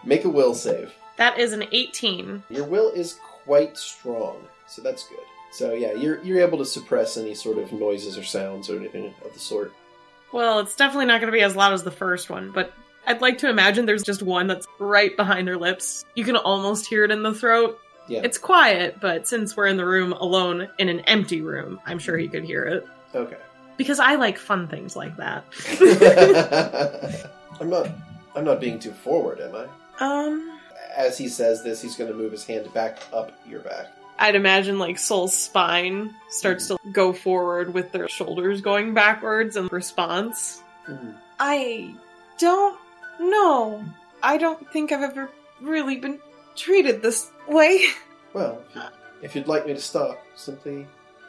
Speaker 3: Make a will save.
Speaker 4: That is an 18.
Speaker 3: Your will is quite strong, so that's good. So yeah, you're you're able to suppress any sort of noises or sounds or anything of the sort.
Speaker 4: Well, it's definitely not going to be as loud as the first one, but I'd like to imagine there's just one that's right behind their lips. You can almost hear it in the throat.
Speaker 3: Yeah.
Speaker 4: It's quiet, but since we're in the room alone in an empty room, I'm sure he could hear it.
Speaker 3: Okay.
Speaker 4: Because I like fun things like that.
Speaker 3: [LAUGHS] I'm not I'm not being too forward, am I?
Speaker 4: um,
Speaker 3: As he says this, he's going to move his hand back up your back.
Speaker 4: I'd imagine like Soul's spine starts to go forward with their shoulders going backwards in response.
Speaker 3: Hmm,
Speaker 4: I don't know. I don't think I've ever really been treated this way.
Speaker 3: Well, if you'd like me to stop, simply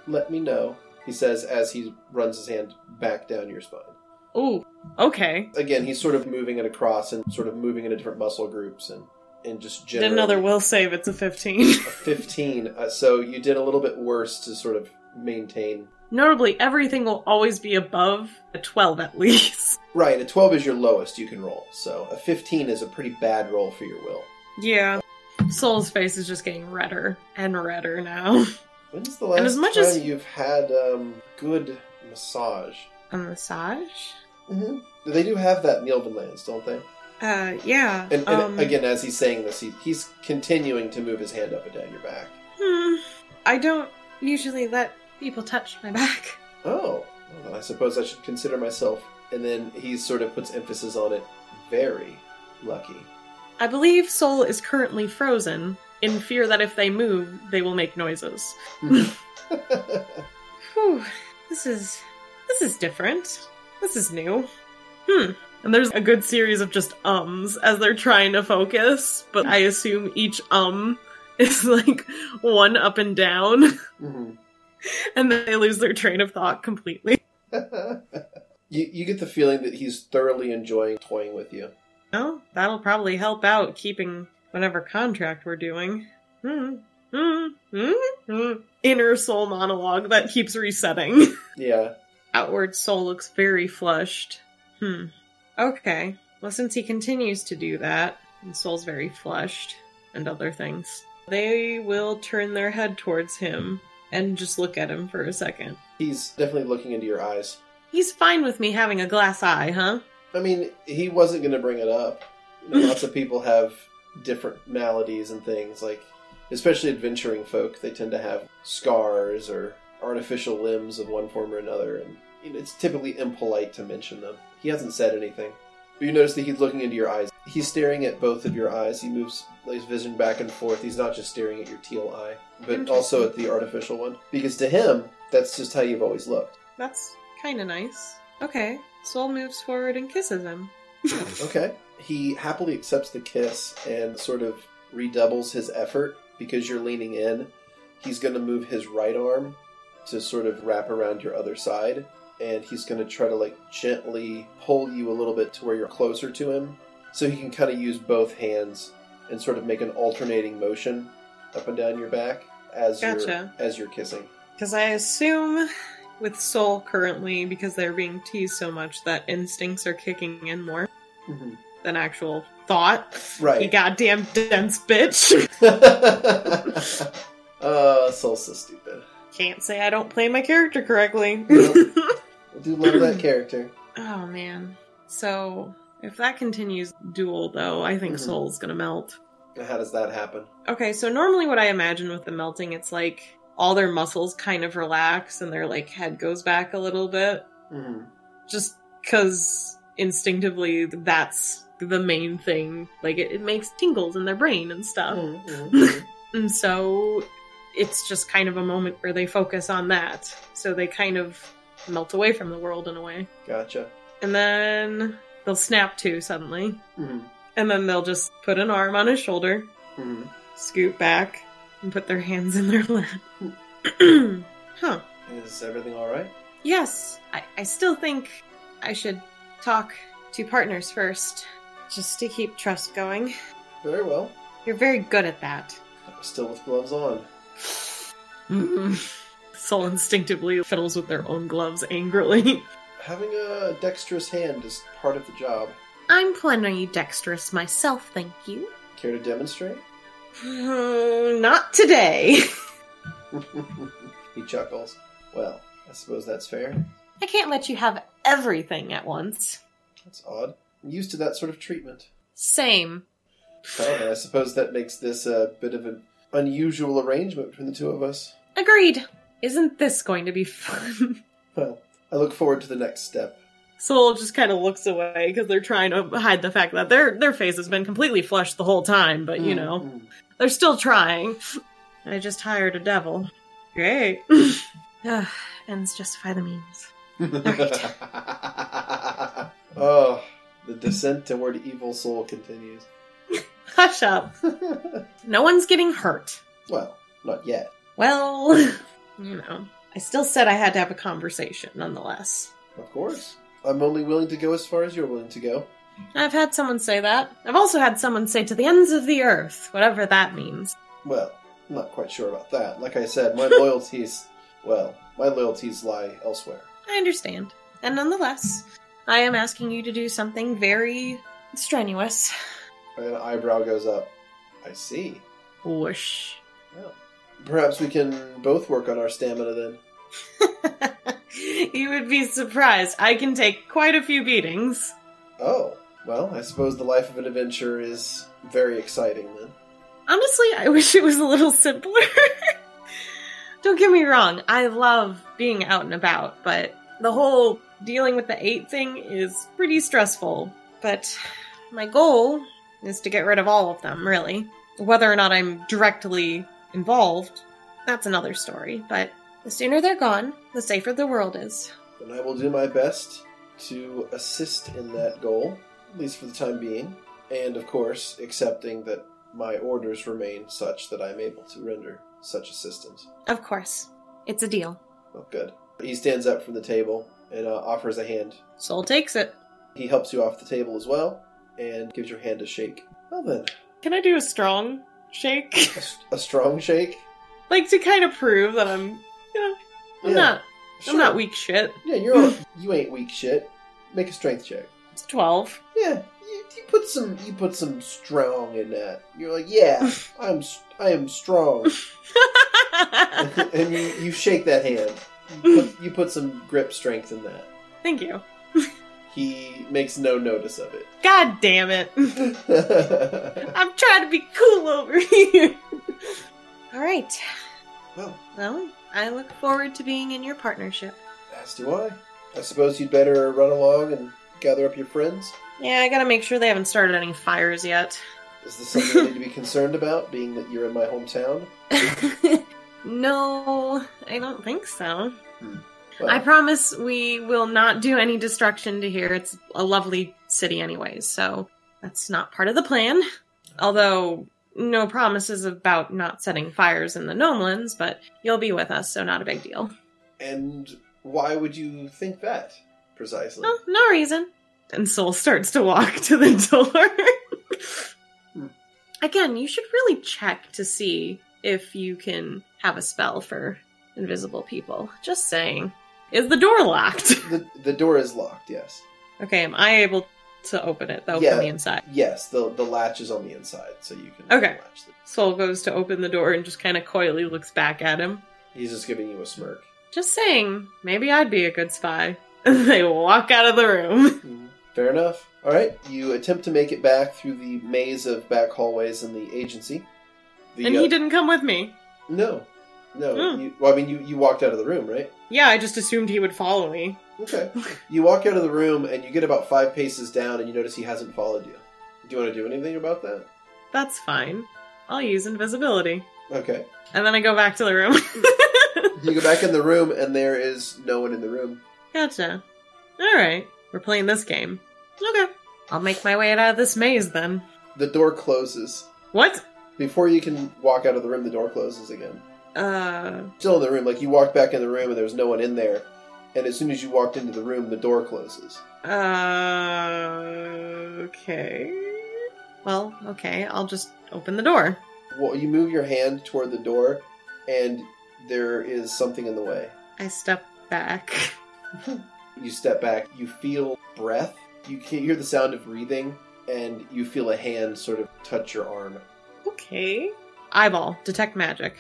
Speaker 3: let me know. He says as he runs his hand back down your spine.
Speaker 4: [LAUGHS] Ooh, okay.
Speaker 3: Again, he's sort of moving it across and sort of moving into different muscle groups and and just
Speaker 4: Did
Speaker 3: generally
Speaker 4: another will save, it's a 15. [LAUGHS]
Speaker 3: 15 uh, so you did a little bit worse to sort of maintain
Speaker 4: Notably, everything will always be above a 12 at least.
Speaker 3: right a 12 is your lowest you can roll so a 15 is a pretty bad roll for your will
Speaker 4: Yeah. Soul's face is just getting redder and redder now.
Speaker 3: When is the last
Speaker 8: as much
Speaker 3: time
Speaker 8: as-
Speaker 3: you've had um, good massage?
Speaker 4: A massage?
Speaker 3: Mm-hmm. They do have that in the Elven Lands, don't they?
Speaker 4: Uh, yeah.
Speaker 3: And, and
Speaker 4: um,
Speaker 3: again, as he's saying this, he, he's continuing to move his hand up and down your back.
Speaker 4: Hmm, I don't usually let people touch my [LAUGHS] back.
Speaker 3: Oh, well, I suppose I should consider myself. And then he sort of puts emphasis on it. Very
Speaker 8: [LAUGHS]
Speaker 3: lucky. [LAUGHS]
Speaker 4: I believe Soul is currently frozen in fear that if they move, they will make noises.
Speaker 3: Mm-hmm.
Speaker 4: Whew, this is this is different. This is new. Hmm. And there's a good series of just ums as they're trying to focus, but I assume each um [LAUGHS] is like one up and down, [LAUGHS]
Speaker 3: Mhm.
Speaker 4: and then they lose their train of thought completely.
Speaker 3: [LAUGHS] you, you get the feeling that he's thoroughly enjoying toying with you.
Speaker 4: No, that'll probably help out keeping whatever contract we're doing. Hmm. Hmm. Hmm. Hmm. Inner soul monologue that keeps resetting. [LAUGHS]
Speaker 3: Yeah.
Speaker 4: Outward soul looks very flushed. Hmm. Okay. Well, since he continues to do that, and soul's very flushed, and other things, they will turn their head towards him and just look at him for a second.
Speaker 3: He's definitely looking into your eyes.
Speaker 4: He's fine with me having a glass eye, huh?
Speaker 3: I mean, he wasn't going to bring it up. You know, lots of people have different maladies and things, like especially adventuring folk. They tend to have scars or artificial limbs of one form or another, and you know, it's typically impolite to mention them. He hasn't said anything, but you notice that he's looking into your eyes. He's staring at both of your eyes. He moves his vision back and forth. He's not just staring at your teal eye, but also at the artificial one, because to him, that's just how you've always looked.
Speaker 4: That's kind of nice. Okay. Soul moves forward and kisses him.
Speaker 3: Okay. He happily accepts the kiss and sort of redoubles his effort because you're leaning in. He's going to move his right arm to sort of wrap around your other side, and he's going to try to like gently pull you a little bit to where you're closer to him so he can kind of use both hands and sort of make an alternating motion up and down your back as
Speaker 4: Gotcha.
Speaker 3: you're as you're kissing.
Speaker 4: Because I assume with Soul currently, because they're being teased so much, that instincts are kicking in more
Speaker 3: Mm-hmm.
Speaker 4: than actual thought.
Speaker 3: Right.
Speaker 4: You goddamn dense bitch.
Speaker 3: [LAUGHS]
Speaker 4: [LAUGHS]
Speaker 3: uh, soul's so stupid.
Speaker 4: Can't say I don't play my character correctly.
Speaker 3: Nope. I do love that character.
Speaker 4: [LAUGHS] oh man. So if that continues duel though, I think
Speaker 3: Mhm.
Speaker 4: Soul's gonna melt.
Speaker 3: How does that happen?
Speaker 4: Okay, so normally what I imagine with the melting, it's like all their muscles kind of relax and their like head goes back a little bit.
Speaker 3: Mm.
Speaker 4: just because instinctively that's the main thing. Like it, it makes tingles in their brain and stuff.
Speaker 3: Mm.
Speaker 4: And so it's just kind of a moment where they focus on that. So they kind of melt away from the world in a way.
Speaker 3: [LAUGHS] Gotcha.
Speaker 4: And then they'll snap to suddenly.
Speaker 3: Mm.
Speaker 4: And then they'll just put an arm on his shoulder,
Speaker 3: Mm.
Speaker 4: scoot back, and put their hands in their lap. [CLEARS THROAT] huh.
Speaker 3: Is everything all right?
Speaker 4: Yes, I, I still think I should talk to partners first, just to keep trust going.
Speaker 3: Very well.
Speaker 4: You're very good at that.
Speaker 3: Still with gloves on.
Speaker 4: Soul Mm-hmm. instinctively fiddles with their own gloves angrily. [LAUGHS]
Speaker 3: Having a dexterous hand is part of the job.
Speaker 4: I'm plenty dexterous myself, thank you.
Speaker 3: Care to demonstrate?
Speaker 4: [SIGHS] not today.
Speaker 3: he chuckles. Well, I suppose that's fair.
Speaker 4: [LAUGHS] I can't let you have everything at once.
Speaker 3: That's odd. I'm used to that sort of treatment.
Speaker 4: Same.
Speaker 3: However, I suppose that makes this a bit of an unusual arrangement between the two of us.
Speaker 4: Agreed. Isn't this going to be fun?
Speaker 3: Well, I look forward to the next step.
Speaker 4: Soul just kind of looks away because they're trying to hide the fact that their their face has been completely flushed the whole time, but you know
Speaker 3: Mm, mm.
Speaker 4: they're still trying. Hmm. I just hired a devil. Great. [SIGHS] Ugh, ends justify the means.
Speaker 3: [LAUGHS] oh, the descent toward evil soul continues. [LAUGHS]
Speaker 4: Hush up. No one's getting hurt.
Speaker 3: well, not yet.
Speaker 4: Well, [LAUGHS] you know, I still said I had to have a conversation, nonetheless.
Speaker 3: Of course. I'm only willing to go as far as you're willing to go.
Speaker 4: I've had someone say that. I've also had someone say to the ends of the earth, whatever that means.
Speaker 3: Well, I'm not quite sure about that. Like I said, my loyalties, well, my loyalties lie elsewhere.
Speaker 4: I understand. And nonetheless, I am asking you to do something very strenuous.
Speaker 3: An eyebrow goes up. I see.
Speaker 4: Whoosh.
Speaker 3: Well, Perhaps we can both work on our stamina then.
Speaker 4: [LAUGHS] you would be surprised. I can take quite a few beatings.
Speaker 3: Oh, well, I suppose the life of an adventure is very exciting then.
Speaker 4: Honestly, I wish it was a little simpler. [LAUGHS] Don't get me wrong, I love being out and about, but the whole dealing with the eight thing is pretty stressful. But my goal is to get rid of all of them, really. Whether or not I'm directly involved, that's another story, but the sooner they're gone, the safer the world is.
Speaker 3: And I will do my best to assist in that goal, at least for the time being, and of course, accepting that my orders remain such that I'm able to render such assistance.
Speaker 4: Of course, it's a deal.
Speaker 3: Well, good. He stands up from the table and uh, offers a hand.
Speaker 4: Soul takes it.
Speaker 3: He helps you off the table as well and gives your hand a shake. Well, then,
Speaker 4: Can I do a strong shake? [LAUGHS]
Speaker 3: a s- a strong shake?
Speaker 4: like to kind of prove that I'm, you know, I'm
Speaker 3: Yeah,
Speaker 4: not,
Speaker 3: Sure.
Speaker 4: I'm not weak shit.
Speaker 3: Yeah, you're you ain't weak shit. Make a strength check.
Speaker 4: It's twelve. [LAUGHS]
Speaker 3: Yeah, you, you put some you put some strong in that. You're like, yeah, I'm s- I am strong, and you, you shake that hand. You put, you put some grip strength in that.
Speaker 4: Thank you.
Speaker 3: He makes no notice of
Speaker 4: God damn it.
Speaker 3: it.
Speaker 4: I'm trying to be cool over [LAUGHS] here. All right.
Speaker 3: [LAUGHS] well,
Speaker 4: Well, I look forward to being in your partnership.
Speaker 3: as do I. I suppose you'd better run along and gather up your friends.
Speaker 4: Yeah, I gotta make sure they haven't started any fires [LAUGHS] yet.
Speaker 3: Is this something I need to be concerned about, being that you're in my hometown?
Speaker 4: no, I don't think so.
Speaker 3: Well,
Speaker 4: I promise we will not do any destruction to here. It's a lovely city, anyways, so that's not part of the plan. Although, no promises about not setting fires in the Gnomelands, but you'll be with us, so not a big deal.
Speaker 3: and why would you think that precisely?
Speaker 4: No, no reason. And Soul starts to walk to the [LAUGHS] door.
Speaker 3: Hmm.
Speaker 4: Again, you should really check to see if you can have a spell for invisible people. Just saying. Is the door locked? [LAUGHS]
Speaker 3: The, the door is locked. Yes,
Speaker 4: Okay, am I able to open it though
Speaker 3: Yeah.
Speaker 4: from the inside?
Speaker 3: yes. the The latch is on the inside, so you can
Speaker 4: Okay.
Speaker 3: Latch the,
Speaker 4: Soul goes to open the door and just kind of coyly looks back at him.
Speaker 3: he's just giving you a smirk.
Speaker 4: Just saying, maybe I'd be a good spy. [LAUGHS] And they walk out of the room.
Speaker 3: Fair enough. All right, you attempt to make it back through the maze of back hallways in the agency. The,
Speaker 4: and
Speaker 3: uh,
Speaker 4: he didn't come with me.
Speaker 3: No, no.
Speaker 4: Hmm.
Speaker 3: You, well, I mean, you you walked out of the room, right?
Speaker 4: Yeah, I just assumed he would follow me. [LAUGHS]
Speaker 3: Okay. you walk out of the room, and you get about five paces down, and you notice he hasn't followed you. Do you want to do anything about that?
Speaker 4: That's fine. I'll use invisibility.
Speaker 3: Okay.
Speaker 4: And then I go back to the room. [LAUGHS]
Speaker 3: You go back in the room, and there is no one in the room.
Speaker 4: gotcha. Alright, we're playing this game. Okay. I'll make my way out of this maze then.
Speaker 3: The door closes.
Speaker 4: What?
Speaker 3: Before you can walk out of the room, the door closes again.
Speaker 4: Uh,
Speaker 3: still in the room. Like you walked back in the room and there was no one in there. And as soon as you walked into the room, the door closes.
Speaker 4: uh, okay. Well, okay, I'll just open the door.
Speaker 3: Well, you move your hand toward the door, and there is something in the way.
Speaker 4: I step back. [LAUGHS]
Speaker 3: You step back. You feel breath. You can hear the sound of breathing, and you feel a hand sort of touch your arm.
Speaker 4: Okay. Eyeball, detect magic.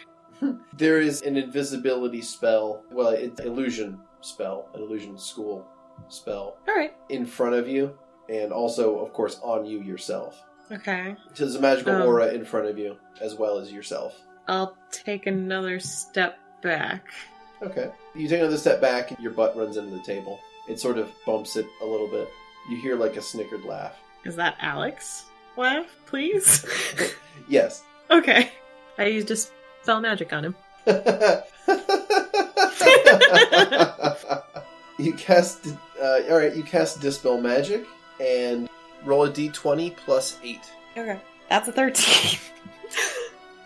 Speaker 3: There is an invisibility spell. Well, it's illusion spell, an illusion school spell
Speaker 4: Alright.
Speaker 3: in front of you, and also, of course, on you yourself.
Speaker 4: Okay.
Speaker 3: So there's a magical
Speaker 4: Um.
Speaker 3: aura in front of you, as well as yourself.
Speaker 4: I'll take another step back.
Speaker 3: Okay. You take another step back, and your butt runs into the table. It sort of bumps it a little bit. You hear like a snickered laugh.
Speaker 4: Is that Alex? Laugh, please. [LAUGHS]
Speaker 3: Yes. [LAUGHS]
Speaker 4: okay. I used to spell magic on him.
Speaker 3: you cast. Uh, all right. You cast dispel magic and roll a d20 plus eight.
Speaker 4: Okay. That's a 13.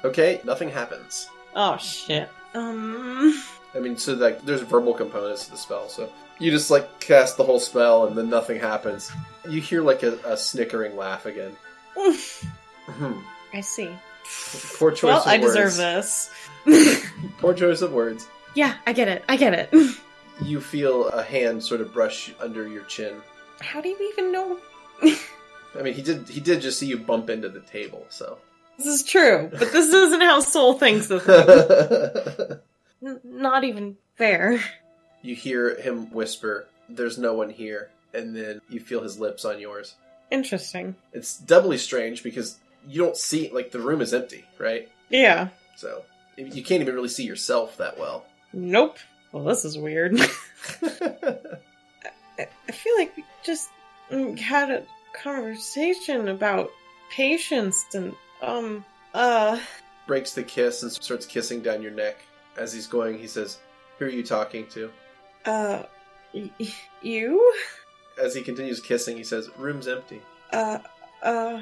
Speaker 3: Okay. Nothing happens.
Speaker 4: [LAUGHS] oh, shit. Um.
Speaker 3: I mean, so like there's verbal components to the spell, so you just like cast the whole spell and then nothing happens. You hear like a, a snickering laugh again. Hmm.
Speaker 4: I see.
Speaker 3: Poor choice.
Speaker 4: well,
Speaker 3: of
Speaker 4: I
Speaker 3: words.
Speaker 4: deserve this. [LAUGHS]
Speaker 3: Poor choice of words.
Speaker 4: yeah, I get it. I get it. [LAUGHS]
Speaker 3: You feel a hand sort of brush under your chin.
Speaker 4: How do you even know?
Speaker 3: I mean, he did. He did just see you bump into the table, so [LAUGHS]
Speaker 4: This is true, but this isn't how Soul thinks of things.
Speaker 3: [LAUGHS]
Speaker 4: N- not even fair.
Speaker 3: you hear him whisper, There's no one here. And then you feel his lips on yours.
Speaker 4: Interesting.
Speaker 3: It's doubly strange because you don't see, like, the room is empty, right?
Speaker 4: Yeah.
Speaker 3: So you can't even really see yourself that well.
Speaker 4: Nope. Well, this is weird. [LAUGHS] I feel like we just mm, had a conversation about patience and um uh
Speaker 3: Breaks the kiss and starts kissing down your neck. As he's going, he says, Who are you talking to?
Speaker 4: uh y- y- you
Speaker 3: As he continues kissing, he says, Room's empty.
Speaker 4: uh uh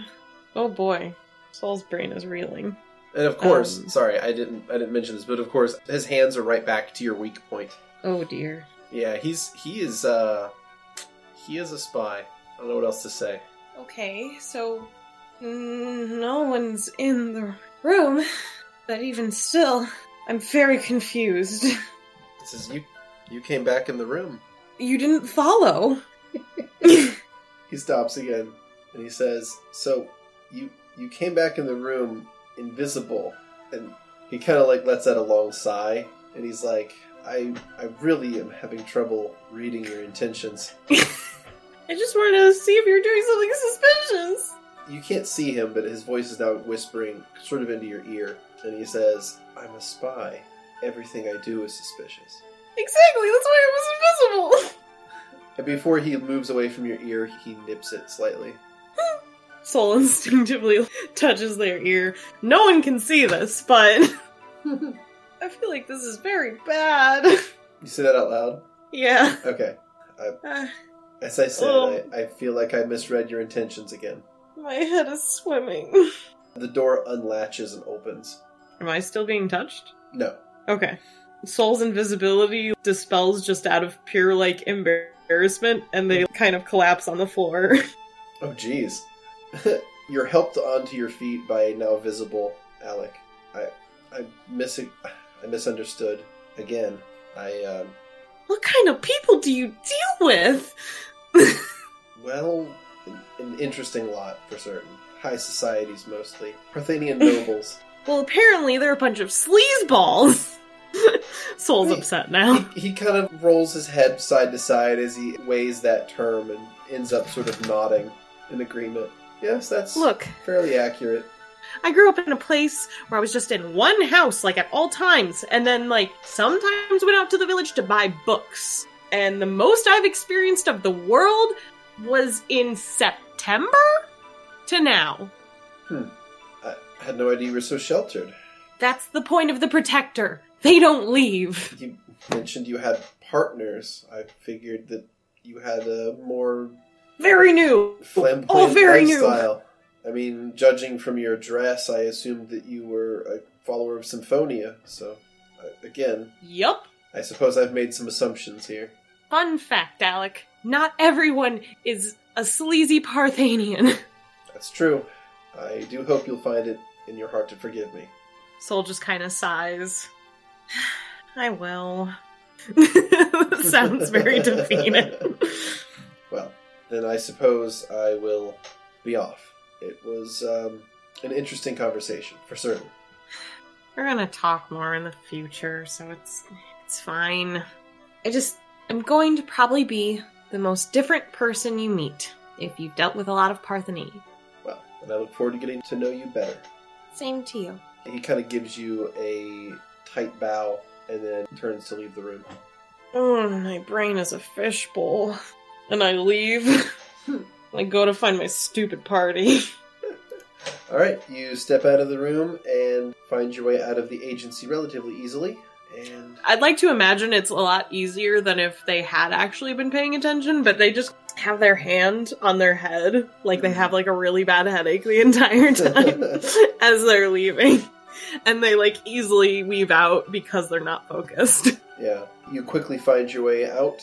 Speaker 4: oh boy soul's brain is reeling
Speaker 3: And of course,
Speaker 4: Um.
Speaker 3: sorry, I didn't I didn't mention this, but of course, his hands are right back to your weak point.
Speaker 4: oh dear
Speaker 3: Yeah, he's he is uh he is a spy. I don't know what else to say.
Speaker 4: okay so mm, no one's in the room but even still i'm very confused
Speaker 3: He says, You you came back in the room.
Speaker 4: you didn't [LAUGHS] follow
Speaker 3: He stops again and he says, So you you came back in the room invisible and he kinda like lets out a long sigh and he's like, I I really am having trouble reading your intentions.
Speaker 4: i just wanted to see if you're doing something suspicious
Speaker 3: You can't see him, but his voice is now whispering sort of into your ear, and he says, I'm a spy. Everything I do is suspicious.
Speaker 4: exactly that's why i was invisible [LAUGHS]
Speaker 3: And before he moves away from your ear, he nips it slightly.
Speaker 4: Soul instinctively [LAUGHS] touches their ear. No one can see this, but [LAUGHS] I feel like this is very bad.
Speaker 3: You say that out loud?
Speaker 4: [LAUGHS] yeah.
Speaker 3: Okay.
Speaker 4: Uh,
Speaker 3: As I said,
Speaker 4: Oh.
Speaker 3: I, I feel like I misread your intentions again.
Speaker 4: my head is swimming.
Speaker 3: The door unlatches and opens.
Speaker 4: Am I still being touched?
Speaker 3: No.
Speaker 4: Okay. Soul's invisibility dispels just out of pure, like, embarrassment, and they kind of collapse on the floor. [LAUGHS]
Speaker 3: Oh, jeez. [LAUGHS] You're helped onto your feet by a now visible Alec. I, I, mis- I misunderstood. Again, I, um,
Speaker 4: what kind of people do you deal with?
Speaker 3: Well, an, an interesting lot for certain. High societies mostly. Parthenian nobles.
Speaker 4: Well, apparently they're a bunch of sleazeballs. [LAUGHS] Soul's
Speaker 3: Wait.
Speaker 4: upset now.
Speaker 3: he, he kind of rolls his head side to side as he weighs that term and ends up sort of nodding in agreement. Yes, that's
Speaker 4: Look,
Speaker 3: fairly accurate.
Speaker 4: I grew up in a place where I was just in one house, like at all times, and then, like, sometimes went out to the village to buy books. And the most I've experienced of the world was in September to now.
Speaker 3: I had no idea you were so sheltered.
Speaker 4: That's the point of the protector. They don't leave.
Speaker 3: You mentioned you had partners. I figured that you had a more
Speaker 4: Very new.
Speaker 3: flamboyant
Speaker 4: All very new.
Speaker 3: lifestyle. I mean, judging from your dress, I assumed that you were a follower of Symphonia. So, uh, again,
Speaker 4: Yup.
Speaker 3: I suppose I've made some assumptions here.
Speaker 4: Fun fact, Alec. Not everyone is a sleazy Parthenian. [LAUGHS]
Speaker 3: That's true. I do hope you'll find it in your heart to forgive me.
Speaker 4: Soul just kind of sighs. [SIGHS] I will. [LAUGHS] Sounds
Speaker 3: [LAUGHS]
Speaker 4: very defeated.
Speaker 3: Well, then I suppose I will be off. It was um, an interesting conversation, for certain.
Speaker 4: We're gonna talk more in the future, so it's it's fine. I just I'm going to probably be the most different person you meet if you've dealt with a lot of Partheny.
Speaker 3: Well, and I look forward to getting to know you better.
Speaker 4: Same to you.
Speaker 3: He kind of gives you a tight bow and then turns to leave the room.
Speaker 4: Oh, my brain is a fishbowl. And I [LAUGHS] leave. I go to find my stupid party. [LAUGHS]
Speaker 3: All right, you step out of the room and find your way out of the agency relatively easily. And
Speaker 4: I'd like to imagine it's a lot easier than if they had actually been paying attention, but they just have their hand on their head, like they have like a really bad headache the
Speaker 7: [LAUGHS]
Speaker 4: entire time [LAUGHS] as they're leaving. And they like easily weave out because they're not focused.
Speaker 3: Yeah, you quickly find your way out.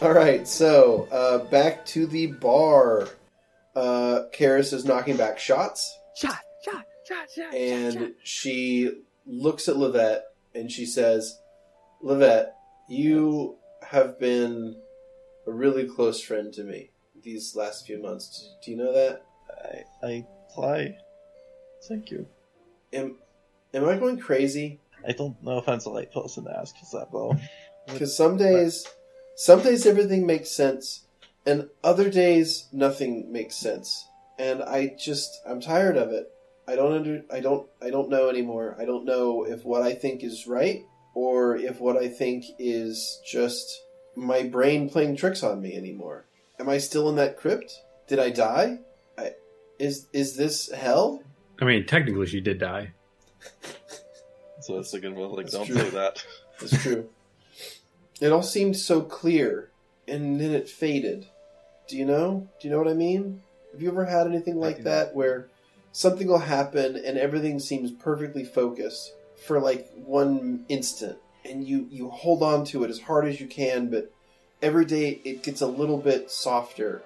Speaker 3: All right, so uh, back to the bar. Uh, Karis is knocking back shots,
Speaker 9: Shot, shot, shot, shot. shot, shot.
Speaker 3: and she looks at Levette and she says, "Levette, you have been a really close friend to me these last few months. Do you know that?"
Speaker 5: I, I apply. Thank you.
Speaker 3: Am, am I going crazy?
Speaker 5: I don't know if I'm the right person to ask us that though.
Speaker 3: Because some days, some days everything makes sense, and other days nothing makes sense. And I just, I'm tired of it. I don't under, I don't, I don't know anymore. I don't know if what I think is right or if what I think is just my brain playing tricks on me anymore. Am I still in that crypt? Did I die? I, is is this hell?
Speaker 6: I mean, technically, she did die.
Speaker 5: So that's a good one. Like,
Speaker 3: That's
Speaker 5: don't
Speaker 3: true.
Speaker 5: say that.
Speaker 3: It's true. it all seemed so clear, and then it faded. Do you know? Do you know what I mean? Have you ever had anything like
Speaker 5: do.
Speaker 3: that where something will happen and everything seems perfectly focused for like one instant, and you you hold on to it as hard as you can, but every day it gets a little bit softer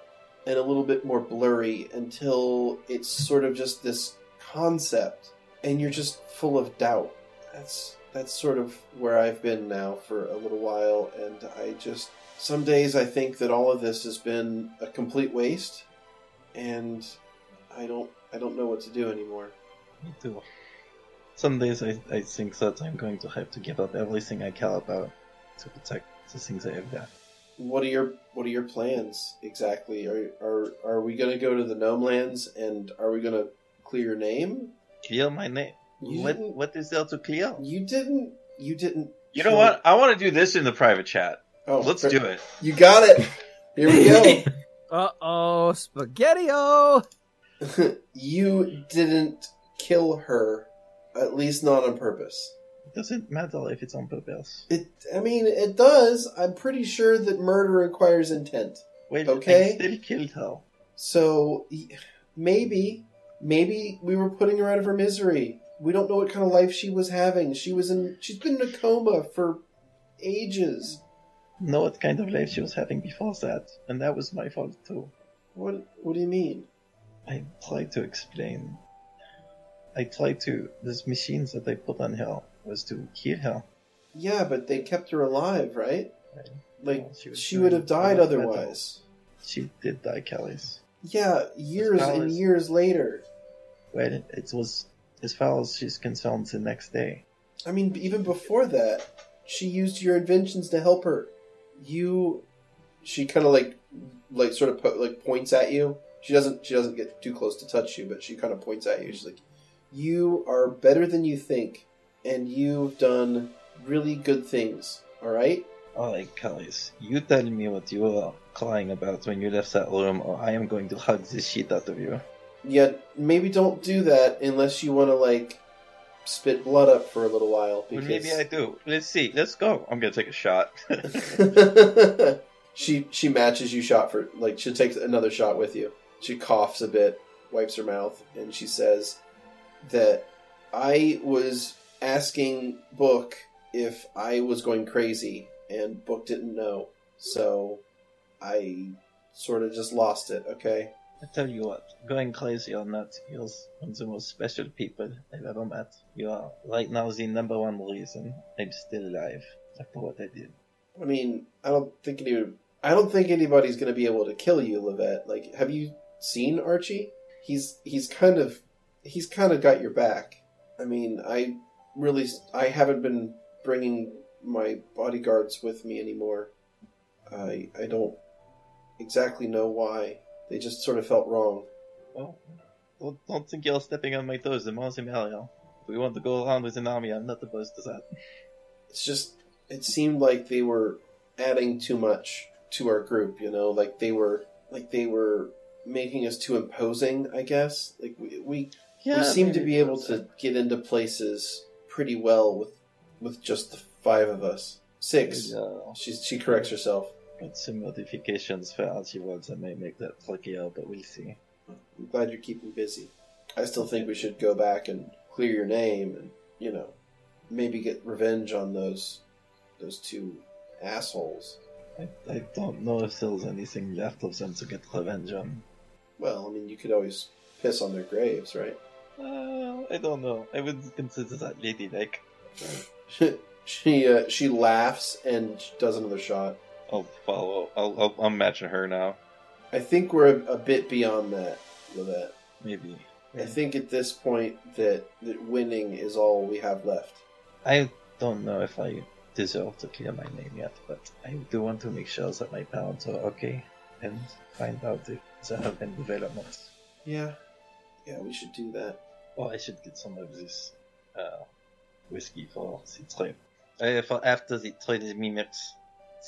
Speaker 3: and a little bit more blurry until it's sort of just this concept, and you're just full of doubt that's that's sort of where I've been now for a little while, and I just some days I think that all of this has been a complete waste, and I don't I don't know what to do anymore.
Speaker 5: Me too. Some days I, I think that I'm going to have to give up everything I care about to protect the things I have got.
Speaker 3: What are your What are your plans exactly? Are are are we gonna go to the Gnome Lands, and are we gonna clear your name?
Speaker 5: Clear my name.
Speaker 3: You
Speaker 5: What,
Speaker 3: didn't-
Speaker 5: what is there to clear?
Speaker 3: You didn't. You didn't.
Speaker 5: You know what? I want to do this in the private chat.
Speaker 3: Oh,
Speaker 5: Let's
Speaker 3: fair-
Speaker 5: do it.
Speaker 3: You got it. Here we
Speaker 5: [LAUGHS]
Speaker 3: go.
Speaker 7: Uh oh, spaghetti-o!
Speaker 3: [LAUGHS] you didn't kill her, at least not on purpose.
Speaker 5: It doesn't matter if it's on purpose.
Speaker 3: It, I mean, it does. I'm pretty sure that murder requires intent.
Speaker 5: Wait,
Speaker 3: Okay.
Speaker 5: I still killed her.
Speaker 3: So y- maybe, maybe we were putting her out of her misery. We don't know what kind of life she was having. She was in. She's been in a coma for ages.
Speaker 5: Know what kind of life she was having before that, and that was my fault too.
Speaker 3: What? What do you mean?
Speaker 5: I tried to explain. I tried to. This machine that I put on her was to kill her.
Speaker 3: Yeah, but they kept her alive, right?
Speaker 5: Right.
Speaker 3: Like
Speaker 5: Well, she was
Speaker 3: she would have
Speaker 5: doing
Speaker 3: died
Speaker 5: a lot better.
Speaker 3: otherwise.
Speaker 5: She did die, Callis.
Speaker 3: Yeah, years and
Speaker 5: Alice.
Speaker 3: years later.
Speaker 5: Well, it was, as far as she's concerned, the next day.
Speaker 3: I mean, even before that, she used your inventions to help her. You, she kind of like, like sort of po- like points at you. She doesn't. She doesn't get too close to touch you, but she kind of points at you. She's like, "You are better than you think, and you've done really good things. All right."
Speaker 5: Alright, Callis, you tell me what you were crying about when you left that room, or I am going to hug the shit out of you.
Speaker 3: Yeah, maybe don't do that unless you want to like spit blood up for a little while.
Speaker 5: Well,
Speaker 3: Because
Speaker 5: maybe I do. Let's see. Let's go. I'm gonna take a shot. [LAUGHS]
Speaker 3: [LAUGHS] she she matches you shot for like she takes another shot with you. She coughs a bit, wipes her mouth, and she says that I was asking Book if I was going crazy, and Book didn't know, so I sort of just lost it. Okay,
Speaker 5: I tell you what, going crazy or not, you're one of the most special people I've ever met. You are right now the number one reason I'm still alive after what I did.
Speaker 3: I mean I don't think any I don't think anybody's going to be able to kill you, Levette. Like, have you seen Archie? He's he's kind of he's kind of got your back. I mean, I really I haven't been bringing my bodyguards with me anymore. I I don't exactly know why. They just sort of felt wrong.
Speaker 5: Well, don't, don't think you're stepping on my toes. The more the merrier. If we want to go around with an army, I'm not opposed to that.
Speaker 3: It's just it seemed like they were adding too much to our group, you know, like they were like they were making us too imposing, I guess. Like we, we we seem to
Speaker 5: maybe
Speaker 3: be able
Speaker 5: that's
Speaker 3: to get into places pretty well with with just the five of us.
Speaker 5: it.
Speaker 3: Six.
Speaker 5: Yeah,
Speaker 3: She's, she corrects herself.
Speaker 5: got uh, some modifications for Archibald that may make that trickier, but we'll see.
Speaker 3: I'm glad you're keeping busy. I still think we should go back and clear your name, and you know, maybe get revenge on those those two assholes.
Speaker 5: I, I don't know if there's anything left of them to get revenge on.
Speaker 3: Well, I mean, you could always piss on their graves, right?
Speaker 5: Uh, I don't know. I would consider that ladylike.
Speaker 3: [LAUGHS] she uh, she laughs and does another shot.
Speaker 5: I'll follow. I'll, I'll, I'm matching her now.
Speaker 3: I think we're a, a bit beyond that. With that,
Speaker 5: Maybe.
Speaker 3: I think at this point that, that winning is all we have left.
Speaker 5: I don't know if I deserve to clear my name yet, but I do want to make sure that my parents are okay and find out if there have been developments.
Speaker 3: Yeah. Yeah, we should do that.
Speaker 5: Or I should get some of this uh, whiskey for the trip. Uh, for after the trade is mimics.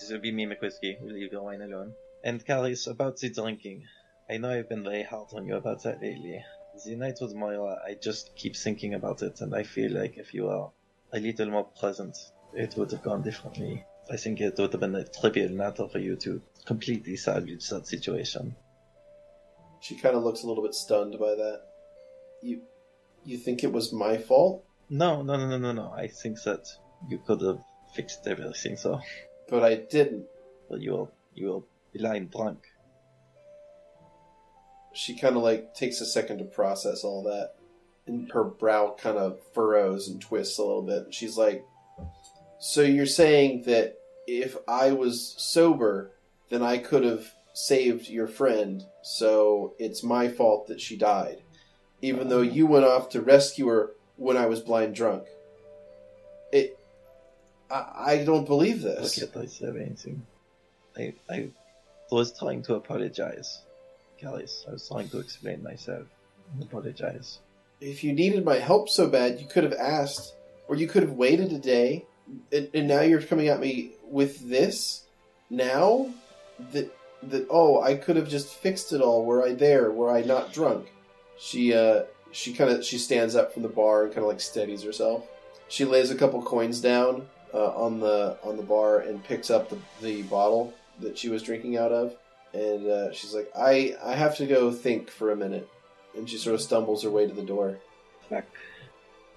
Speaker 5: This will be mimic whiskey. We leave the wine alone. And Caris, about the drinking. I know I've been very hard on you about that lately. The night with Moira, I just keep thinking about it, and I feel like if you were a little more present, it would have gone differently. I think it would have been a trivial matter for you to completely salvage that situation.
Speaker 3: She kind of looks a little bit stunned by that. You you think it was my fault?
Speaker 5: No, no, no, no, no, no. I think that you could have fixed everything, so.
Speaker 3: But I didn't.
Speaker 5: But you were, you were blind drunk.
Speaker 3: She kind of like takes a second to process all that. And her brow kind of furrows and twists a little bit. She's like, So you're saying that if I was sober, then I could have saved your friend, so it's my fault that she died. Even though
Speaker 5: Uh-huh.
Speaker 3: you went off to rescue her when I was blind drunk. It. I, I don't believe
Speaker 5: Look
Speaker 3: this.
Speaker 5: at this amazing. I, I was trying to apologize, Callis. I was trying to explain myself and apologize.
Speaker 3: If you needed my help so bad, you could have asked, or you could have waited a day, and, and now you're coming at me with this now. That that oh, I could have just fixed it all. Were I there? Were I not drunk? She uh, she kind of she stands up from the bar and kind of like steadies herself. She lays a couple coins down uh, on the on the bar and picks up the, the bottle that she was drinking out of, and uh, she's like, I I have to go think for a minute, and she sort of stumbles her way to the door.
Speaker 5: Fuck.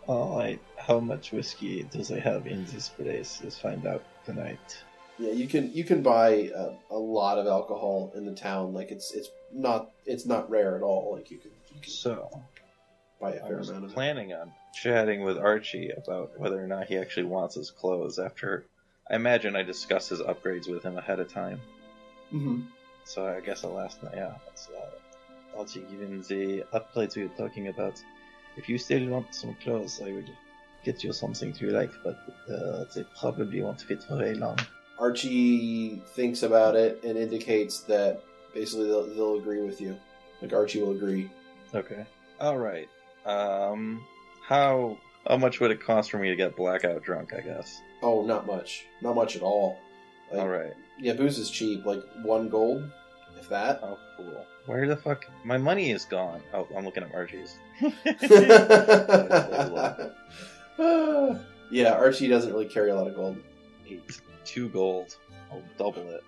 Speaker 5: Alright, how much whiskey do they have in this place? Let's find out tonight.
Speaker 3: Yeah, you can you can buy uh, a lot of alcohol in the town. Like it's it's not it's not rare at all. Like you can, you can
Speaker 5: So,
Speaker 3: buy a
Speaker 5: I
Speaker 3: fair
Speaker 5: was
Speaker 3: amount of it.
Speaker 5: planning on chatting with Archie about whether or not he actually wants his clothes after. I imagine I discussed his upgrades with him ahead of time.
Speaker 3: hmm
Speaker 5: So I guess the last night, yeah, that's uh, also given the upgrades we were talking about. If you still want some clothes, I will get you something you like, but uh, they probably won't fit for very long.
Speaker 3: Archie thinks about it and indicates that basically they'll, they'll agree with you. Like Archie will agree.
Speaker 5: Okay. All right. Um, how how much would it cost for me to get blackout drunk? I guess.
Speaker 3: Oh, not much, not much at all. Like,
Speaker 5: All right.
Speaker 3: Yeah, booze is cheap. Like one gold, if that. [LAUGHS]
Speaker 5: [LAUGHS] Oh, cool. Where the fuck? My money is gone. Oh, I'm looking at Archie's.
Speaker 3: [LAUGHS] yeah, Archie doesn't really carry a lot of gold.
Speaker 5: Eight. Two gold. I'll double it.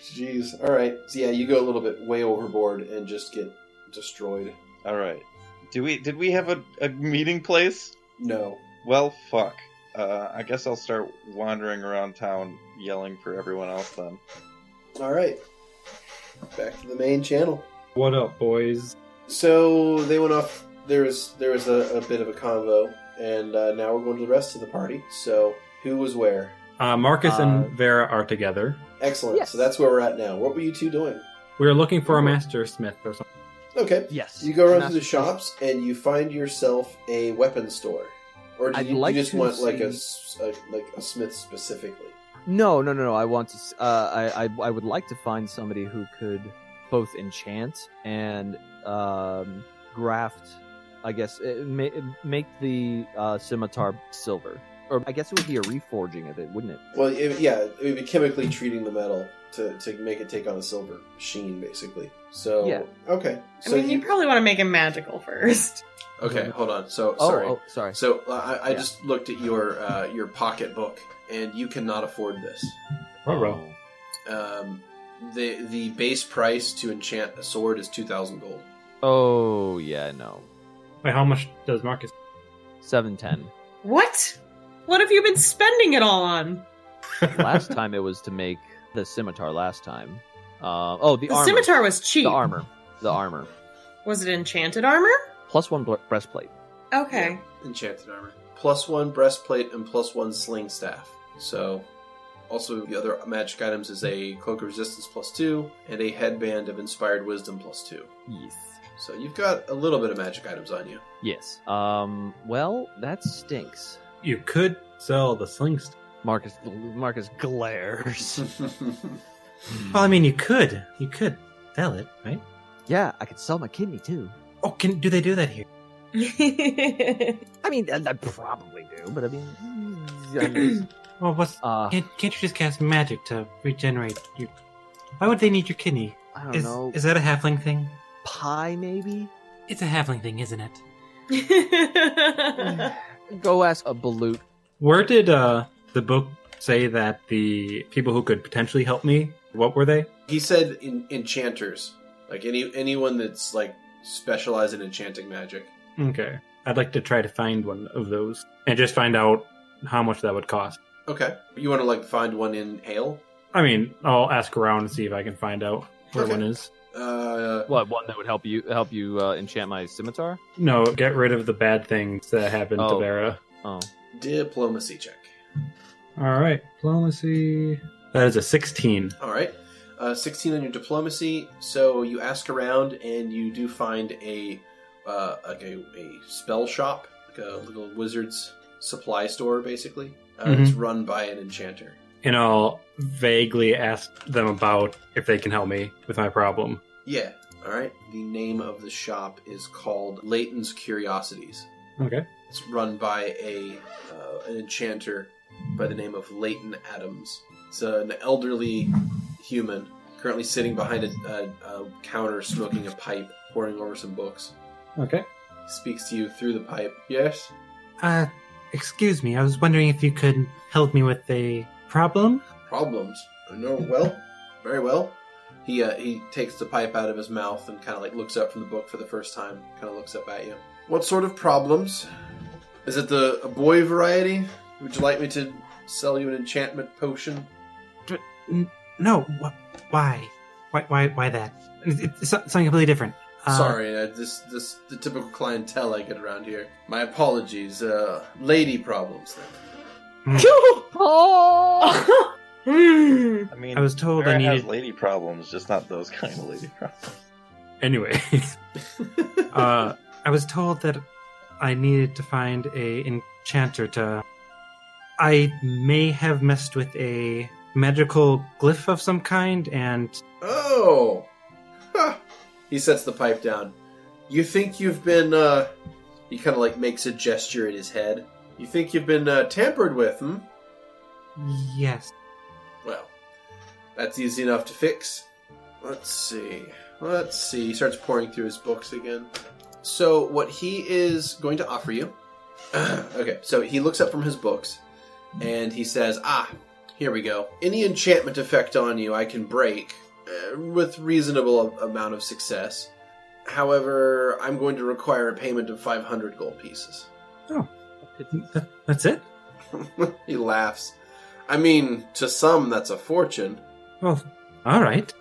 Speaker 3: Jeez. All right. So yeah, you go a little bit way overboard and just get destroyed.
Speaker 5: All right. Do we? Did we have a, a meeting place?
Speaker 3: No.
Speaker 5: Well, fuck. Uh, I guess I'll start wandering around town yelling for everyone else then.
Speaker 3: All right. Back to the main channel.
Speaker 6: What up, boys?
Speaker 3: So they went off. There was there was a, a bit of a convo, and uh, now we're going to the rest of the party. So who was where?
Speaker 6: Uh, Marcus
Speaker 2: Uh,
Speaker 6: and Vera are together.
Speaker 3: Excellent.
Speaker 7: Yes.
Speaker 3: So that's where we're at now. What were you two doing?
Speaker 6: We are looking for a master smith or something.
Speaker 3: Okay.
Speaker 7: Yes.
Speaker 3: You go around
Speaker 7: And
Speaker 3: through the
Speaker 7: that's-
Speaker 3: shops, and you find yourself a weapon store, or do
Speaker 7: I'd
Speaker 3: you, you
Speaker 7: like
Speaker 3: just
Speaker 7: to
Speaker 3: want like a, s-
Speaker 7: see-
Speaker 3: a- like a smith specifically?
Speaker 7: No, no, no, no. I want to. s- Uh, I, I, I would like to find somebody who could both enchant and um, graft. I guess uh, ma- make the uh, scimitar silver, or I guess it would be a reforging of it, wouldn't it?
Speaker 3: Well, it, yeah, it would be chemically treating the metal to, to make it take on a silver sheen, basically. So
Speaker 7: Yeah.
Speaker 3: okay,
Speaker 4: I
Speaker 3: so
Speaker 4: mean, you, probably want to make him magical first.
Speaker 3: okay, hold on. So
Speaker 7: Oh,
Speaker 3: sorry.
Speaker 7: oh, sorry.
Speaker 3: So uh, I, I
Speaker 7: Yeah.
Speaker 3: just looked at your uh, your pocketbook, and you cannot afford this.
Speaker 7: Oh.
Speaker 6: Ruh-roh.
Speaker 3: Um, the the base price to enchant a sword is two thousand gold.
Speaker 7: Oh yeah, no.
Speaker 6: Wait, how much does
Speaker 7: [LAUGHS]
Speaker 6: Marcus?
Speaker 7: Seven [LAUGHS] ten.
Speaker 4: What? What have you been spending it all on?
Speaker 7: Last time it was to make the scimitar. Last time. Uh, oh, the,
Speaker 4: The
Speaker 7: armor.
Speaker 4: scimitar was cheap.
Speaker 7: The armor. The armor.
Speaker 4: Was it enchanted armor?
Speaker 7: Plus one bl- breastplate.
Speaker 4: Okay.
Speaker 3: Enchanted armor, plus one breastplate and plus one sling staff. So. Also, the other magic items is a cloak of resistance plus two and a headband of inspired wisdom plus two.
Speaker 7: Yes.
Speaker 3: So you've got a little bit of magic items on you.
Speaker 7: Yes. Um. Well, that stinks.
Speaker 6: You could sell the slings.
Speaker 7: Marcus. Marcus glares. [LAUGHS]
Speaker 2: Well, I mean, you could, you could sell it, right?
Speaker 7: yeah, I could sell my kidney too.
Speaker 2: Oh, can do they do that here?
Speaker 4: [LAUGHS]
Speaker 7: I mean, I, I probably do, but I mean,
Speaker 6: [CLEARS THROAT]
Speaker 7: I mean,
Speaker 2: Well, what's
Speaker 7: uh,
Speaker 2: can't, can't you just cast magic to regenerate your? Why would they need your kidney?
Speaker 7: I don't
Speaker 2: Is
Speaker 7: know.
Speaker 2: is that a halfling thing?
Speaker 7: pie maybe?
Speaker 2: It's a halfling thing, isn't it?
Speaker 7: Go ask a balut.
Speaker 6: Where did uh, the book say that the people who could potentially help me? What were they?
Speaker 3: he said in, enchanters, like any anyone that's like specialized in enchanting magic.
Speaker 6: Okay, I'd like to try to find one of those and just find out how much that would cost.
Speaker 3: Okay, you want to like find one in Hale?
Speaker 6: I mean, I'll ask around and see if I can find out where
Speaker 3: Okay.
Speaker 6: one is.
Speaker 3: Uh,
Speaker 7: What one that would help you help you uh, enchant my scimitar?
Speaker 6: No, get rid of the bad things that happened
Speaker 7: Oh.
Speaker 6: to Vera.
Speaker 7: Oh,
Speaker 3: diplomacy check.
Speaker 6: All right, diplomacy. That is a sixteen.
Speaker 3: All right, uh, sixteen on your diplomacy. So you ask around and you do find a uh, like a, a spell shop, like a little wizard's supply store, basically. Uh, It's run by an enchanter.
Speaker 6: and I'll vaguely ask them about if they can help me with my problem.
Speaker 3: Yeah. All right. The name of the shop is called Leighton's Curiosities.
Speaker 6: Okay.
Speaker 3: It's run by a uh, an enchanter by the name of Leighton Adams. It's an elderly human currently sitting behind a, a, a counter, smoking a pipe, poring over some books.
Speaker 6: Okay.
Speaker 3: He speaks to you through the pipe. Yes.
Speaker 2: Uh, excuse me. I was wondering if you could help me with a problem.
Speaker 3: Problems. No. Well. Very well. He uh, he takes the pipe out of his mouth and kind of like looks up from the book for the first time. Kind of looks up at you. What sort of problems? Is it the a boy variety? Would you like me to sell you an enchantment potion?
Speaker 2: No. Wh- why? Why? Why? Why that? It's, it's so- something completely different. Uh,
Speaker 3: Sorry, uh, this this the typical clientele I get around here. My apologies. Uh, lady problems. Then.
Speaker 7: Oh!
Speaker 4: Hmm.
Speaker 5: I mean,
Speaker 2: I was told I
Speaker 5: Vera has
Speaker 2: needed.
Speaker 5: lady problems, just not those kind of lady
Speaker 3: [LAUGHS]
Speaker 5: problems.
Speaker 2: [LAUGHS]
Speaker 6: Anyway, uh,
Speaker 2: I was told that I needed to find a enchanter to. I may have messed with a magical glyph of some kind, and
Speaker 3: Oh, Huh. he sets the pipe down. You think you've been? Uh... He kind of like makes a gesture in his head. You think you've been uh, tampered with? Hmm.
Speaker 2: yes,
Speaker 3: Well, that's easy enough to fix. Let's see. Let's see. He starts pouring through his books again. So, what he is going to offer you. [CLEARS THROAT] okay, so he looks up from his books and he says, Ah, here we go. Any enchantment effect on you I can break uh, with reasonable a- amount of success. However, I'm going to require a payment of 500 gold pieces. [LAUGHS]
Speaker 2: Th- that's it.
Speaker 3: he laughs. I mean, to some, that's a fortune.
Speaker 2: Well, Oh, all right.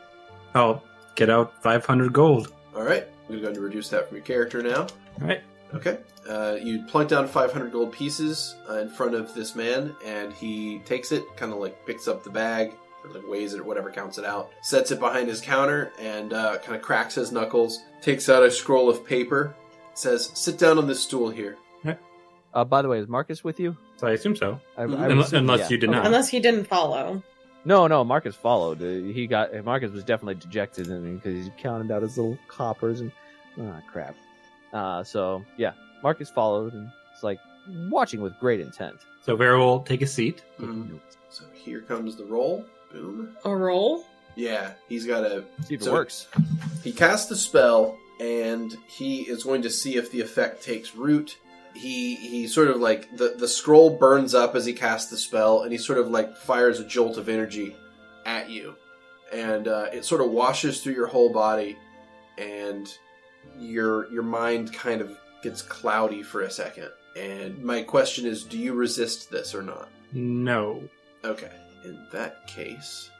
Speaker 6: I'll get out 500 gold.
Speaker 3: All right, I'm going to reduce that from your character now.
Speaker 6: All right.
Speaker 3: Okay. Uh, you plunk down 500 gold pieces uh, in front of this man, and he takes it, kind of like picks up the bag, or like weighs it, or whatever counts it out, sets it behind his counter, and uh, kind of cracks his knuckles, takes out a scroll of paper, says, Sit down on this stool here.
Speaker 7: Uh, by the way, is Marcus with you?
Speaker 6: So I assume so.
Speaker 7: I,
Speaker 3: Mhm.
Speaker 7: I would
Speaker 6: Unless,
Speaker 7: assume-
Speaker 6: unless
Speaker 7: yeah.
Speaker 6: you did
Speaker 7: Okay.
Speaker 6: not.
Speaker 4: Unless he didn't follow.
Speaker 7: No, no. Marcus followed. Uh, He got Marcus was definitely dejected because he's counted out his little coppers and ah crap. Uh, so yeah, Marcus followed and it's like watching with great intent.
Speaker 6: so Vera will take a seat.
Speaker 7: Hmm.
Speaker 3: Mhm. So here comes the roll. Boom.
Speaker 4: A [LAUGHS] roll?
Speaker 3: Yeah, he's got a.
Speaker 7: See if it
Speaker 3: So-
Speaker 7: works.
Speaker 3: He casts the spell, and he is going to see if the effect takes root. He he sort of like the the scroll burns up as he casts the spell, and he sort of like fires a jolt of energy at you, and uh, it sort of washes through your whole body, and your your mind kind of gets cloudy for a second. And my question is, do you resist this or not?
Speaker 6: No.
Speaker 3: Okay, in that case,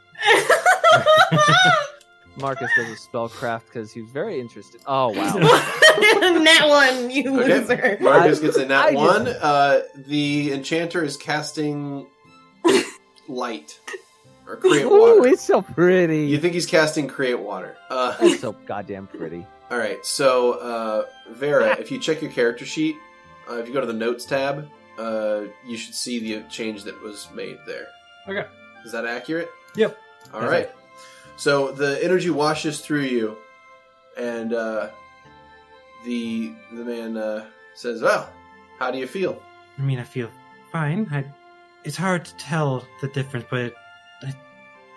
Speaker 7: Marcus does his spellcraft because he's very interested.
Speaker 3: [LAUGHS]
Speaker 7: Oh wow.
Speaker 4: Net one, you
Speaker 3: Okay.
Speaker 4: loser.
Speaker 3: Marcus gets a nat
Speaker 7: I just-
Speaker 3: one. Uh, the enchanter is casting light or create
Speaker 7: Ooh,
Speaker 3: water.
Speaker 7: it's so pretty. [LAUGHS]
Speaker 3: You think he's casting create water? Uh,
Speaker 7: That's so goddamn pretty.
Speaker 3: All right, so uh, Vera, if you check your character sheet, uh, if you go to the notes tab, uh, you should see the change that was made there.
Speaker 6: Okay.
Speaker 3: Is that accurate?
Speaker 2: Yep.
Speaker 3: All right. So the energy washes through you, and uh, the the man uh, says, "Well, how do you feel?"
Speaker 2: I mean, I feel fine. I, it's hard to tell the difference, but I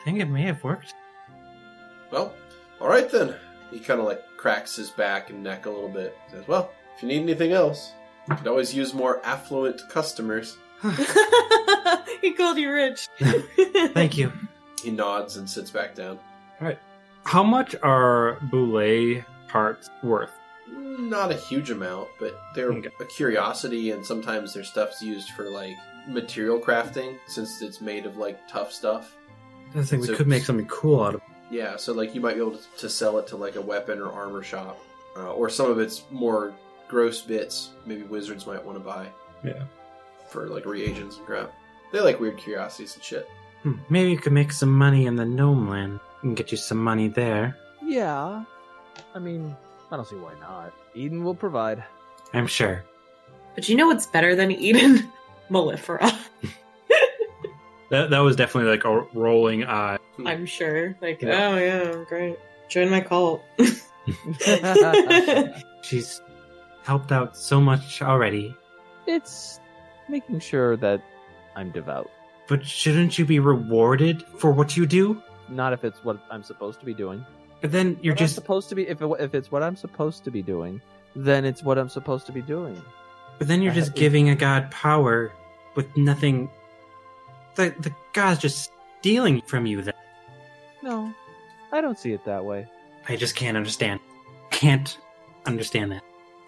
Speaker 2: think it may have worked.
Speaker 3: Well, all right then. He kind of like cracks his back and neck a little bit. Says, "Well, if you need anything else, you could always use more affluent customers."
Speaker 4: [LAUGHS] he called you rich. [LAUGHS]
Speaker 2: Thank you.
Speaker 3: He nods and sits back down.
Speaker 6: How much are boulet parts worth?
Speaker 3: Not a huge amount, but they're
Speaker 6: Okay.
Speaker 3: a curiosity, and sometimes their stuff's used for like material crafting since it's made of like tough stuff.
Speaker 2: I think we
Speaker 3: So-
Speaker 2: could make something cool out of it.
Speaker 3: Yeah, so like you might be able to sell it to like a weapon or armor shop, uh, or some of its more gross bits. Maybe wizards might want to buy.
Speaker 6: Yeah.
Speaker 3: For like reagents and crap, they like weird curiosities and shit.
Speaker 2: Hmm, Maybe you could make some money in the gnome land and get you some money there.
Speaker 7: Yeah. I mean, I don't see why not. Eden will [LAUGHS] provide.
Speaker 2: I'm sure.
Speaker 4: But you know what's better than Eden? [LAUGHS] Mellifera.
Speaker 6: That, that was definitely like a rolling eye.
Speaker 4: I'm sure. Like,
Speaker 6: Yeah.
Speaker 4: oh yeah, great. Join my cult. [LAUGHS]
Speaker 2: She's helped out so much already.
Speaker 7: it's making sure that I'm devout.
Speaker 2: But shouldn't you be rewarded for what you do?
Speaker 7: Not if it's what I'm supposed to be doing.
Speaker 2: But then you're
Speaker 7: What I'm
Speaker 2: just.
Speaker 7: supposed to be if it, if it's what I'm supposed to be doing, then it's what I'm supposed to be doing.
Speaker 2: But then you're
Speaker 7: I
Speaker 2: just
Speaker 7: have-
Speaker 2: giving a god power with nothing. The the god's just stealing from you. That
Speaker 7: No, I don't see it that way.
Speaker 2: I just can't understand. Can't understand that.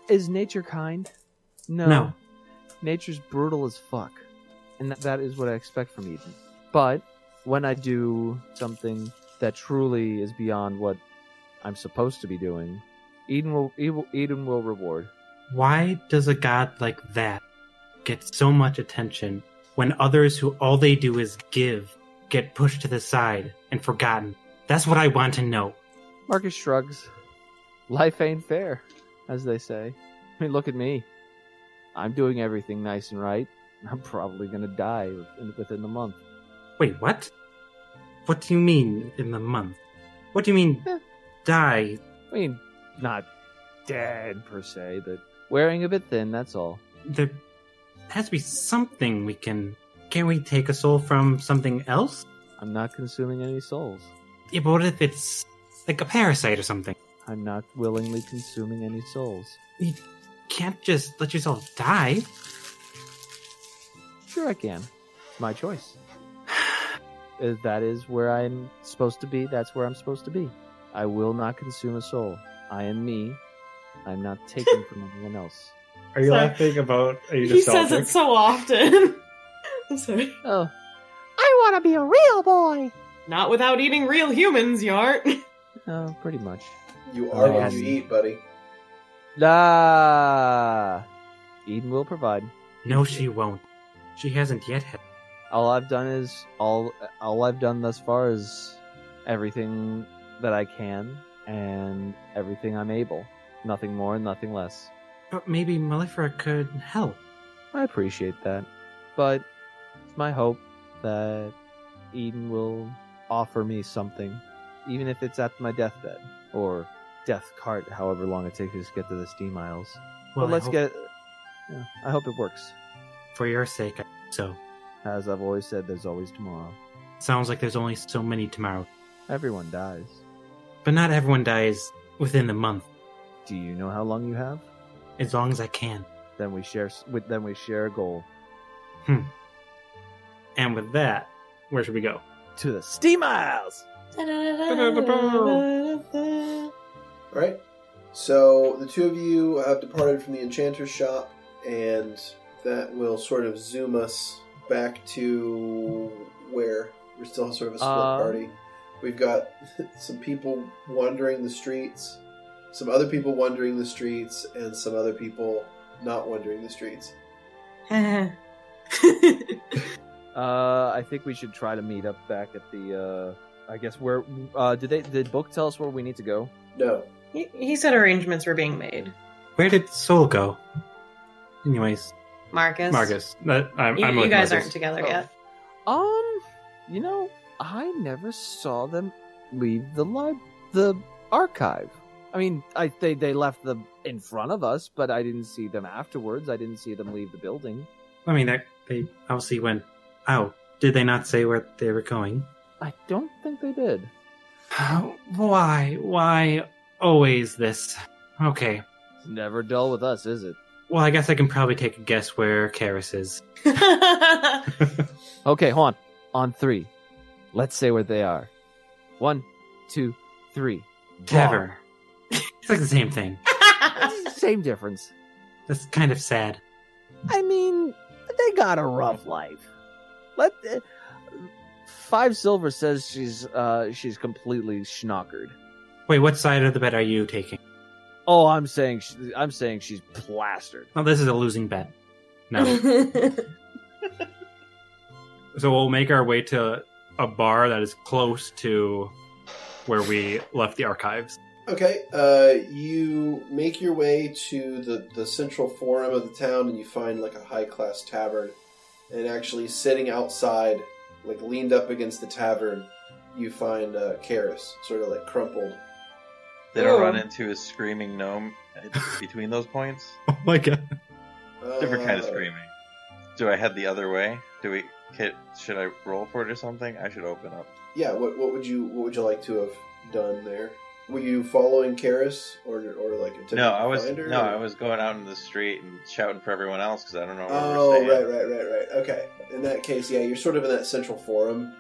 Speaker 7: Is nature kind? No.
Speaker 2: No.
Speaker 7: Nature's brutal as fuck. And that, that is what I expect from Eden. But when I do something that truly is beyond what I'm supposed to be doing, Eden will he will- Eden will reward.
Speaker 2: Why does a god like that get so much attention when others who all they do is give get pushed to the side and forgotten? That's what I want to know.
Speaker 7: Marcus shrugs. Life ain't fair, as they say. I mean, look at me. I'm doing everything nice and right. I'm probably gonna die within- within the month.
Speaker 2: Wait, what? What do you mean in the month? What do you mean
Speaker 7: Eh.
Speaker 2: die?
Speaker 7: I mean, not dead per se, but wearing a bit thin. That's all.
Speaker 2: There has to be something we can. Can't we take a soul from something else?
Speaker 7: I'm not consuming any souls.
Speaker 2: Yeah, but what if it's like a parasite or something?
Speaker 7: I'm not willingly consuming any souls.
Speaker 2: You can't just let yourself die.
Speaker 7: Sure, I can. It's my choice. [SIGHS] If that is where I'm supposed to be, that's where I'm supposed to be. I will not consume a soul. I am me. I'm not taken from anyone else.
Speaker 6: Are you
Speaker 4: Sorry.
Speaker 6: laughing about? Are you
Speaker 4: he says it so often. [LAUGHS] I'm sorry.
Speaker 7: [LAUGHS] Oh. I want to be a real boy!
Speaker 4: Not without eating real humans, you [LAUGHS] aren't.
Speaker 7: Oh, pretty much.
Speaker 3: You are what
Speaker 7: Yes.
Speaker 3: you eat, buddy.
Speaker 7: Ah! Eden will provide.
Speaker 2: No, she won't. She hasn't yet had.
Speaker 7: all I've done is all all I've done thus far is everything that I can and everything I'm able. Nothing more, nothing less.
Speaker 2: But maybe Malifera could help.
Speaker 7: I appreciate that, but it's my hope that Eden will offer me something, even if it's at my deathbed or death cart, however long it takes us to get to the steam aisles.
Speaker 2: Well, I
Speaker 7: but let's
Speaker 2: hope
Speaker 7: get. Yeah, I hope it works.
Speaker 2: for your sake. I- So
Speaker 7: As I've always said, there's always tomorrow.
Speaker 2: sounds like there's only so many tomorrow,
Speaker 7: Everyone dies.
Speaker 2: but not everyone dies within the month.
Speaker 7: Do you know how long you have?
Speaker 2: As long as I can.
Speaker 7: then we share s- with then we share a goal
Speaker 6: And with that, where should we go?
Speaker 7: to the steam aisles.
Speaker 3: All right. So the two of you have departed from the enchanter's shop, and that will sort of zoom us back to where we're still sort of a split
Speaker 7: Um.
Speaker 3: party. We've got [LAUGHS] some people wandering the streets, some other people wandering the streets, and some other people not wandering the streets.
Speaker 7: Uh, I think we should try to meet up back at the. Uh, I guess where uh, did they did book tell us where we need to go?
Speaker 3: No,
Speaker 1: He, he said arrangements were being made.
Speaker 2: Where did Soul go? Anyways, uh,
Speaker 1: Marcus.
Speaker 6: Marcus. That, I'm,
Speaker 1: You,
Speaker 6: I'm
Speaker 1: you
Speaker 6: with
Speaker 1: guys
Speaker 6: Marcus.
Speaker 1: aren't together
Speaker 6: [LAUGHS]
Speaker 7: Oh.
Speaker 1: yet. [LAUGHS]
Speaker 7: Um, you know, I never saw them leave the li- the archive. I mean, I they they left them in front of us, but I didn't see them afterwards. I didn't see them leave the building.
Speaker 2: I mean, that, they obviously went out. oh, Did they not say where they were going?
Speaker 7: I don't think they did.
Speaker 2: Why? Why always this? Okay.
Speaker 7: It's never dull with us, is it?
Speaker 2: Well, I guess I can probably take a guess where Karis is.
Speaker 7: Okay, hold on. On three, let's say where they are. One, two, three. [LAUGHS]
Speaker 2: Tavern. it's like the same thing.
Speaker 7: Wrong. Same difference.
Speaker 2: That's kind of sad.
Speaker 7: I mean, they got a rough life. Let the, Five Silver says she's uh she's completely schnockered.
Speaker 2: Wait, what side of the bet are you taking?
Speaker 7: Oh, I'm saying sh I'm saying she's plastered.
Speaker 2: Well, this is a losing bet.
Speaker 1: [LAUGHS]
Speaker 2: No.
Speaker 6: So we'll make our way to a bar that is close to where we left the
Speaker 2: [LAUGHS]
Speaker 6: archives.
Speaker 3: Okay, uh, you make your way to the, the central forum of the town and you find like a high class tavern. And actually, sitting outside, like leaned up against the tavern, you find uh, Karis, sort of like crumpled.
Speaker 5: Did I run
Speaker 1: Ooh.
Speaker 3: Oh.
Speaker 5: into a screaming gnome
Speaker 3: [LAUGHS]
Speaker 5: between those points?
Speaker 6: Oh my god.
Speaker 5: Different kind of
Speaker 3: Uh,
Speaker 5: screaming. Do I head the other way? Do we? Hit, should I roll for it or something? I should open up.
Speaker 3: Yeah, what, what would you what would you like to have done there? Were you following Karis or or like attempting
Speaker 5: No,
Speaker 3: to
Speaker 5: I was
Speaker 3: find her,
Speaker 5: no,
Speaker 3: or-
Speaker 5: I was going out in the street and shouting for everyone else because I don't know. Where we're
Speaker 3: Oh,
Speaker 5: staying.
Speaker 3: right, right, right, right. Okay. In that case, yeah, you're sort of in that central forum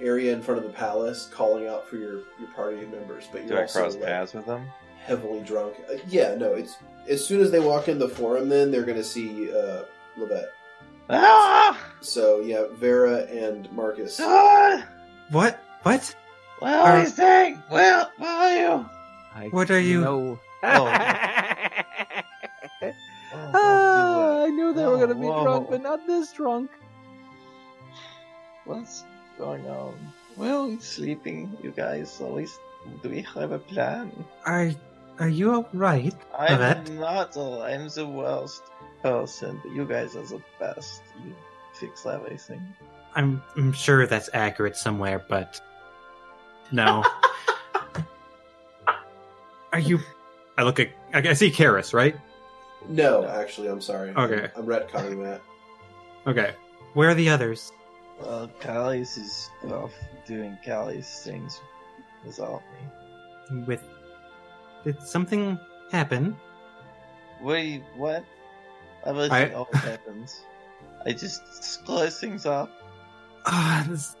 Speaker 3: area in front of the palace, calling out for your your party members, but you're
Speaker 5: Do I
Speaker 3: also
Speaker 5: cross
Speaker 3: like,
Speaker 5: paths with them?
Speaker 3: heavily drunk. Uh, yeah, no, it's as soon as they walk in the forum, then they're gonna see uh, Levette.
Speaker 5: Ah!
Speaker 3: So yeah, Vera and Marcus.
Speaker 5: Ah!
Speaker 2: What? What?
Speaker 5: Well,
Speaker 2: Are-
Speaker 5: he's saying, well, well,
Speaker 7: I,
Speaker 2: What are you-
Speaker 7: [LAUGHS] know-
Speaker 2: [LAUGHS]
Speaker 5: Oh. you.
Speaker 7: Ah, I knew they were
Speaker 5: Whoa,
Speaker 7: gonna be
Speaker 5: whoa.
Speaker 7: drunk, but not this drunk.
Speaker 5: What's going on? Well, he's sleeping, you guys. At least, do we have a plan?
Speaker 2: Are are you alright?
Speaker 5: I'm
Speaker 2: Alright.
Speaker 5: not. all- I'm the worst person, but you guys are the best. You fix everything.
Speaker 2: I'm I'm sure that's accurate somewhere, but no. [LAUGHS] are you
Speaker 6: I look at. I I see Karis, right?
Speaker 3: No, actually, I'm sorry.
Speaker 6: Okay.
Speaker 3: I'm retconning that.
Speaker 6: Okay.
Speaker 2: where are the others?
Speaker 5: Well, Callies is off doing Callies things without me.
Speaker 2: With did something happen?
Speaker 5: Wait, what? Everything
Speaker 6: I-
Speaker 5: always happens. I just close things up.
Speaker 2: Ah, this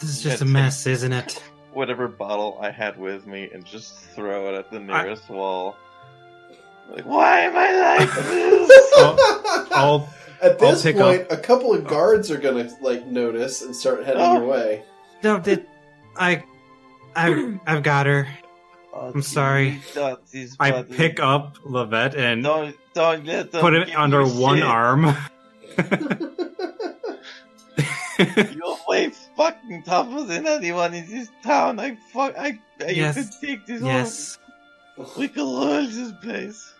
Speaker 2: this is just a
Speaker 5: Yes.
Speaker 2: mess, isn't it?
Speaker 5: Whatever bottle I had with me and just throw it at the nearest wall. Like, why am
Speaker 6: [LAUGHS]
Speaker 5: I like this?
Speaker 3: [LAUGHS]
Speaker 6: I'll
Speaker 3: At
Speaker 6: I'll
Speaker 3: this
Speaker 6: pick
Speaker 3: point, a couple of guards are gonna like notice and start heading
Speaker 5: Oh.
Speaker 3: your
Speaker 6: [LAUGHS]
Speaker 3: way. [LAUGHS]
Speaker 2: No, did I? I I've got her.
Speaker 5: Oh,
Speaker 2: I'm sorry.
Speaker 5: you got these
Speaker 6: I
Speaker 5: buttons.
Speaker 6: pick up Levette and
Speaker 5: Don't don't let them
Speaker 6: put it
Speaker 5: give
Speaker 6: under
Speaker 5: you
Speaker 6: one
Speaker 2: [LAUGHS]
Speaker 5: shit.
Speaker 6: arm.
Speaker 5: You're way fucking tougher than anyone in this town. I fuck. I, I
Speaker 2: Yes.
Speaker 5: you could take this.
Speaker 2: Yes.
Speaker 5: All. We could rule this place.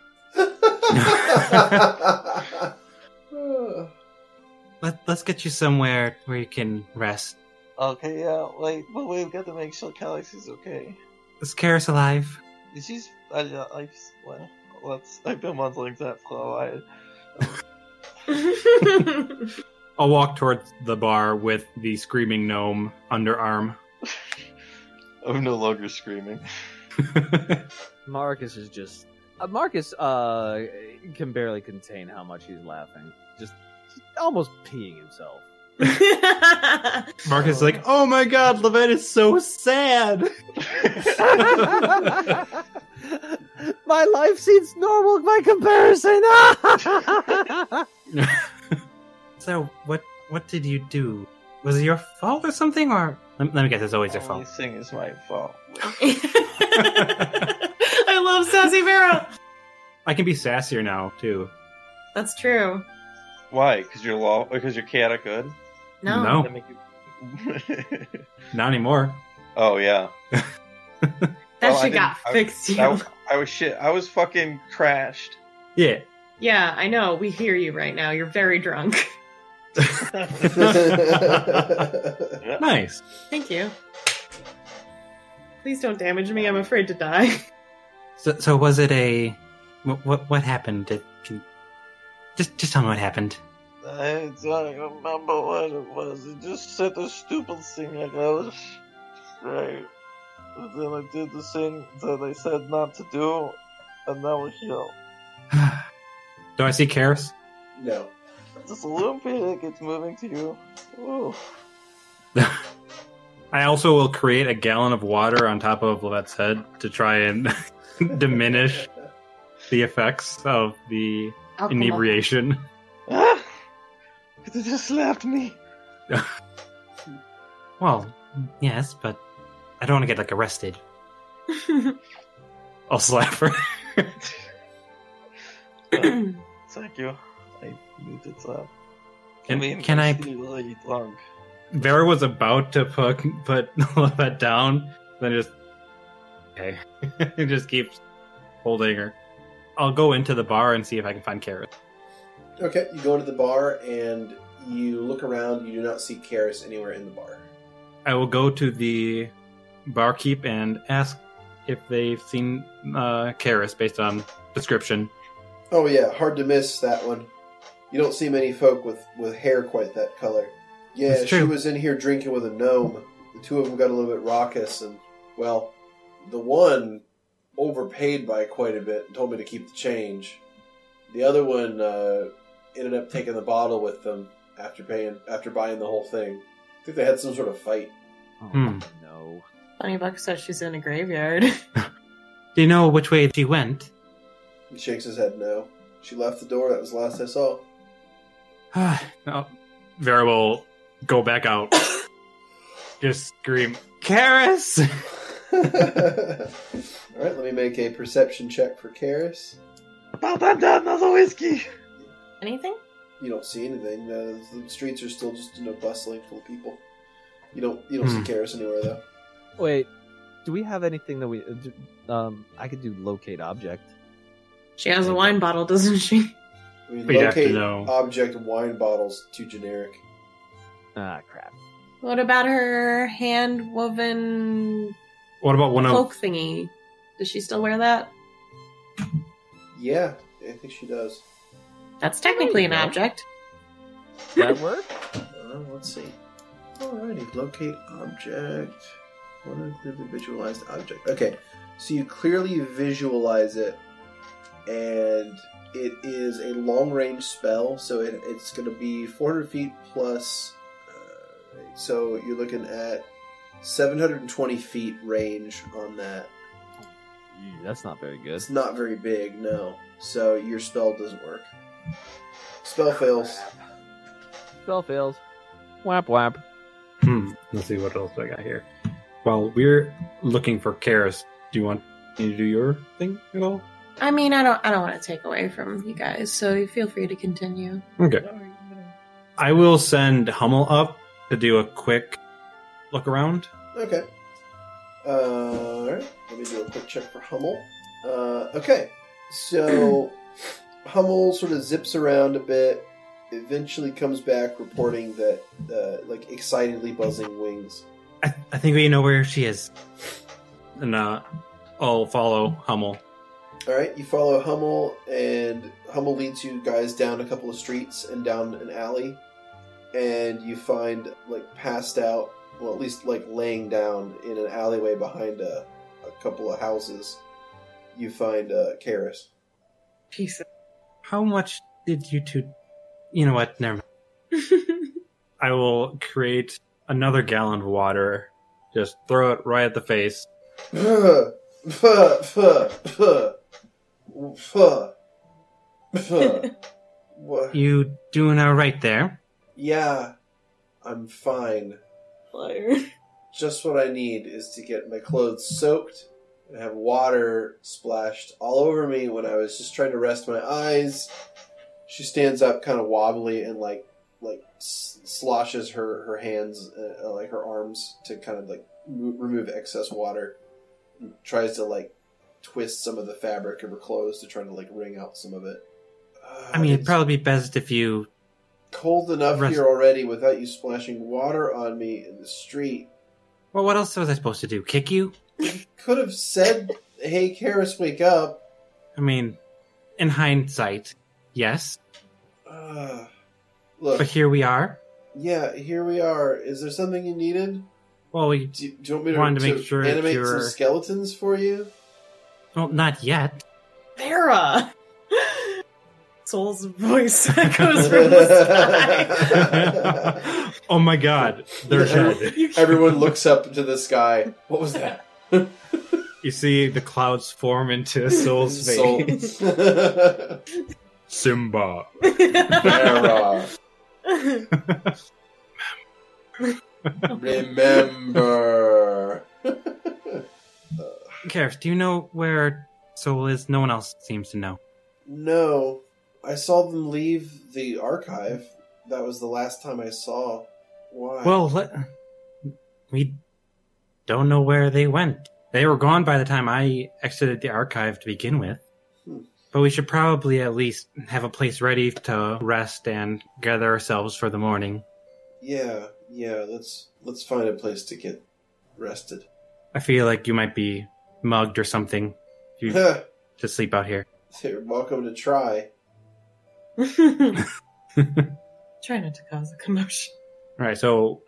Speaker 2: Let Let's get you somewhere where you can rest.
Speaker 5: Okay, yeah, wait, but we've got to make sure Calix is okay.
Speaker 2: Is Karis alive?
Speaker 5: She's. I, uh, I, I well, let's. I've been wondering that for a while.
Speaker 6: I'll walk towards the bar with the screaming gnome
Speaker 2: [LAUGHS]
Speaker 6: underarm.
Speaker 5: I'm no longer screaming.
Speaker 7: Marcus is just uh, Marcus uh can barely contain how much he's laughing. Just, just almost peeing himself.
Speaker 6: Marcus is like, "Oh my god, Levette is so sad."
Speaker 7: [LAUGHS] my life seems normal by comparison.
Speaker 2: [LAUGHS] So what? What did you do? Was it your fault or something? Or let, let me guess, it's always your fault.
Speaker 5: This thing is my fault.
Speaker 1: I love Sassy Vera.
Speaker 6: I can be sassier now too.
Speaker 1: That's true.
Speaker 5: Why? Because you're law? Because you're chaotic good?
Speaker 1: No.
Speaker 5: That make you- [LAUGHS]
Speaker 6: not anymore.
Speaker 5: oh yeah.
Speaker 1: That
Speaker 5: Well, I
Speaker 1: shit
Speaker 5: didn't-
Speaker 1: got
Speaker 5: I-
Speaker 1: fixed. You.
Speaker 5: That, I was shit. I was fucking crashed.
Speaker 6: Yeah.
Speaker 4: Yeah, I know. We hear you right now. You're very drunk.
Speaker 6: Nice.
Speaker 4: Thank you. Please don't damage me. I'm afraid to die. [LAUGHS]
Speaker 2: So, so was it a what? What, what happened? Did, can, just, just tell me what happened.
Speaker 5: I don't remember what it was. It just said a stupid thing, and I was right. But then I did the thing that I said not to do, and now we're here.
Speaker 6: [SIGHS] Do I see Karis?
Speaker 3: no.
Speaker 5: This Olympic, it's moving to you. Ooh.
Speaker 6: I also will create a gallon of water on top of Levette's head to try and [LAUGHS] diminish the effects of the
Speaker 4: [LAUGHS]
Speaker 6: inebriation.
Speaker 5: Ah! [LAUGHS] It just slapped me.
Speaker 2: Well, yes, but I don't want to get like arrested.
Speaker 6: I'll slap her.
Speaker 5: Thank you. I need to slap.
Speaker 6: Can-
Speaker 2: can I-
Speaker 5: it's Really long.
Speaker 6: Vera was about to put put [LAUGHS] Levette down, then just okay, [LAUGHS] It just keeps holding her. I'll go into the bar and see if I can find Karis.
Speaker 3: Okay, you go into the bar and you look around. You do not see Karis anywhere in the bar.
Speaker 6: I will go to the barkeep and ask if they've seen uh, Karis based on description.
Speaker 3: Oh yeah, hard to miss that one. You don't see many folk with with hair quite that color. Yeah,
Speaker 2: That's
Speaker 3: she
Speaker 2: true.
Speaker 3: was in here drinking with a gnome. The two of them got a little bit raucous, and well, the one overpaid by quite a bit and told me to keep the change. The other one uh, ended up taking the bottle with them after paying after buying the whole thing. I think they had some sort of fight.
Speaker 7: Oh,
Speaker 6: Hmm.
Speaker 7: No.
Speaker 4: Bunnybuck says she's in a graveyard. [LAUGHS]
Speaker 2: Do you know which way
Speaker 6: [SIGHS]
Speaker 2: she went?
Speaker 3: He shakes his head no. She left the door. That was the last I saw.
Speaker 6: no. Oh, Vera will go back out. [COUGHS] just scream, Karis!
Speaker 3: [LAUGHS] All right, let me make a perception check for Karis.
Speaker 5: Pop that down another whiskey.
Speaker 4: Anything?
Speaker 3: you don't see anything. Uh, the streets are still just you know bustling full of people. You don't you don't
Speaker 6: Hmm.
Speaker 3: see Karis anywhere though.
Speaker 7: [LAUGHS] Wait, do we have anything that we? uh, d- Um, I could do locate object.
Speaker 4: She has a wine bottle, doesn't she?
Speaker 3: I mean,
Speaker 6: But you'd have to
Speaker 3: locate
Speaker 6: know.
Speaker 3: object wine bottles too generic.
Speaker 7: Ah, crap.
Speaker 4: What about her hand woven
Speaker 6: What about one of
Speaker 4: cloak thingy? Does she still wear that?
Speaker 3: Yeah, I think she does.
Speaker 4: That's technically an
Speaker 7: No.
Speaker 4: object.
Speaker 7: Does [LAUGHS] that work?
Speaker 3: Uh, let's see. Alrighty, locate object. One include the visualized object. Okay, so you clearly visualize it, and it is a long range spell, so it, it's going to be 400 feet plus. Uh, so you're looking at 720 feet range on that.
Speaker 7: Ew, That's not very good.
Speaker 3: It's not very big, no. So your spell doesn't work. Spell fails.
Speaker 7: Spell fails. Whap whap.
Speaker 6: Hmm. Let's see what else I got here. While we're looking for Karis, do you want me to do your thing at all?
Speaker 4: I mean, I don't, I don't want to take away from you guys, so feel free to continue.
Speaker 6: Okay. I will send Hummel up to do a quick look around.
Speaker 3: Okay. Uh, all right. Let me do a quick check for Hummel. Uh, okay. So [CLEARS THROAT] Hummel sort of zips around a bit, eventually comes back reporting that, uh, like, excitedly buzzing wings.
Speaker 2: I, I think we know where she is.
Speaker 6: And uh, I'll follow Hummel.
Speaker 3: All right. You follow Hummel, and Hummel leads you guys down a couple of streets and down an alley, and you find, like, passed out, well, at least, like, laying down in an alleyway behind a, a couple of houses. You find uh, Karis. [LAUGHS]
Speaker 4: Peace.
Speaker 2: How much did you two? You know what? Never mind.
Speaker 6: I will create another gallon of water. Just throw it right at the face.
Speaker 3: Puh, puh, puh, puh. Puh. Puh.
Speaker 2: [LAUGHS]
Speaker 3: Wha-
Speaker 2: You doing all right there?
Speaker 3: yeah, I'm fine.
Speaker 4: [LAUGHS] Liar.
Speaker 3: Just what I need is to get my clothes soaked and have water splashed all over me when I was just trying to rest my eyes. She stands up, kind of wobbly, and like like s- sloshes her her hands, uh, uh, like her arms, to kind of like mo- remove excess water. And tries to like twist some of the fabric of her clothes to try to like wring out some of it. Uh,
Speaker 2: I mean, it'd
Speaker 3: it's
Speaker 2: probably be best if you.
Speaker 3: cold enough
Speaker 2: Rest-
Speaker 3: here already without you splashing water on me in the street.
Speaker 2: Well, what else was I supposed to do? Kick you?
Speaker 3: Could have said, "Hey, Karis, wake up."
Speaker 2: I mean, in hindsight, yes.
Speaker 3: Uh, look,
Speaker 2: But here we are.
Speaker 3: yeah, here we are. Is there something you needed?
Speaker 2: Well, we,
Speaker 3: Do you, do you want me to,
Speaker 2: Wanted to make sure that
Speaker 3: animate
Speaker 2: you
Speaker 3: some
Speaker 2: were-
Speaker 3: skeletons for you?
Speaker 2: well, not yet.
Speaker 4: [LAUGHS]
Speaker 10: Vera! Soul's voice echoes from
Speaker 3: [LAUGHS]
Speaker 10: the
Speaker 11: [LAUGHS] oh my god, they're dead.
Speaker 3: Everyone looks up to the sky. What was that?
Speaker 11: You see the clouds form into Soul's face.
Speaker 3: [LAUGHS] Soul.
Speaker 11: Simba.
Speaker 3: Terra.
Speaker 10: sky.
Speaker 3: Remember.
Speaker 2: Karis, do you know where Soul is? No one else seems to know.
Speaker 3: No, I saw them leave the archive. That was the last time I saw. Why?
Speaker 2: Well, let, we don't know where they went. They were gone by the time I exited the archive to begin with.
Speaker 3: Hmm.
Speaker 2: But we should probably at least have a place ready to rest and gather ourselves for the morning.
Speaker 3: yeah, yeah. Let's let's find a place to get rested.
Speaker 2: I feel like you might be mugged or something if
Speaker 3: [LAUGHS]
Speaker 2: you
Speaker 3: You're
Speaker 2: just sleep out here.
Speaker 3: welcome to try.
Speaker 4: Try not to cause a commotion.
Speaker 11: All right, so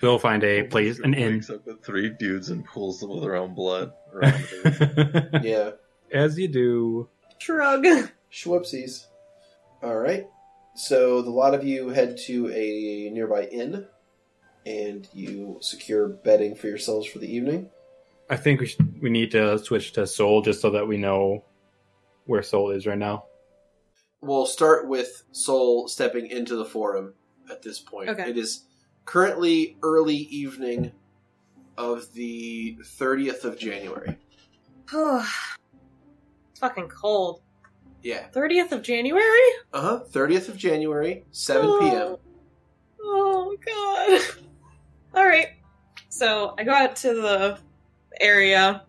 Speaker 11: go find a place, an
Speaker 2: [LAUGHS]
Speaker 11: inn.
Speaker 5: Wakes up with three dudes and pulls them with their own blood. Around
Speaker 3: Yeah.
Speaker 11: As you do,
Speaker 10: Shrug.
Speaker 3: Schwupsies. All right. So the lot of you head to a nearby inn, and you secure bedding for yourselves for the evening.
Speaker 11: I think we should, we need to switch to Soul just so that we know where Soul is right now.
Speaker 3: We'll start with Soul stepping into the forum at this point.
Speaker 4: Okay.
Speaker 3: It is currently early evening of the 30th of January.
Speaker 4: Oh. It's fucking cold.
Speaker 3: Yeah.
Speaker 4: 30th of January?
Speaker 3: Uh huh. 30th of January, 7 p.m.
Speaker 4: Oh. Oh, god. All right. So I go out to the area.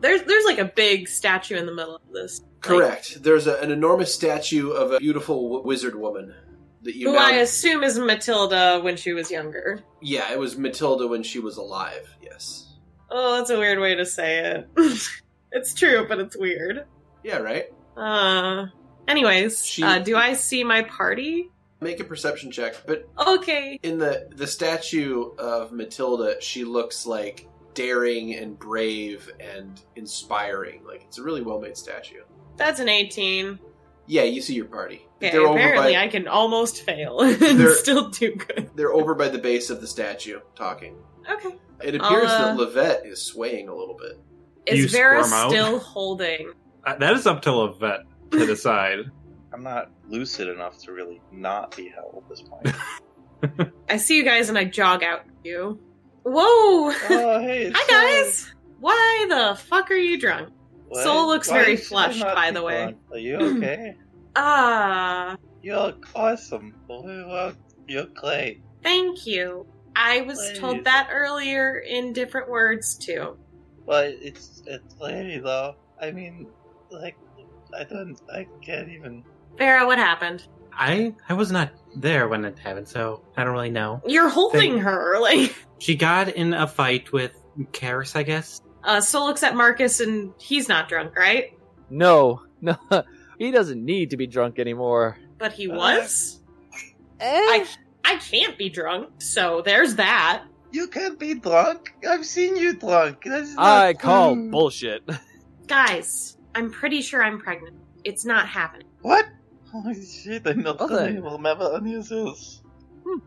Speaker 4: There's there's like a big statue in the middle of this. like,
Speaker 3: Correct. There's a, an enormous statue of a beautiful w- wizard woman that you
Speaker 4: who
Speaker 3: now
Speaker 4: I assume is Matilda when she was younger.
Speaker 3: Yeah, it was Matilda when she was alive. Yes.
Speaker 4: Oh, that's a weird way to say it. [LAUGHS] it's true, but it's weird.
Speaker 3: Yeah, right.
Speaker 4: Uh, anyways,
Speaker 3: She-
Speaker 4: uh, do I see my party?
Speaker 3: Make a perception check. But
Speaker 4: Okay.
Speaker 3: in the the statue of Matilda, she looks like daring and brave and inspiring. Like it's a really well made statue.
Speaker 4: That's an 18.
Speaker 3: Yeah, you see your party.
Speaker 4: Okay,
Speaker 3: they're over
Speaker 4: apparently
Speaker 3: by
Speaker 4: I can almost fail [LAUGHS] and
Speaker 3: They're-
Speaker 4: still do good.
Speaker 3: they're over by the base of the statue talking.
Speaker 4: Okay.
Speaker 3: It appears
Speaker 4: I'll, uh,
Speaker 3: that Levette is swaying a little bit.
Speaker 11: You
Speaker 4: Is Vera
Speaker 11: squirm out. [LAUGHS]
Speaker 4: still holding?
Speaker 11: Uh, that is up to Levette
Speaker 2: [LAUGHS]
Speaker 11: to decide.
Speaker 5: I'm not lucid enough to really not be held at this point.
Speaker 4: I see you guys and I jog out to you. Whoa!
Speaker 5: oh, hey, it's
Speaker 4: [LAUGHS] Hi
Speaker 5: Sol.
Speaker 4: guys! Why the fuck are you drunk?
Speaker 5: What?
Speaker 4: Sol looks
Speaker 5: Why
Speaker 4: very
Speaker 5: is she
Speaker 4: flushed,
Speaker 5: not
Speaker 4: by the
Speaker 5: be
Speaker 4: way.
Speaker 5: blonde? Are you
Speaker 4: [CLEARS THROAT]
Speaker 5: okay?
Speaker 4: Ah,
Speaker 5: you look awesome. You look, you look great.
Speaker 4: thank you. I was
Speaker 5: Please.
Speaker 4: told that earlier in different words too.
Speaker 5: But it's it's lady though. I mean, like, I don't, I can't even.
Speaker 4: Vera, what happened?
Speaker 2: I I was not there when it happened, so I don't really know.
Speaker 4: You're holding
Speaker 2: Thank-
Speaker 4: her, [LAUGHS] like.
Speaker 2: She got in a fight with Karis, I guess.
Speaker 4: Uh, Sol looks at Marcus and he's not drunk, right?
Speaker 7: No, [LAUGHS] no, he doesn't need to be drunk anymore.
Speaker 4: But he
Speaker 5: Uh,
Speaker 4: was. I I can't be drunk, so there's that.
Speaker 5: You can't be drunk. I've seen you drunk. That's not-
Speaker 7: I [LAUGHS] call bullshit.
Speaker 4: Guys, I'm pretty sure I'm pregnant. It's not happening.
Speaker 5: What? Holy shit! I'm not
Speaker 7: Okay.
Speaker 5: gonna remember any of this.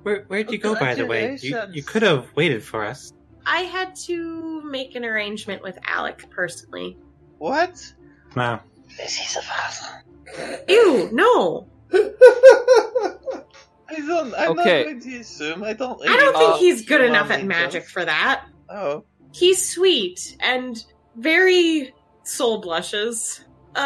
Speaker 2: Where where'd you go, by the way? You,
Speaker 5: Congratulations.
Speaker 2: you could have waited for us.
Speaker 4: I had to make an arrangement with Alec personally.
Speaker 5: What?
Speaker 4: Uh,
Speaker 2: Wow.
Speaker 5: This is awesome.
Speaker 4: Ew, no.
Speaker 5: [LAUGHS] I don't. I'm
Speaker 7: Okay.
Speaker 5: not going to assume. I don't.
Speaker 4: I don't
Speaker 7: Uh,
Speaker 4: think he's good enough
Speaker 5: Romney
Speaker 4: at magic
Speaker 5: does.
Speaker 4: for that.
Speaker 5: Oh,
Speaker 4: He's sweet and very soul blushes.
Speaker 2: oh,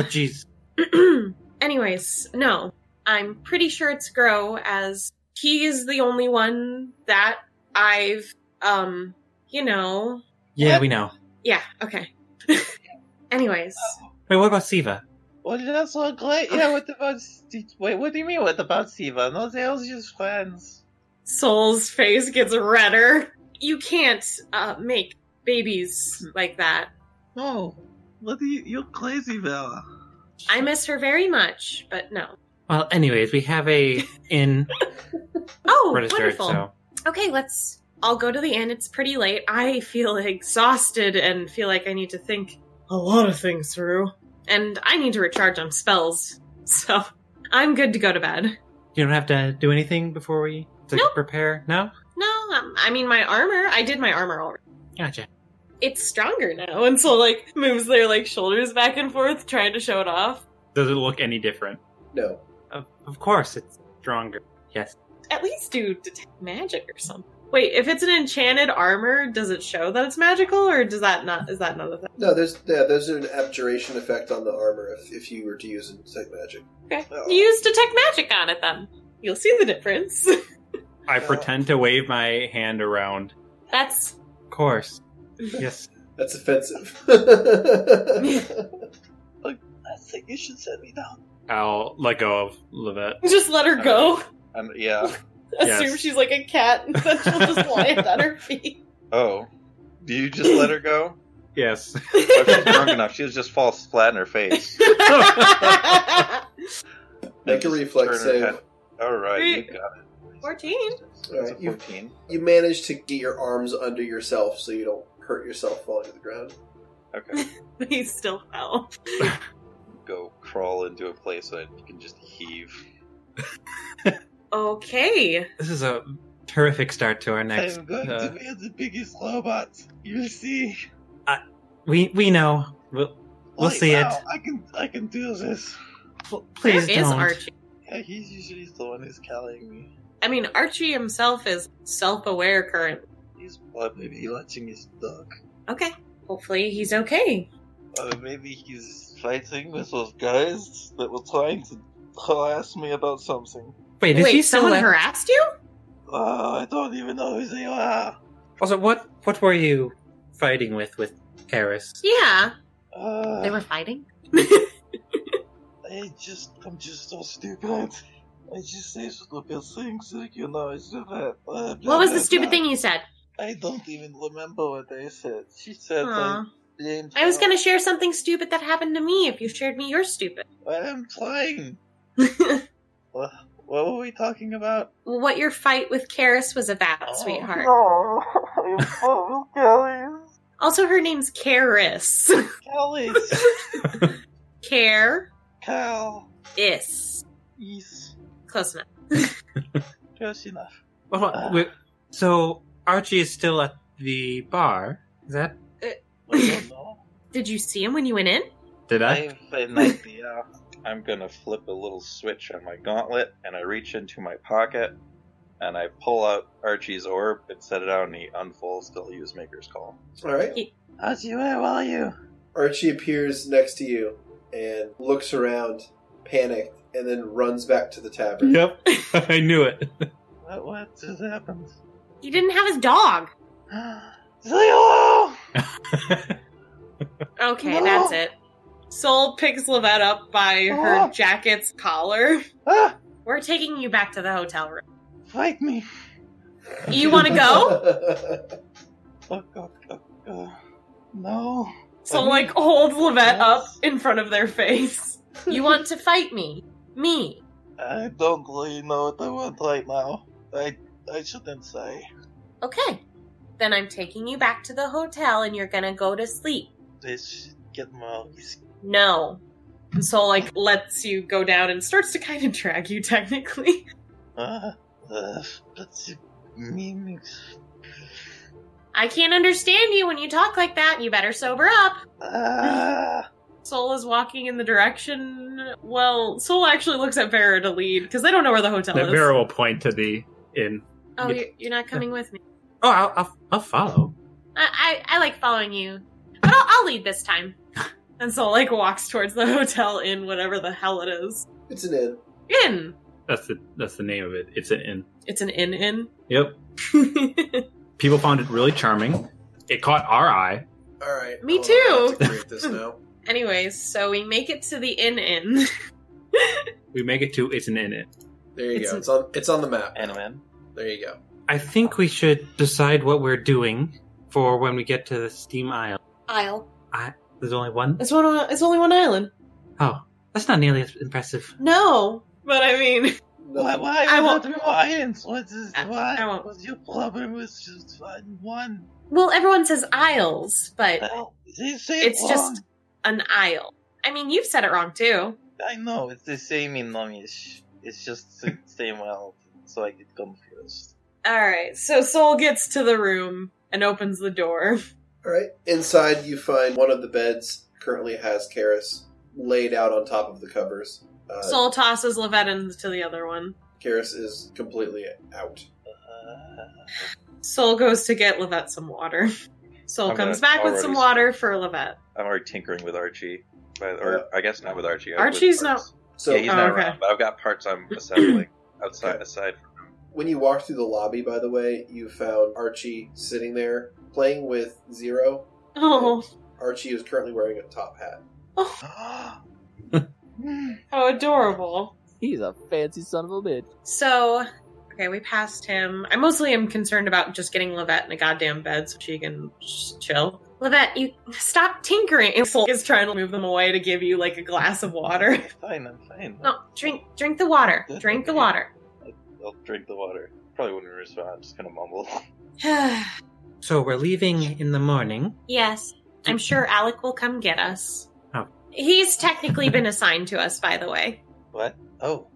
Speaker 4: Uh
Speaker 2: jeez.
Speaker 4: [CLEARS THROAT] anyways, no. I'm pretty sure it's Grow as he is the only one that I've um you know
Speaker 2: Yeah,
Speaker 5: What?
Speaker 2: we know.
Speaker 4: yeah, okay. [LAUGHS] Anyways,
Speaker 2: Wait, what about Siva?
Speaker 5: What that's so great? Yeah, what about Steve? Wait, what do you mean? What about Siva? No, they all just friends.
Speaker 4: Soul's face gets redder. You can't uh, make babies like that.
Speaker 5: No, what are you? You're crazy, Bella.
Speaker 4: I miss her very much, but no.
Speaker 2: Well, anyways, we
Speaker 4: [LAUGHS]
Speaker 2: have a inn
Speaker 4: Oh,
Speaker 2: registered,
Speaker 4: wonderful.
Speaker 2: so
Speaker 4: Okay, let's all go to the inn. It's pretty late. I feel exhausted and feel like I need to think a lot of things through. And I need to recharge on spells. [LAUGHS] So I'm good to go to bed.
Speaker 2: you don't have to do anything before we to
Speaker 4: Nope.
Speaker 2: prepare. No,
Speaker 4: No, um, I mean, my armor, I did my armor already.
Speaker 2: gotcha.
Speaker 4: It's stronger now. [LAUGHS] And so, like, moves their, like, shoulders back and forth, trying to show it off.
Speaker 12: Does it look any different?
Speaker 3: No.
Speaker 2: Of, of course, it's stronger. Yes,
Speaker 4: At least do detect magic or something. Wait, if it's an enchanted armor, does it show that it's magical, or does that not? Is that another thing?
Speaker 3: No, there's yeah, there's an abjuration effect on the armor if, if you were to use it like magic.
Speaker 4: Okay,
Speaker 3: Oh.
Speaker 4: use detect magic on it then. You'll see the difference. [LAUGHS]
Speaker 12: I
Speaker 3: Uh.
Speaker 12: pretend to wave my hand around.
Speaker 4: That's
Speaker 2: of
Speaker 5: [LAUGHS]
Speaker 2: course. Yes,
Speaker 3: That's offensive. All
Speaker 5: I think you should set me down.
Speaker 12: I'll let go of Levette.
Speaker 4: just let her
Speaker 2: Uh,
Speaker 4: go.
Speaker 5: Um, yeah.
Speaker 12: Yes.
Speaker 4: Assume she's like a cat, [LAUGHS] and then she'll just land on her feet.
Speaker 5: Oh, do you just let her
Speaker 4: [LAUGHS]
Speaker 5: go?
Speaker 12: Yes.
Speaker 5: Well, if she's drunk enough, she'll just fall flat in her face.
Speaker 3: [LAUGHS] Make a
Speaker 5: Just
Speaker 3: reflex
Speaker 5: turn her
Speaker 3: save.
Speaker 5: head. All right, you
Speaker 4: Three-
Speaker 5: got it.
Speaker 4: Fourteen.
Speaker 5: That's a
Speaker 3: right, you-
Speaker 5: fourteen.
Speaker 3: you manage to get your arms under yourself so you don't hurt yourself falling to the ground.
Speaker 5: Okay,
Speaker 4: He still fell.
Speaker 5: go crawl into a place that you can just heave.
Speaker 4: Okay.
Speaker 2: this is a terrific start to our next.
Speaker 5: I'm going
Speaker 2: uh,
Speaker 5: to be the biggest robot. You'll see.
Speaker 2: we we know. We'll, We'll
Speaker 5: Right
Speaker 2: see it.
Speaker 5: now, I can I can do this.
Speaker 2: pl- please
Speaker 4: Where
Speaker 2: don't.
Speaker 4: is Archie?
Speaker 5: Yeah, he's usually the one who's carrying me.
Speaker 4: I mean, Archie himself is self-aware currently.
Speaker 5: He's probably watching his dog.
Speaker 4: Okay. Hopefully, he's okay.
Speaker 5: Or maybe he's fighting with those guys that were trying to harass me about something.
Speaker 2: Wait, is
Speaker 4: Wait,
Speaker 2: he still
Speaker 4: someone
Speaker 2: at-
Speaker 4: harassed you?
Speaker 5: Oh, I don't even know who they are.
Speaker 2: Also, what what were you fighting with with Harris?
Speaker 4: Yeah,
Speaker 5: Uh,
Speaker 4: they were [LAUGHS] fighting.
Speaker 5: I just, I'm just so stupid. I just say stupid things, like, you know, I do that. Uh, blah,
Speaker 4: What was
Speaker 5: blah,
Speaker 4: the stupid
Speaker 5: blah.
Speaker 4: thing you said?
Speaker 5: I don't even remember what I said. She said
Speaker 4: Aw.
Speaker 5: I blamed
Speaker 4: I was
Speaker 5: her.
Speaker 4: gonna share something stupid that happened to me if you shared me your stupid.
Speaker 5: I'm
Speaker 4: [LAUGHS]
Speaker 5: trying. what, what were we talking about?
Speaker 4: what your fight with Karis was about,
Speaker 2: Oh.
Speaker 4: sweetheart.
Speaker 5: Oh, No, [LAUGHS] I'm full of calories.
Speaker 4: Also, her name's Karis. [LAUGHS]
Speaker 5: Calories.
Speaker 4: Karis.
Speaker 5: Cal. Yes.
Speaker 4: Close enough.
Speaker 5: Close enough.
Speaker 2: Well,
Speaker 5: Uh.
Speaker 2: we- so Archie is still at the bar. Is that
Speaker 5: I don't know.
Speaker 4: Did you see him when you went in?
Speaker 12: Did I?
Speaker 5: I have an idea. uh, I'm gonna flip a little switch on my gauntlet, and I reach into my pocket, and I pull out Archie's orb and set it out, and he unfolds till use maker's call.
Speaker 3: All right.
Speaker 5: Archie, where are you?
Speaker 3: Archie appears next to you and looks around, panicked, and then runs back to the tavern.
Speaker 12: Yep. [LAUGHS] I knew it.
Speaker 5: What, what just [GASPS] happened?
Speaker 4: He didn't have his dog.
Speaker 5: Zero!
Speaker 4: Okay,
Speaker 5: No.
Speaker 4: that's it. Soul picks Levette up by
Speaker 5: Ah.
Speaker 4: her jacket's collar.
Speaker 5: Ah!
Speaker 4: We're taking you back to the hotel room.
Speaker 5: Fight me!
Speaker 4: You want to go?
Speaker 5: Oh, oh, oh, oh. No.
Speaker 4: Soul
Speaker 5: Mhm.
Speaker 4: like holds Levette
Speaker 5: Yes.
Speaker 4: up in front of their
Speaker 5: [LAUGHS]
Speaker 4: face. You want to fight me? Me?
Speaker 5: I don't really know what I want right now. I I shouldn't say.
Speaker 4: Okay. Then I'm taking you back to the hotel and you're gonna go to sleep.
Speaker 5: This should get more risky.
Speaker 4: No. And Soul like lets you go down and starts to kind of drag you technically.
Speaker 5: Ah, uh, that's memes.
Speaker 4: I can't understand you when you talk like that. You better sober up.
Speaker 5: [LAUGHS] Ah,
Speaker 4: Soul is walking in the direction. Well, Soul actually looks at Vera to lead because they don't know where the hotel
Speaker 12: That
Speaker 4: is.
Speaker 12: Vera will point to the inn.
Speaker 4: oh, you're, you're not coming with me.
Speaker 2: Oh, I'll, I'll, I'll follow.
Speaker 4: I, I I like following you, but I'll, I'll lead
Speaker 12: [LAUGHS]
Speaker 4: this time. And Soul like walks towards the hotel in whatever the hell it is.
Speaker 3: [LAUGHS] it's an inn.
Speaker 4: Inn.
Speaker 12: That's the that's the name of it. It's an inn.
Speaker 4: It's an
Speaker 12: [LAUGHS]
Speaker 4: inn. Inn.
Speaker 12: Yep. People found it really charming. It caught our eye,
Speaker 3: All right.
Speaker 4: Me
Speaker 3: hold on, I
Speaker 4: too.
Speaker 3: have to create this now.
Speaker 4: Anyways, so we make it to the inn inn.
Speaker 13: We make it to it's an in it.
Speaker 3: There you
Speaker 4: [LAUGHS] It's
Speaker 3: go.
Speaker 4: a-
Speaker 3: It's on. It's on the map. now.
Speaker 5: Anime.
Speaker 3: There you go.
Speaker 2: I think we should decide what we're doing for when we get to the steam aisle.
Speaker 4: Isle.
Speaker 2: There's only one. Oh,
Speaker 4: It's one. It's only one island.
Speaker 2: That's not nearly as impressive.
Speaker 4: No, but I mean,
Speaker 5: Why? Why?
Speaker 4: I
Speaker 5: I
Speaker 4: won't-
Speaker 5: want to be more islands. What is?
Speaker 4: I-
Speaker 5: Why?
Speaker 4: I won't.
Speaker 5: What's your problem with just one? one?
Speaker 4: well, everyone says isles, but
Speaker 5: Uh, They say
Speaker 4: it's
Speaker 5: one.
Speaker 4: just an isle. I mean, you've said it wrong too.
Speaker 5: I know it's the same in Nomish. It's just the same world, so I get confused.
Speaker 4: All right. So Soul gets to the room and opens the door.
Speaker 3: All right. Inside, you find one of the beds currently has Karis laid out on top of the covers. Uh,
Speaker 4: Soul tosses Levette into the other one.
Speaker 3: Karis is completely out.
Speaker 5: Uh,
Speaker 4: Soul goes to get Levette some water. Soul
Speaker 5: I'm gonna
Speaker 4: comes back with some water for Levette. [LAUGHS]
Speaker 5: I'm already tinkering with Archie, but or I guess not with Archie. I-
Speaker 4: Archie's
Speaker 5: with parts.
Speaker 3: So
Speaker 5: yeah, he's
Speaker 4: Oh,
Speaker 5: not
Speaker 4: okay.
Speaker 5: around, but I've got
Speaker 4: [CLEARS THROAT]
Speaker 5: parts I'm assembling outside.
Speaker 3: Okay.
Speaker 5: Aside from
Speaker 3: when you walk through the lobby, by the way, you found Archie sitting there playing with Zero.
Speaker 4: Oh,
Speaker 3: Archie is currently wearing a top hat.
Speaker 4: how adorable.
Speaker 7: He's a fancy son of a bitch.
Speaker 4: So, okay, we passed him. I mostly am concerned about just getting Levette in a goddamn bed so she can just chill. Levette, you stop tinkering. And Soul is trying to move them away to give you like a glass of water. [LAUGHS]
Speaker 5: I'm fine, I'm fine.
Speaker 4: No, drink, drink the water. Drink the water.
Speaker 5: I'll drink the water. Probably wouldn't respond. I'm just gonna mumble.
Speaker 4: [SIGHS]
Speaker 2: So we're leaving in the morning.
Speaker 4: Yes. I'm sure Alec will come get us.
Speaker 2: Oh.
Speaker 4: He's technically been assigned to us, by the way.
Speaker 5: What? Oh,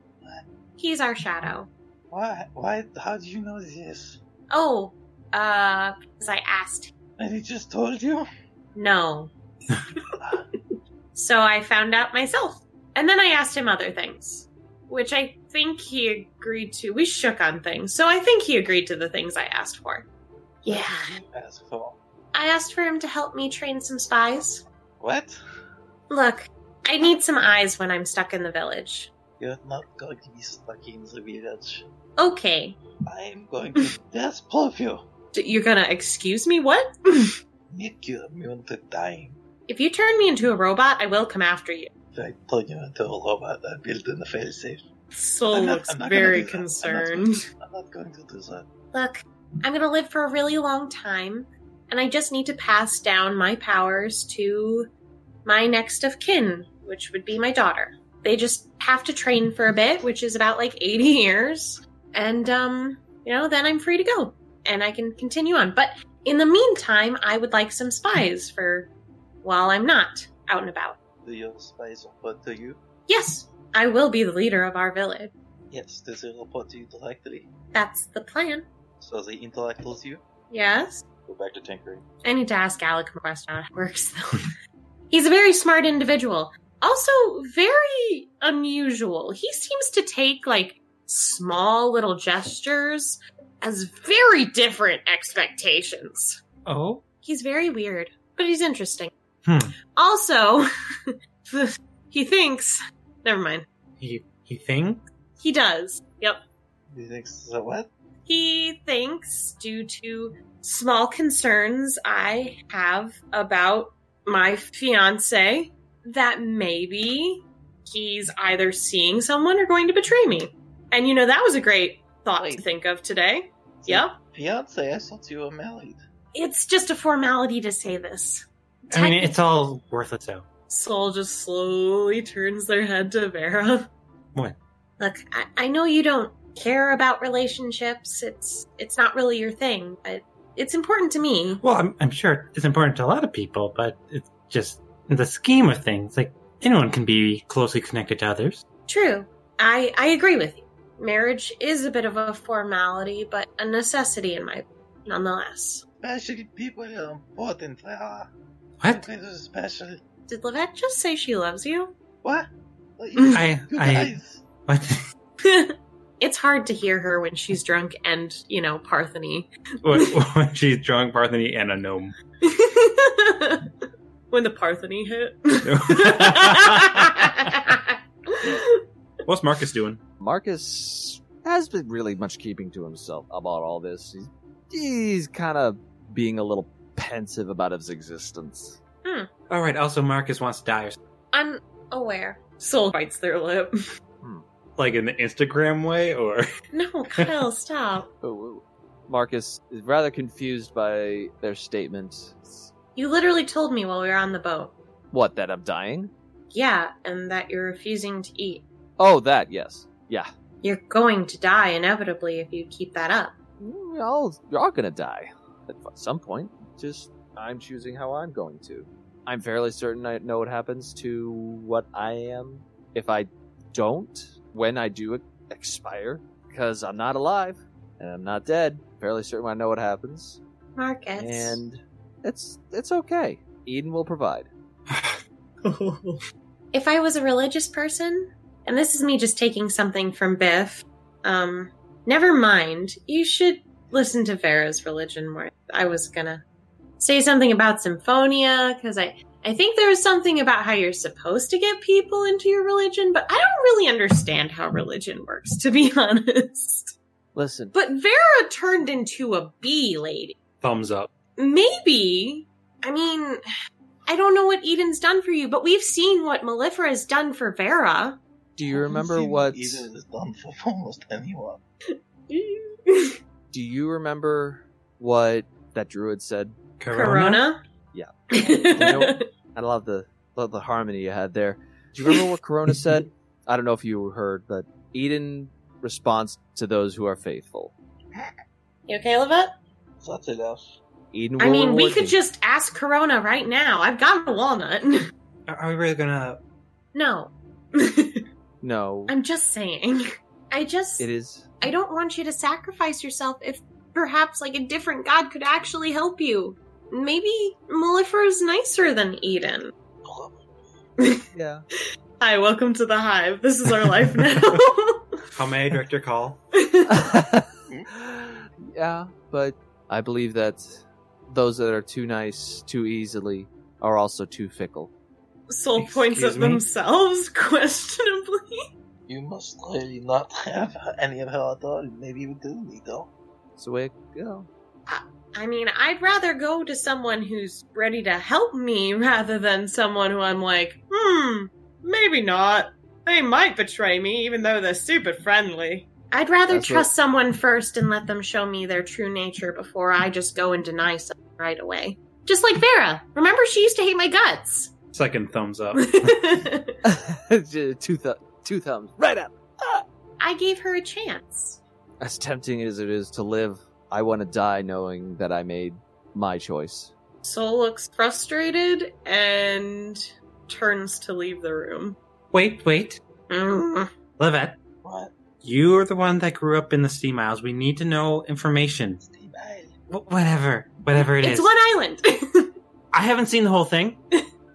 Speaker 4: He's our shadow.
Speaker 5: why? Why? How do you know this?
Speaker 4: Oh, uh, because I asked.
Speaker 5: And he just
Speaker 4: [LAUGHS]
Speaker 5: told you.
Speaker 4: No. so I found out myself. And then I asked him other things, which I think he agreed to. We shook on things, so I think he agreed to the things I asked for. Yeah.
Speaker 5: As for
Speaker 4: I asked for him to help me train some spies.
Speaker 5: what?
Speaker 4: Look, I need some eyes when I'm stuck in the village.
Speaker 5: You're not going to be stuck in the village.
Speaker 4: Okay,
Speaker 5: I'm
Speaker 4: [LAUGHS]
Speaker 5: going to despoil you.
Speaker 4: D- You're gonna excuse me? What?
Speaker 5: [LAUGHS] Make you immune to dying.
Speaker 4: if you turn me into a robot, I will come after you.
Speaker 5: I told you to roll about that built in the failsafe.
Speaker 4: Soul
Speaker 5: I'm not-
Speaker 4: Oh, looks
Speaker 5: I'm not gonna
Speaker 4: very
Speaker 5: do that. I'm not
Speaker 4: concerned.
Speaker 5: [LAUGHS] I'm not going to do that.
Speaker 4: Look, I'm gonna live for a really long time, and I just need to pass down my powers to my next of kin, which would be my daughter. They just have to train for a bit, which is about like 80 years, and um, you know, then I'm free to go and I can continue on. But in the meantime, I would like some spies for while I'm not out and about.
Speaker 5: Do your spies report to you?
Speaker 4: Yes, I will be the leader of our village.
Speaker 5: Yes, does it report to you directly?
Speaker 4: That's the plan.
Speaker 5: So they intellectuals you?
Speaker 4: Yes.
Speaker 5: Go back to tinkering.
Speaker 4: I need to ask Alec a question on how it works, though. [LAUGHS] He's a very smart individual. Also, very unusual. He seems to take, like, small little gestures as very different expectations.
Speaker 2: Oh,
Speaker 4: He's very weird, but he's interesting.
Speaker 2: Hmm.
Speaker 4: Also, [LAUGHS] he thinks. Never mind.
Speaker 2: he he thing.
Speaker 4: He does. Yep.
Speaker 5: He thinks, so what?
Speaker 4: He thinks, due to small concerns I have about my fiance, that maybe he's either seeing someone or going to betray me. And you know, that was a great thought to
Speaker 5: Wait.
Speaker 4: think of today. Yep.
Speaker 5: Fiance, I thought you were married.
Speaker 4: It's just a formality to say this.
Speaker 2: I mean, it's all worthless though.
Speaker 4: Soul just slowly turns their head to Vera.
Speaker 2: What?
Speaker 4: Look, I, I know you don't care about relationships. It's it's not really your thing, but it's important to me.
Speaker 2: Well, I'm, I'm sure it's important to a lot of people, but it's just in the scheme of things. Like anyone can be closely connected to others.
Speaker 4: True. I I agree with you. Marriage is a bit of a formality, but a necessity in my nonetheless.
Speaker 5: Especially people are important. They are. [LAUGHS]
Speaker 2: What?
Speaker 5: People are special.
Speaker 4: Did Levette just say she loves you? [LAUGHS]
Speaker 5: What? What you-
Speaker 2: Hmm. I
Speaker 5: you
Speaker 2: I
Speaker 5: guys.
Speaker 2: what?
Speaker 13: [LAUGHS]
Speaker 4: it's hard to hear her when she's drunk and, you know, Partheny.
Speaker 13: when, when she's drunk, Partheny and a gnome.
Speaker 4: [LAUGHS] when the Partheny hit.
Speaker 13: What's Marcus doing?
Speaker 7: Marcus has been really much keeping to himself about all this. He's, he's kind of being a little pensive about his existence.
Speaker 6: All right. Also, Marcus wants to die, or something.
Speaker 4: [LAUGHS] I'm aware. Soul bites their lip.
Speaker 6: like in the Instagram way,
Speaker 2: [LAUGHS]
Speaker 6: or
Speaker 4: [LAUGHS] No, Kyle, stop.
Speaker 7: Oh, whoa. Marcus is rather confused by their statement.
Speaker 4: You literally told me while we were on the boat.
Speaker 7: What, that I'm dying?
Speaker 4: Yeah, and that you're refusing to eat.
Speaker 7: Oh, that, yes. Yeah.
Speaker 4: You're going to die inevitably if you keep that up.
Speaker 7: We're all, we're all gonna die at some point. Just, I'm choosing how I'm going to. I'm fairly certain I know what happens to what I am if I don't, when I do e-, expire, because I'm not alive and I'm not dead. Fairly certain I know what happens.
Speaker 4: Marcus.
Speaker 7: And it's, it's okay. Eden will provide.
Speaker 4: if I was a religious person, and this is me just taking something from Biff, um, never mind. You should listen to Vera's religion more. I was gonna say something about Symphonia, because I, I think there was something about how you're supposed to get people into your religion, but I don't really understand how religion works, to be [LAUGHS] honest.
Speaker 7: Listen,
Speaker 4: But Vera turned into a bee lady
Speaker 6: thumbs up.
Speaker 4: maybe i mean i don't know what eden's done for you but we've seen what mellifera has done for
Speaker 7: [LAUGHS]
Speaker 4: vera
Speaker 7: do you remember what?
Speaker 5: Either is done for [LAUGHS] almost anyone.
Speaker 7: Do you remember what that druid said?
Speaker 4: corona [LAUGHS]
Speaker 7: Yeah.
Speaker 4: yeah
Speaker 7: know- I love the love the harmony you had there. Do you remember what Corona said? I don't know if you heard, but Eden responds to those who are faithful.
Speaker 4: you okay Levette?
Speaker 5: That's enough.
Speaker 7: Eden. Will
Speaker 4: i mean we
Speaker 7: reward
Speaker 4: could
Speaker 7: you.
Speaker 4: just ask corona right now i've got a walnut [LAUGHS]
Speaker 2: Are, are we really gonna?
Speaker 4: no [LAUGHS]
Speaker 7: No,
Speaker 4: i'm just saying i just
Speaker 7: it is.
Speaker 4: i don't want you to sacrifice yourself if perhaps like a different god could actually help you maybe mellifera's nicer than eden [LAUGHS]
Speaker 7: Yeah. [LAUGHS]
Speaker 4: Hi, welcome to the Hive. This is our life [LAUGHS] now.
Speaker 2: How may I direct your call?
Speaker 7: yeah, but I believe that those that are too nice too easily are also too fickle.
Speaker 4: Soul
Speaker 6: Excuse
Speaker 4: points at
Speaker 6: me?
Speaker 4: themselves [LAUGHS] questionably.
Speaker 5: You must really not [LAUGHS] have any of her at all. Maybe we do need her.
Speaker 7: So we go. [LAUGHS]
Speaker 4: I mean, I'd rather go to someone who's ready to help me rather than someone who I'm like, hmm, maybe not. They might betray me, even though they're super friendly. I'd rather
Speaker 7: That's
Speaker 4: trust someone first and let them show me their true nature before I just go and deny something right away. Just like Vera. Remember, she used to hate my guts.
Speaker 6: Second thumbs up. Oh.
Speaker 7: two, thu- two thumbs right up.
Speaker 4: [LAUGHS] I gave her a chance.
Speaker 7: As tempting as it is to live, I want to die knowing that I made my choice.
Speaker 4: Soul looks frustrated and turns to leave the room.
Speaker 2: Wait, wait,
Speaker 4: Mm.
Speaker 2: Levette.
Speaker 5: What?
Speaker 2: You are the one that grew up in the Steam Isles. We need to know information.
Speaker 5: Steve, hey.
Speaker 2: Wh- whatever, whatever it
Speaker 4: it's
Speaker 2: is.
Speaker 4: one island. [LAUGHS]
Speaker 2: I haven't seen the whole thing.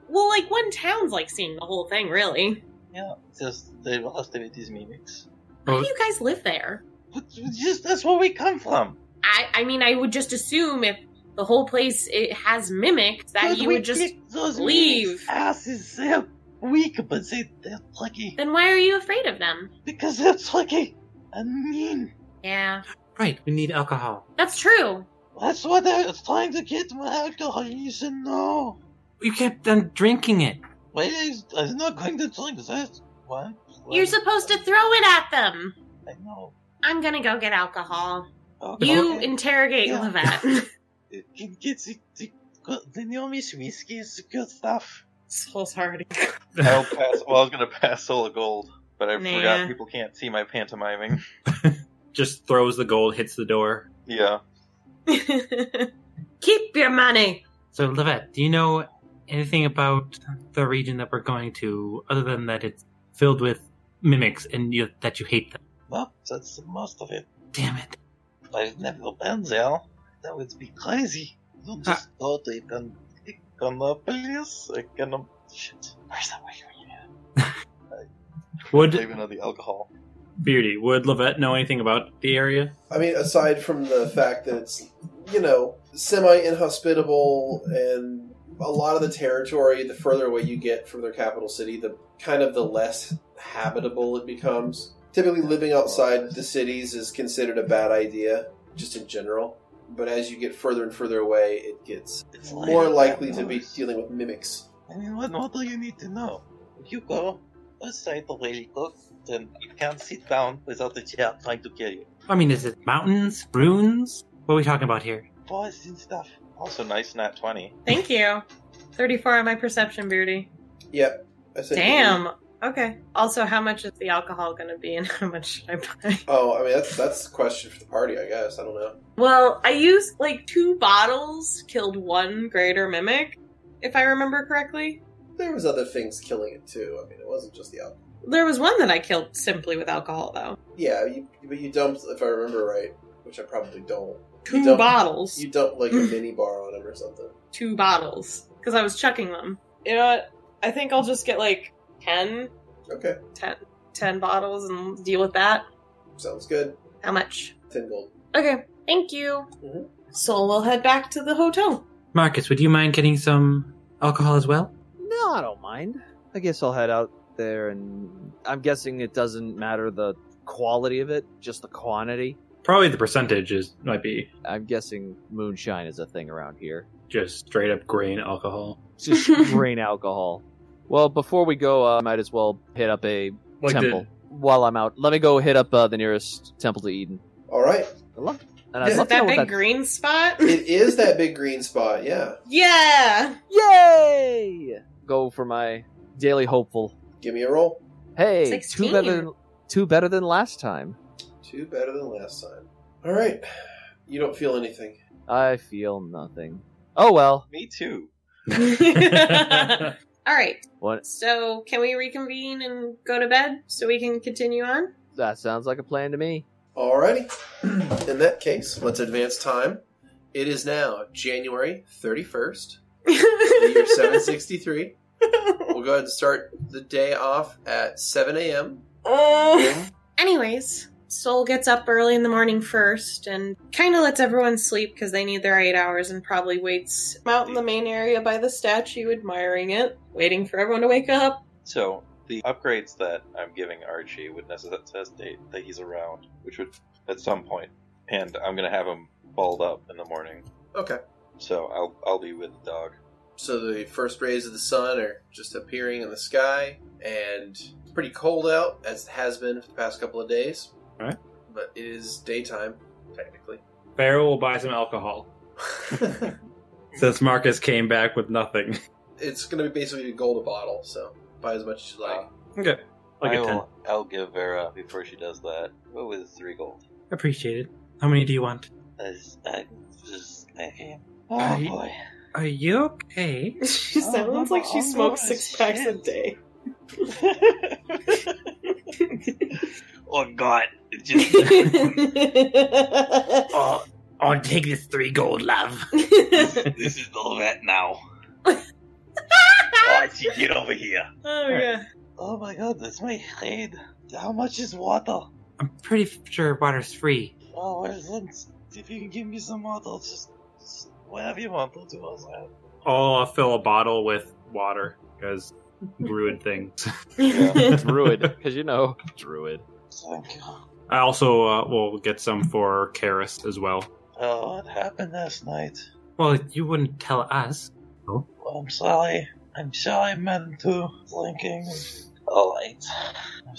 Speaker 4: well, like one town's like seeing the whole thing, really.
Speaker 5: Yeah, just the last of it is mimics.
Speaker 2: Oh.
Speaker 4: How do you guys live there?
Speaker 5: But just that's where we come from.
Speaker 4: I, I mean, I would just assume if the whole place it has mimics that
Speaker 5: But
Speaker 4: you
Speaker 5: we
Speaker 4: would just.
Speaker 5: kick those
Speaker 4: leave.
Speaker 5: mimics' Asses, they're weak, but they they're tricky
Speaker 4: Then why are you afraid of them?
Speaker 5: because they're tricky and mean.
Speaker 4: Yeah,
Speaker 2: Right, we need alcohol.
Speaker 4: that's true.
Speaker 5: That's what I was trying to get my alcohol. You said no.
Speaker 2: You kept on drinking it.
Speaker 5: Wait, I- I'm not going to drink that. What?
Speaker 4: You're supposed to throw it at them.
Speaker 5: I know.
Speaker 4: I'm gonna go get alcohol.
Speaker 5: Okay.
Speaker 4: You interrogate
Speaker 5: Yeah.
Speaker 4: Levette.
Speaker 5: It can get the, the, good- the Naomi's whiskey is the good stuff.
Speaker 4: Soul's already
Speaker 5: [LAUGHS] I'll pass. Well, I was gonna pass all the gold, but I
Speaker 4: Nah.
Speaker 5: forgot people can't see my pantomiming. [LAUGHS]
Speaker 6: Just throws the gold, hits the door.
Speaker 5: Yeah.
Speaker 4: [LAUGHS] Keep your money.
Speaker 2: So, Levette, do you know anything about the region that we're going to, other than that it's filled with mimics and you, that you hate them?
Speaker 5: No, that's the most of it.
Speaker 2: Damn it!
Speaker 5: I've never been there. That would be um crazy. You just thought they can can uh, police. I can shit. Where's that way?
Speaker 6: Would
Speaker 5: Even know the alcohol.
Speaker 6: Beardy? Would Levette know anything about the area?
Speaker 3: I mean, aside from the fact that it's, you know, semi inhospitable and a lot of the territory, the further away you get from their capital city, the kind of the less habitable it becomes. Typically, living outside the cities is considered a bad idea, just in general. but as you get further and further away, it gets
Speaker 5: It's
Speaker 3: more likely
Speaker 5: that
Speaker 3: to be
Speaker 5: noise.
Speaker 3: dealing with mimics.
Speaker 5: I mean, what more do you need to know? If you go outside the lady cook, then you can't sit down without the chair trying to kill you.
Speaker 2: I mean, is it mountains, runes? What are we talking about here?
Speaker 5: Forest and stuff. Also, nice nat 20.
Speaker 4: Thank you. 34 on my perception, Beardy.
Speaker 3: Yep. I said-
Speaker 4: Damn. Okay. Also, how much is the alcohol going to be and [LAUGHS] how much should I buy?
Speaker 3: Oh, I mean that's that's the question for the party, I guess. I don't know.
Speaker 4: Well, I used like two bottles, killed one greater mimic, if I remember correctly.
Speaker 3: There was other things killing it too. I mean, it wasn't just the alcohol.
Speaker 4: There was one that I killed simply with alcohol, though.
Speaker 3: Yeah, you, but you dumped, if I remember right, which I probably don't.
Speaker 4: Two
Speaker 3: don't-
Speaker 4: bottles.
Speaker 3: You dumped like a mini bar on him or something.
Speaker 4: two bottles because I was chucking them. You know what? I think I'll just get like 10,
Speaker 3: Okay,
Speaker 4: 10, 10 bottles and deal with that.
Speaker 3: sounds good.
Speaker 4: How much?
Speaker 3: Ten gold.
Speaker 4: Okay, thank you.
Speaker 3: Mhm.
Speaker 4: So we'll head back to the hotel.
Speaker 2: Marcus, would you mind getting some alcohol as well?
Speaker 7: No, I don't mind. I guess I'll head out there, and I'm guessing it doesn't matter the quality of it, just the quantity.
Speaker 14: Probably the percentage is might be
Speaker 7: I'm guessing moonshine is a thing around here.
Speaker 14: just straight up grain alcohol.
Speaker 7: Just grain alcohol. Well, before we go, uh, I might as well hit up a
Speaker 14: Like the-
Speaker 7: temple while I'm out. Let me go hit up uh, the nearest temple to Eden.
Speaker 3: All right,
Speaker 7: I love, and
Speaker 3: Is
Speaker 7: I'd
Speaker 4: Is
Speaker 3: it
Speaker 7: love
Speaker 4: it
Speaker 7: to know
Speaker 4: that
Speaker 7: what
Speaker 4: big
Speaker 7: that-
Speaker 4: green spot?
Speaker 3: it is that big green spot. Yeah,
Speaker 4: [LAUGHS] yeah! [LAUGHS]
Speaker 7: Yay! Go for my daily hopeful.
Speaker 3: give me a roll.
Speaker 7: Hey, two
Speaker 4: 16.
Speaker 7: better than two better than last time.
Speaker 3: Two better than last time. All right, you don't feel anything.
Speaker 7: I feel nothing. Oh well.
Speaker 5: Me too.
Speaker 4: All right,
Speaker 7: What?
Speaker 4: so can we reconvene and go to bed so we can continue
Speaker 5: [LAUGHS]
Speaker 4: on?
Speaker 7: That sounds like a plan to me.
Speaker 3: Alrighty. In that case, let's advance time. It is now January 31st, the year 763. We'll go ahead and start the day off at 7 a.m.
Speaker 4: Uh, Anyways, Soul gets up early in the morning first and kind of lets everyone sleep because they need their eight hours and probably waits out in the main area by the statue, admiring it, waiting for everyone to wake up. [LAUGHS]
Speaker 5: So, the upgrades that I'm giving Archie would necessitate that he's around, which would at some point, and I'm gonna have him balled up in the morning.
Speaker 3: Okay.
Speaker 5: So I'll I'll be with the dog.
Speaker 3: So the first rays of the sun are just appearing in the sky, and it's pretty cold out, as it has been for the past couple of days.
Speaker 14: Alright.
Speaker 3: But it is daytime,
Speaker 6: [LAUGHS]
Speaker 3: technically.
Speaker 14: [LAUGHS]
Speaker 3: [LAUGHS]
Speaker 14: Pharaoh will buy some alcohol since Marcus came back with nothing. [LAUGHS]
Speaker 3: it's going to be basically a gold a bottle, so buy as much as you
Speaker 6: Ah.
Speaker 3: like.
Speaker 14: Like
Speaker 5: I
Speaker 14: a ten.
Speaker 5: will, I'll give Vera before she does that. What was three gold?
Speaker 2: Appreciate it. How many do you want?
Speaker 5: That's- that was- okay.
Speaker 2: Uh,
Speaker 5: Oh
Speaker 2: you-
Speaker 5: boy.
Speaker 2: Are you okay?
Speaker 4: She
Speaker 5: Oh,
Speaker 4: sounds like she
Speaker 5: oh,
Speaker 4: smokes
Speaker 5: oh,
Speaker 4: six packs a
Speaker 5: shit.
Speaker 4: day.
Speaker 5: [LAUGHS]
Speaker 4: [LAUGHS]
Speaker 5: oh god. [LAUGHS] It
Speaker 2: Oh, I'll take this three gold, love.
Speaker 5: this is all that now. Archie, get over here.
Speaker 4: oh yeah.
Speaker 5: Oh my god, that's my head. How much is water?
Speaker 2: I'm pretty sure water's free.
Speaker 5: Oh, what is it? If you can give me some water, I'll just, just whatever you want, I'll do all that.
Speaker 14: I'll uh, fill a bottle with water because ruined things.
Speaker 7: [LAUGHS] Druid, because you [LAUGHS] know, Druid.
Speaker 5: Thank you.
Speaker 14: I also uh, will get some for Karis as well.
Speaker 5: Oh, what happened last night?
Speaker 2: Well, you wouldn't tell us.
Speaker 5: Well, I'm sorry. I'm sorry, man, too. Drinking. Alright.
Speaker 14: All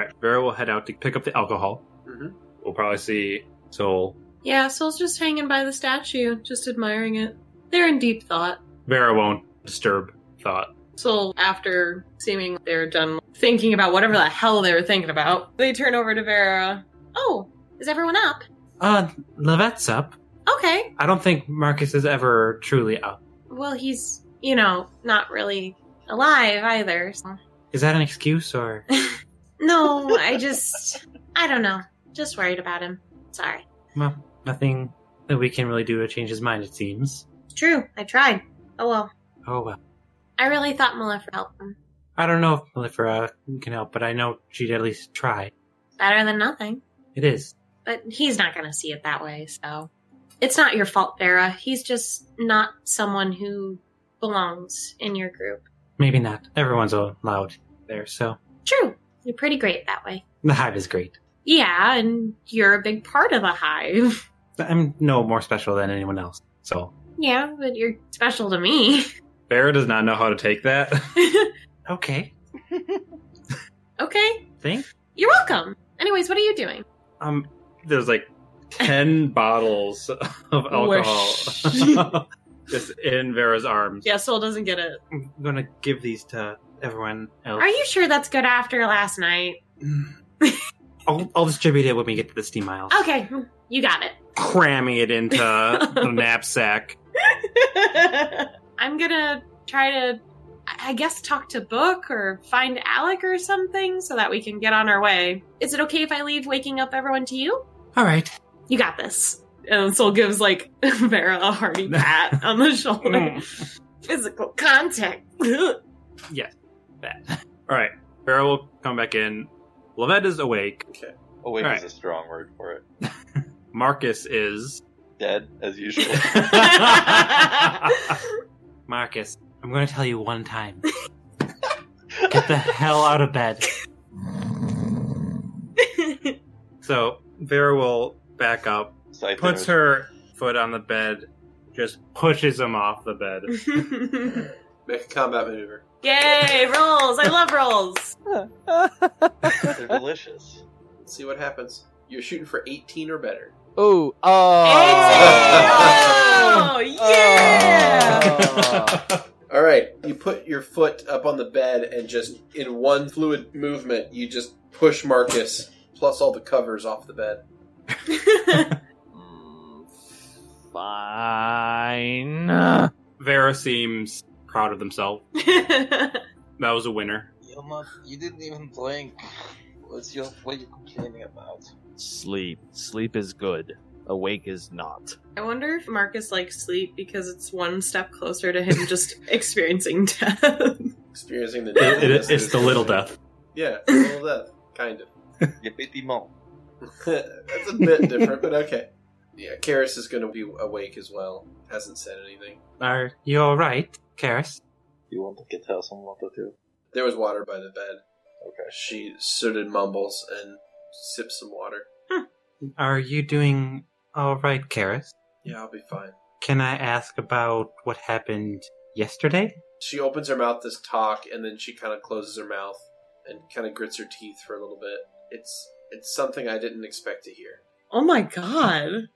Speaker 14: right, Vera will head out to pick up the alcohol.
Speaker 2: Mm-hmm.
Speaker 3: Mhm.
Speaker 14: We'll probably see Soul.
Speaker 4: Yeah, Soul's just hanging by the statue, just admiring it. They're in deep thought.
Speaker 14: Vera won't disturb thought.
Speaker 4: So after seeming they're done thinking about whatever the hell they were thinking about, they turn over to Vera. Oh, is everyone up?
Speaker 2: Uh, Levette's up.
Speaker 4: Okay.
Speaker 2: I don't think Marcus is ever truly up.
Speaker 4: Well, he's, you know, not really alive either. so-
Speaker 2: Is that an excuse or?
Speaker 4: No, I just, I don't know. Just worried about him. Sorry.
Speaker 2: Well, nothing that we can really do to change his mind, it seems.
Speaker 4: True, I tried. Oh well.
Speaker 2: Oh well.
Speaker 4: I really thought Malefer helped him.
Speaker 2: I don't know if Mellifera can help, but I know she'd at least try.
Speaker 4: Better than nothing.
Speaker 2: It is.
Speaker 4: But he's not going to see it that way, so. It's not your fault, Vera. He's just not someone who belongs in your group.
Speaker 2: Maybe not. Everyone's allowed there, so
Speaker 4: True. You're pretty great that way.
Speaker 2: the hive is great.
Speaker 4: Yeah, and you're a big part of the hive. [LAUGHS]
Speaker 6: I'm no more special than anyone else. So
Speaker 15: Yeah, but you're special to me.
Speaker 6: Farrah does not know how to take
Speaker 4: [LAUGHS]
Speaker 6: that. okay.
Speaker 15: okay,
Speaker 6: Thanks.
Speaker 15: you're welcome. Anyways, what are you doing?
Speaker 6: Um, there's like ten bottles of [LAUGHS] alcohol just in Vera's arms.
Speaker 4: Yeah, Soul doesn't get it.
Speaker 2: I'm gonna give these to everyone else.
Speaker 15: Are you sure that's good after last night?
Speaker 2: I'll, I'll distribute it when we get to the steam aisles.
Speaker 15: Okay, you got it.
Speaker 6: Cramming it
Speaker 15: [LAUGHS]
Speaker 6: into the knapsack.
Speaker 15: I'm gonna try to, I I guess, talk to Book or find Alec or something so that we can get on our way. Is it okay if I leave waking up everyone to you?
Speaker 2: All right.
Speaker 15: You got this.
Speaker 4: And Soul
Speaker 15: [LAUGHS]
Speaker 4: gives like Vera
Speaker 6: [LAUGHS]
Speaker 4: a hearty pat on the shoulder.
Speaker 6: Mm.
Speaker 15: Physical contact. [LAUGHS]
Speaker 6: [LAUGHS] All right, Vera will come back in. Lavette is awake.
Speaker 5: Oh, wait,
Speaker 6: Alright.
Speaker 5: is a strong word for it.
Speaker 6: Marcus is.
Speaker 5: Dead,
Speaker 6: [LAUGHS]
Speaker 5: as usual.
Speaker 2: Marcus, I'm going to tell you one time. Get the hell out of bed.
Speaker 6: So Vera will back up,
Speaker 5: So I
Speaker 6: puts her foot on the bed, just pushes him off the
Speaker 4: [LAUGHS]
Speaker 6: bed. [LAUGHS]
Speaker 3: Make a combat maneuver.
Speaker 15: Yay, rolls. I love rolls.
Speaker 5: think They're delicious.
Speaker 3: Let's see what happens. You're shooting for 18 or better.
Speaker 7: Oh, oh, uh,
Speaker 4: oh, yeah!
Speaker 3: All right, you put your foot up on the bed and just in one fluid movement, you just push Marcus plus all the covers off the bed.
Speaker 7: Mm, Fine.
Speaker 6: Vera seems proud of themselves. That was a winner.
Speaker 5: Yoma, you didn't even blink. What's your, what are you complaining about?
Speaker 7: Sleep. Sleep is good. Awake is not.
Speaker 4: [LAUGHS] I wonder if Marcus likes sleep because it's one step closer to him [LAUGHS] just experiencing death.
Speaker 3: Experiencing the
Speaker 6: It-
Speaker 3: deadliness
Speaker 6: it-
Speaker 3: of
Speaker 6: it's
Speaker 3: this
Speaker 6: the little
Speaker 3: movement.
Speaker 6: death.
Speaker 3: Yeah, it's the little death, kind of.
Speaker 5: You pity mo.
Speaker 3: That's a bit different, but okay. Yeah, Karis is going to be awake as well. Hasn't said anything.
Speaker 2: Are you all right, Karis?
Speaker 5: You want to get her some water too?
Speaker 3: There was water by the bed.
Speaker 5: Okay.
Speaker 3: She stood and mumbles and sips some water.
Speaker 2: Are you doing all right, Karis?
Speaker 3: Yeah, I'll be fine.
Speaker 2: Can I ask about what happened yesterday?
Speaker 3: She opens her mouth to talk, and then she kind of closes her mouth and kind of grits her teeth for a little bit. It's it's something I didn't expect to hear.
Speaker 4: [LAUGHS] oh my god.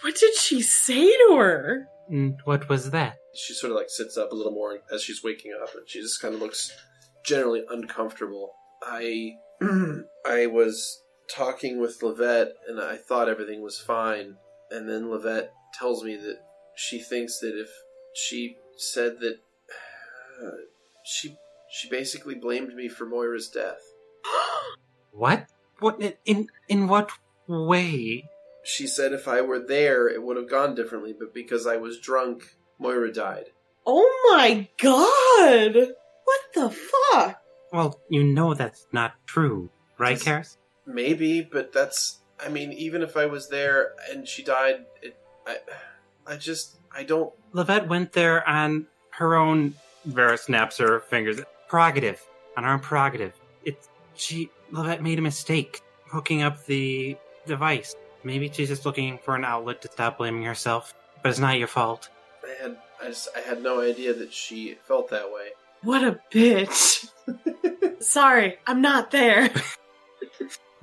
Speaker 4: What did she say to her?
Speaker 2: And what was that?
Speaker 3: She sort of like sits up a little more as she's waking up, and she just kind of looks generally uncomfortable. I
Speaker 4: Mm.
Speaker 3: I was talking with Levette, and I thought everything was fine, and then Levette tells me that she thinks that if she said that [SIGHS] she she basically blamed me for Moira's death.
Speaker 2: What? What in in what way?
Speaker 3: She said if I were there, it would have gone differently, but because I was drunk, Moira died.
Speaker 4: [GASPS] Oh my god! What the fuck?
Speaker 2: Well, you know that's not true, right,
Speaker 3: Just-
Speaker 2: Karis?
Speaker 3: Maybe, but that's. I mean, even if I was there and she died, it, I, I just, I don't.
Speaker 2: Lavette went there on her own. Vera snaps her fingers. Prerogative. On her own prerogative. It's she. Lavette made a mistake hooking up the device. Maybe she's just looking for an outlet to stop blaming herself. But it's not your fault.
Speaker 3: I had, I just, I had no idea that she felt that way.
Speaker 4: What a [LAUGHS] bitch. Sorry, I'm not there.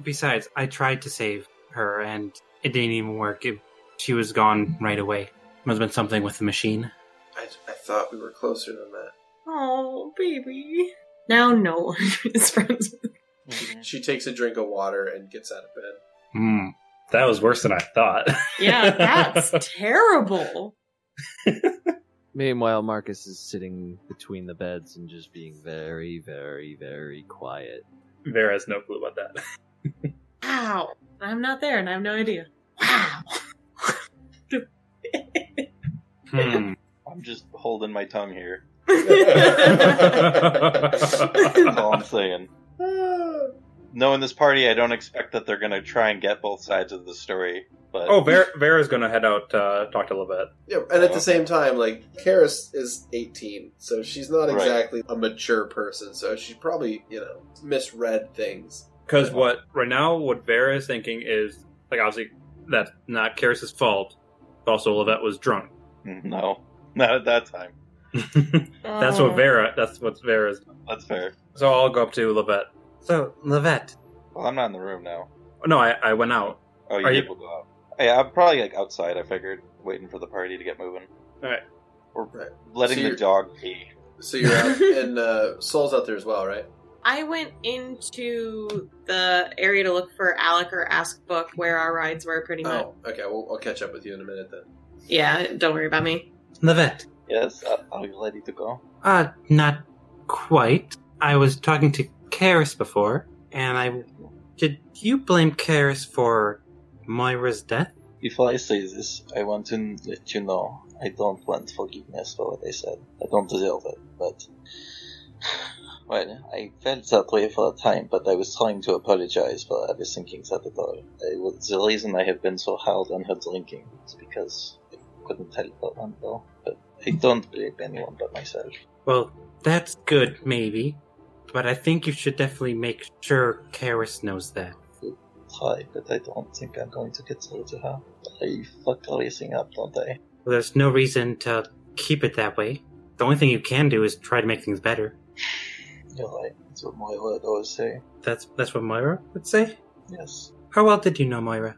Speaker 2: Besides, I tried to save her, and it didn't even work. It, she was gone right away. Must have been something with the machine.
Speaker 3: I, I thought we were closer than that.
Speaker 4: Oh, baby. Now no one [LAUGHS] is friends with
Speaker 5: Mm-hmm.
Speaker 3: She takes a drink of water and gets out of bed. [LAUGHS]
Speaker 6: Hmm. That was worse than I thought.
Speaker 4: Yeah, [LAUGHS] that's terrible.
Speaker 7: Meanwhile, Marcus is sitting between the beds and just being very, very, very quiet.
Speaker 6: Vera has no clue about that.
Speaker 4: Wow. I'm not there and I have no idea. [LAUGHS] Wow.
Speaker 6: Hmm.
Speaker 5: I'm just holding my tongue
Speaker 6: [LAUGHS]
Speaker 5: here. That's all I'm
Speaker 6: That's
Speaker 5: saying. Knowing this party, I don't expect that they're going to try and get both sides of the story. But
Speaker 6: Oh, Vera, Vera's gonna head out uh, talk to Lavette.
Speaker 3: Yeah, and at the same time, like Karis is eighteen, so she's not
Speaker 5: Right.
Speaker 3: exactly a mature person. So she probably, you know, misread things.
Speaker 6: Because what right now, what Vera is thinking is like obviously that's not Karis's fault. Also, Levette was drunk. [LAUGHS]
Speaker 5: No, [LAUGHS] not at that time.
Speaker 6: That's
Speaker 4: Oh.
Speaker 6: what
Speaker 4: Um,
Speaker 6: Vera. That's what Vera's.
Speaker 5: That's fair.
Speaker 6: So I'll go up to Levette. So Levette.
Speaker 5: Well, I'm not in the room now.
Speaker 6: No, I, I went out.
Speaker 5: Oh, you
Speaker 6: Are you-
Speaker 5: people go out. Yeah, I'm probably like outside. I figured, waiting for the party to get moving.
Speaker 6: Alright.
Speaker 5: Or
Speaker 3: Right.
Speaker 5: letting
Speaker 3: So
Speaker 5: the
Speaker 3: you're-
Speaker 5: dog pee.
Speaker 3: So you're out, and uh, Soul's out there as well, right?
Speaker 15: I went into the area to look for Alec or ask Book where our rides were, pretty much.
Speaker 3: Oh, okay. Well, I'll catch up with you in a minute then.
Speaker 15: Yeah, don't worry about me.
Speaker 2: Levette.
Speaker 5: Yes, uh, are you ready to go?
Speaker 2: Uh, not quite. I was talking to Karis before, and I. Did you blame Karis for Moira's death?
Speaker 5: Before I say this, I want to let you know I don't want forgiveness for what I said. I don't deserve it, but. [SIGHS] Well, I felt that way for a time, but I was trying to apologize for ever sinking that at all. I was, the reason I have been so hard on her drinking is because I couldn't help her one though. But I don't blame anyone but myself.
Speaker 2: Well, that's good, maybe. But I think you should definitely make sure Karis knows that.
Speaker 5: Try, but I don't think I'm going to get through to her. I fuck everything up, don't I?
Speaker 2: Well, there's no reason to keep it that way. The only thing you can do is try to make things better.
Speaker 5: You're right. That's what my word always say.
Speaker 2: That's that's what Moira would say.
Speaker 5: Yes.
Speaker 2: How well did you know Moira?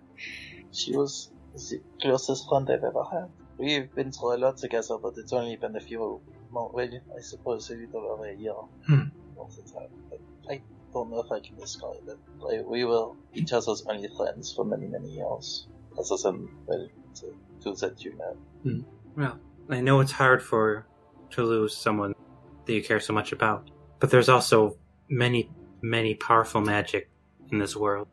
Speaker 5: She was the closest friend I've ever had. We've been through a lot together, but it's only been a few months. Well, I suppose a little over a year.
Speaker 2: Hmm.
Speaker 5: Most of the time. But I don't know if I can describe it. Like, we were each other's only friends for many, many years. Other than, well, the two that you met.
Speaker 2: Well, I know it's hard for to lose someone that you care so much about, but there's also many, many powerful magic in this world.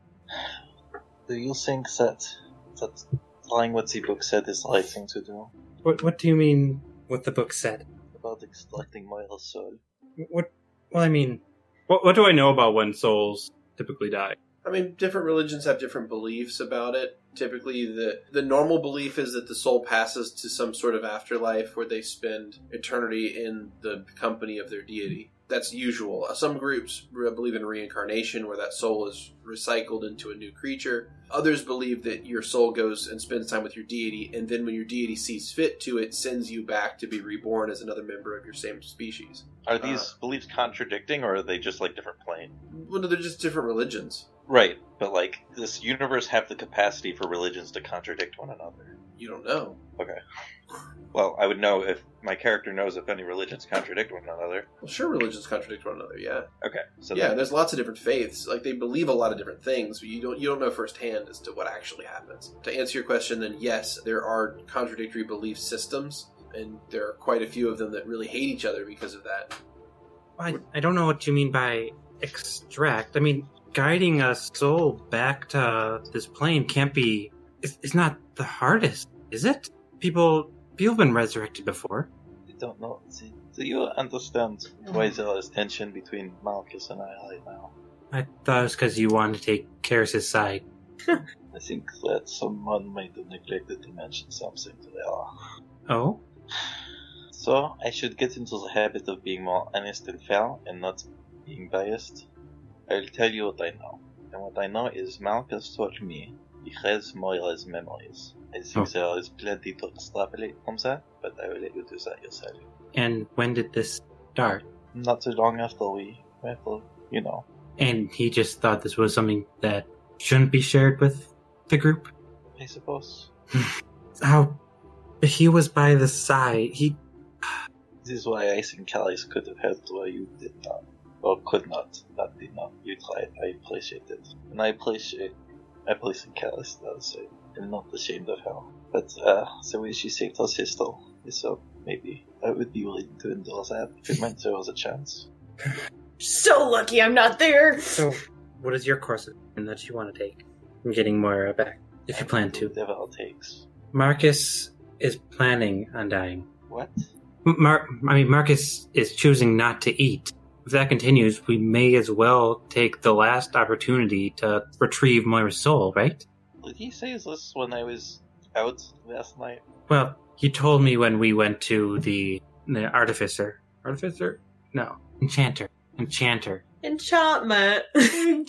Speaker 5: Do you think that, that trying what the book said is the right thing to do?
Speaker 2: What What do you mean? What the book said?
Speaker 5: About extracting Moira's soul?
Speaker 2: What? Well, I mean,
Speaker 6: What What do I know about when souls typically die?
Speaker 3: I mean, different religions have different beliefs about it. Typically, the the normal belief is that the soul passes to some sort of afterlife where they spend eternity in the company of their deity. That's usual. Uh, Some groups re- believe in reincarnation, where that soul is recycled into a new creature. Others believe that your soul goes and spends time with your deity, and then when your deity sees fit to it, sends you back to be reborn as another member of your same species.
Speaker 5: Are
Speaker 3: these
Speaker 5: beliefs contradicting, or are they just like different planes?
Speaker 3: Well, no, they're just different religions.
Speaker 5: Right, but like this universe have the capacity for religions to contradict one another.
Speaker 3: You don't know.
Speaker 5: Well, I would know if my character knows if any religions contradict one another.
Speaker 3: Well, sure, religions contradict one another. Yeah.
Speaker 5: Okay, so
Speaker 3: yeah,
Speaker 5: then-
Speaker 3: there's lots of different faiths. Like they believe a lot of different things, but you don't you don't know firsthand as to what actually happens. To answer your question, then yes, there are contradictory belief systems, and there are quite a few of them that really hate each other because of that.
Speaker 2: I, I don't know what you mean by extract. I mean, guiding a soul back to this plane can't be. It's, it's not the hardest, is it? People, people have been resurrected before.
Speaker 5: I don't know. See, do you understand why there is tension between Malchus and I right now?
Speaker 2: I thought it was because you wanted to take Karis's side.
Speaker 5: I think that someone might have neglected to mention something to the
Speaker 2: Oh,
Speaker 5: So I should get into the habit of being more honest and fair and not being biased. I'll tell you what I know. And what I know is Malchus taught me he has Moira's memories. I think there is plenty to extrapolate from that, but I will let you do that yourself.
Speaker 2: and when did this start?
Speaker 5: Not too long after we, after, you know,
Speaker 2: And he just thought this was something that shouldn't be shared with the group.
Speaker 5: I suppose.
Speaker 2: How he was by the side. He
Speaker 5: This is why I think Callis could have helped where you did not. Or could not. Not did not. You tried. I appreciate it. And I appreciate I place in Callis does it. I'm not ashamed of her. But uh the way she saved her sister is so maybe I would be willing to endorse that if it meant there was a chance.
Speaker 4: So lucky I'm not there.
Speaker 2: So, what is your course of action that you want to take? I'm getting Moira back, if you plan to.
Speaker 5: Whatever it takes.
Speaker 2: Marcus is planning on dying.
Speaker 5: What?
Speaker 2: M- Mar- I mean, Marcus is choosing not to eat. If that continues, we may as well take the last opportunity to retrieve Moira's soul, right?
Speaker 5: Did he say this when I was out last night?
Speaker 2: Well, you told me when we went to the, the artificer. Artificer? No. Enchanter. Enchanter.
Speaker 4: [LAUGHS] Enchantment.
Speaker 3: Enchantment.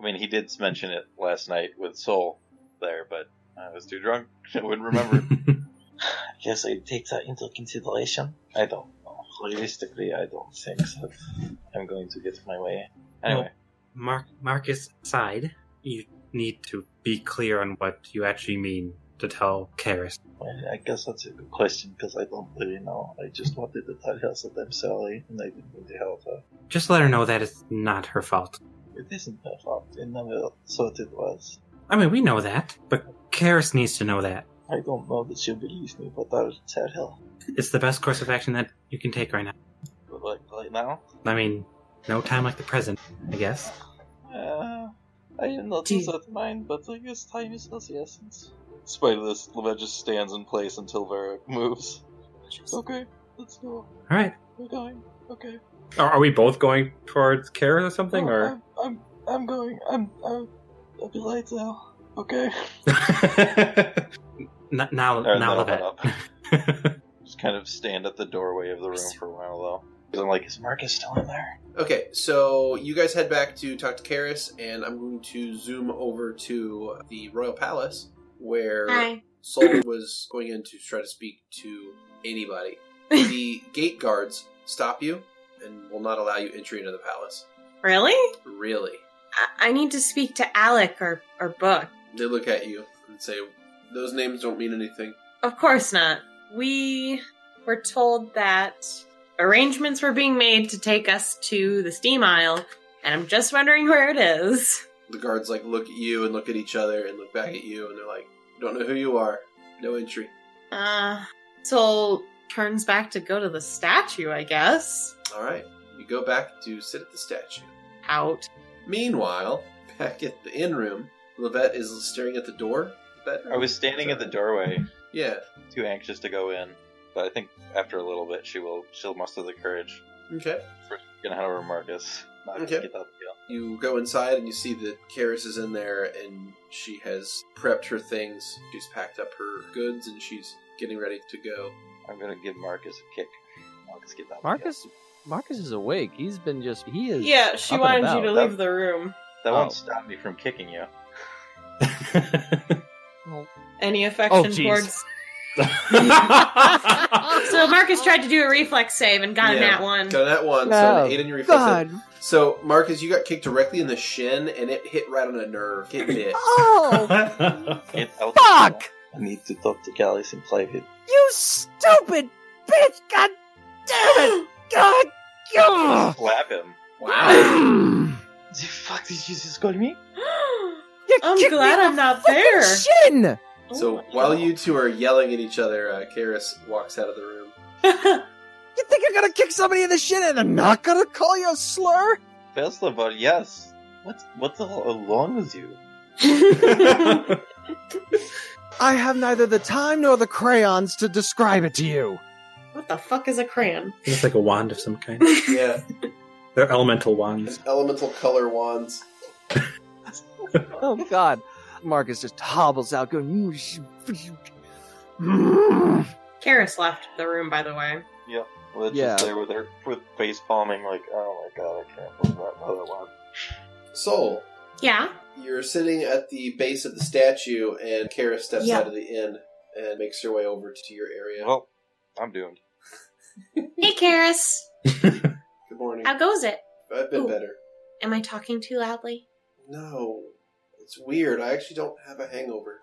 Speaker 5: I mean he did mention it last night with Soul. there, but I was too drunk. [LAUGHS] I wouldn't remember.
Speaker 2: [LAUGHS]
Speaker 5: I guess I take that into consideration. I don't know. Realistically, I don't think that I'm going to get my way. Anyway,
Speaker 2: Mark Marcus aside, you need to be clear on what you actually mean to tell Karis.
Speaker 5: well, I guess that's a good question because I don't really know. I just wanted to tell her that I'm sorry and I didn't mean to help her.
Speaker 2: Just let her know that it's not her fault.
Speaker 5: It isn't her fault. I never thought it was.
Speaker 2: I mean, we know that, but Karis needs to know that.
Speaker 5: I don't know that she'll believe me, but I'll tell her.
Speaker 2: It's the best course of action that you can take right now.
Speaker 5: But like right now,
Speaker 2: I mean, no time like the present, I guess.
Speaker 5: Uh, I am not in that mind, but I guess time is of the essence. Despite this, Levette just stands in place until Vera moves. Okay, let's go.
Speaker 2: All right.
Speaker 5: We're going. Okay.
Speaker 2: Are, are we both going towards Karis or something,
Speaker 5: No,
Speaker 2: or?
Speaker 5: I'm, I'm, I'm going. I'm, I'm, I'll be late now. Okay.
Speaker 2: [LAUGHS] N- now,
Speaker 5: Alright,
Speaker 2: now
Speaker 5: that'll head
Speaker 2: Levette.
Speaker 5: Just kind of stand at the doorway of the room for a while, though. 'Cause I'm like, is Marcus still in there?
Speaker 3: Okay, so you guys head back to talk to Karis, and I'm going to zoom over to the Royal Palace where
Speaker 4: Hi.
Speaker 3: Sol [COUGHS] was going in to try to speak to anybody. The gate guards stop you and will not allow you entry into the palace.
Speaker 4: Really?
Speaker 3: Really.
Speaker 4: I, I need to speak to Alec or, or Book.
Speaker 3: They look at you and say, Those names don't mean anything.
Speaker 4: Of course not. We were told that arrangements were being made to take us to the steam aisle, and I'm just wondering where it is.
Speaker 3: The guards like look at you and look at each other and look back at you and they're like, Don't know who you are. No entry.
Speaker 4: Uh, Sol turns back to go to the statue, I guess.
Speaker 3: Alright. You go back to sit at the statue.
Speaker 4: Out.
Speaker 3: Meanwhile, back at the inn room, Levette is staring at the door. That
Speaker 5: I was standing at the doorway,
Speaker 3: Yeah.
Speaker 5: too anxious to go in. But I think after a little bit, she will. She'll muster the courage.
Speaker 3: Okay.
Speaker 5: First, gonna head over to Marcus. Not gonna
Speaker 3: Okay.
Speaker 5: get that deal.
Speaker 3: You go inside and you see that Karis is in there and she has prepped her things. She's packed up her goods and she's getting ready to go.
Speaker 5: I'm gonna give Marcus a kick. Marcus, get that.
Speaker 7: Marcus, Marcus is awake. He's been just he is.
Speaker 16: Yeah, she
Speaker 7: up and
Speaker 16: wanted
Speaker 7: about.
Speaker 16: you to
Speaker 5: That-
Speaker 16: leave the room.
Speaker 5: That
Speaker 7: Oh.
Speaker 5: won't stop me from kicking you.
Speaker 16: Any affection
Speaker 7: Oh, jeez.
Speaker 16: towards
Speaker 4: [GASPS] So Marcus tried to do a reflex save and got a
Speaker 3: Yeah.
Speaker 4: nat one. [GASPS]
Speaker 3: Got that one, so
Speaker 7: Oh,
Speaker 3: an eight in your reflex.
Speaker 7: God.
Speaker 3: So Marcus, you got kicked directly in the shin and it hit right on a nerve. [LAUGHS] It did.
Speaker 7: Oh,
Speaker 5: Get out
Speaker 7: fuck!
Speaker 5: I need to talk to Gallus and play it.
Speaker 7: You stupid bitch! God damn it! God. Ugh.
Speaker 5: Slap him.
Speaker 3: Wow.
Speaker 5: The fuck did you just call me?
Speaker 7: You
Speaker 16: I'm
Speaker 7: kicked me
Speaker 16: glad
Speaker 7: in
Speaker 16: I'm
Speaker 7: the
Speaker 16: not
Speaker 7: fucking
Speaker 16: there.
Speaker 7: Shin.
Speaker 3: [LAUGHS] so while you two are yelling at each other, uh, Karis walks out of the room.
Speaker 7: You think you're gonna kick somebody in the shin and I'm not gonna call you a slur?
Speaker 5: First of all, yes. What's what the hell along with you?
Speaker 7: I have neither the time nor the crayons to describe it to you.
Speaker 16: [LAUGHS] What the fuck is a
Speaker 4: [LAUGHS]
Speaker 16: crayon?
Speaker 2: [LAUGHS] it's like a wand of some kind.
Speaker 3: Yeah.
Speaker 2: They're elemental wands. [LAUGHS]
Speaker 3: Elemental color wands.
Speaker 7: Oh God, Marcus just hobbles out, going. "You sh- you
Speaker 4: Karis left the room, by the way.
Speaker 5: Let's
Speaker 7: Yeah.
Speaker 5: just there with her with face palming like, oh my god, I can't believe that other one.
Speaker 3: Soul.
Speaker 4: Yeah.
Speaker 3: You're sitting at the base of the statue, and Kara steps
Speaker 4: Yeah.
Speaker 3: out of the inn and makes her way over to your area.
Speaker 5: Well, I'm [LAUGHS] doomed.
Speaker 4: Hey, Karis.
Speaker 3: Good morning.
Speaker 4: How
Speaker 3: I've,
Speaker 4: goes it?
Speaker 3: been
Speaker 4: Ooh.
Speaker 3: better.
Speaker 4: Am I talking too loudly?
Speaker 3: No, it's weird. I actually don't have a hangover.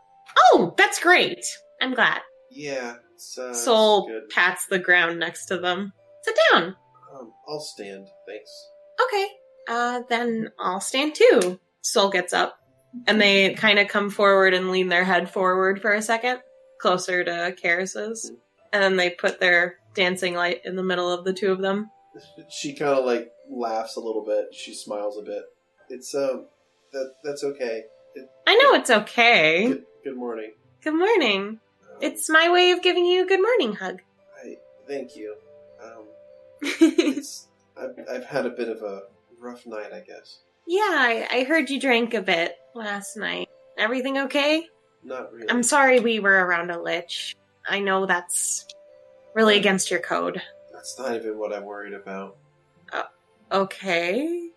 Speaker 4: Oh, that's great. I'm glad.
Speaker 3: Yeah, it's, uh, it's
Speaker 16: Soul
Speaker 3: good.
Speaker 16: pats the ground next to them.
Speaker 4: Sit down.
Speaker 3: Um, I'll stand. Thanks.
Speaker 4: Okay. Uh, then I'll stand too. Soul gets up, and they kind of come forward and lean their head forward for a second, closer to Karis's, and then they put their dancing light in the middle of the two of them.
Speaker 3: She kind of like laughs a little bit. She smiles a bit. It's um, that that's okay.
Speaker 4: I know it's okay.
Speaker 3: Good, good morning.
Speaker 4: Good morning.
Speaker 3: Um,
Speaker 4: It's my way of giving you a good morning hug.
Speaker 3: I thank you.
Speaker 4: [LAUGHS]
Speaker 3: Um,
Speaker 17: [LAUGHS]
Speaker 3: it's I've, I've had a bit of a rough night, I guess.
Speaker 4: yeah, I, I heard you drank a bit last night. Everything okay?
Speaker 3: Not really.
Speaker 4: I'm sorry we were around a lich. I know that's really against your code.
Speaker 3: That's not even what I'm worried about.
Speaker 4: Okay.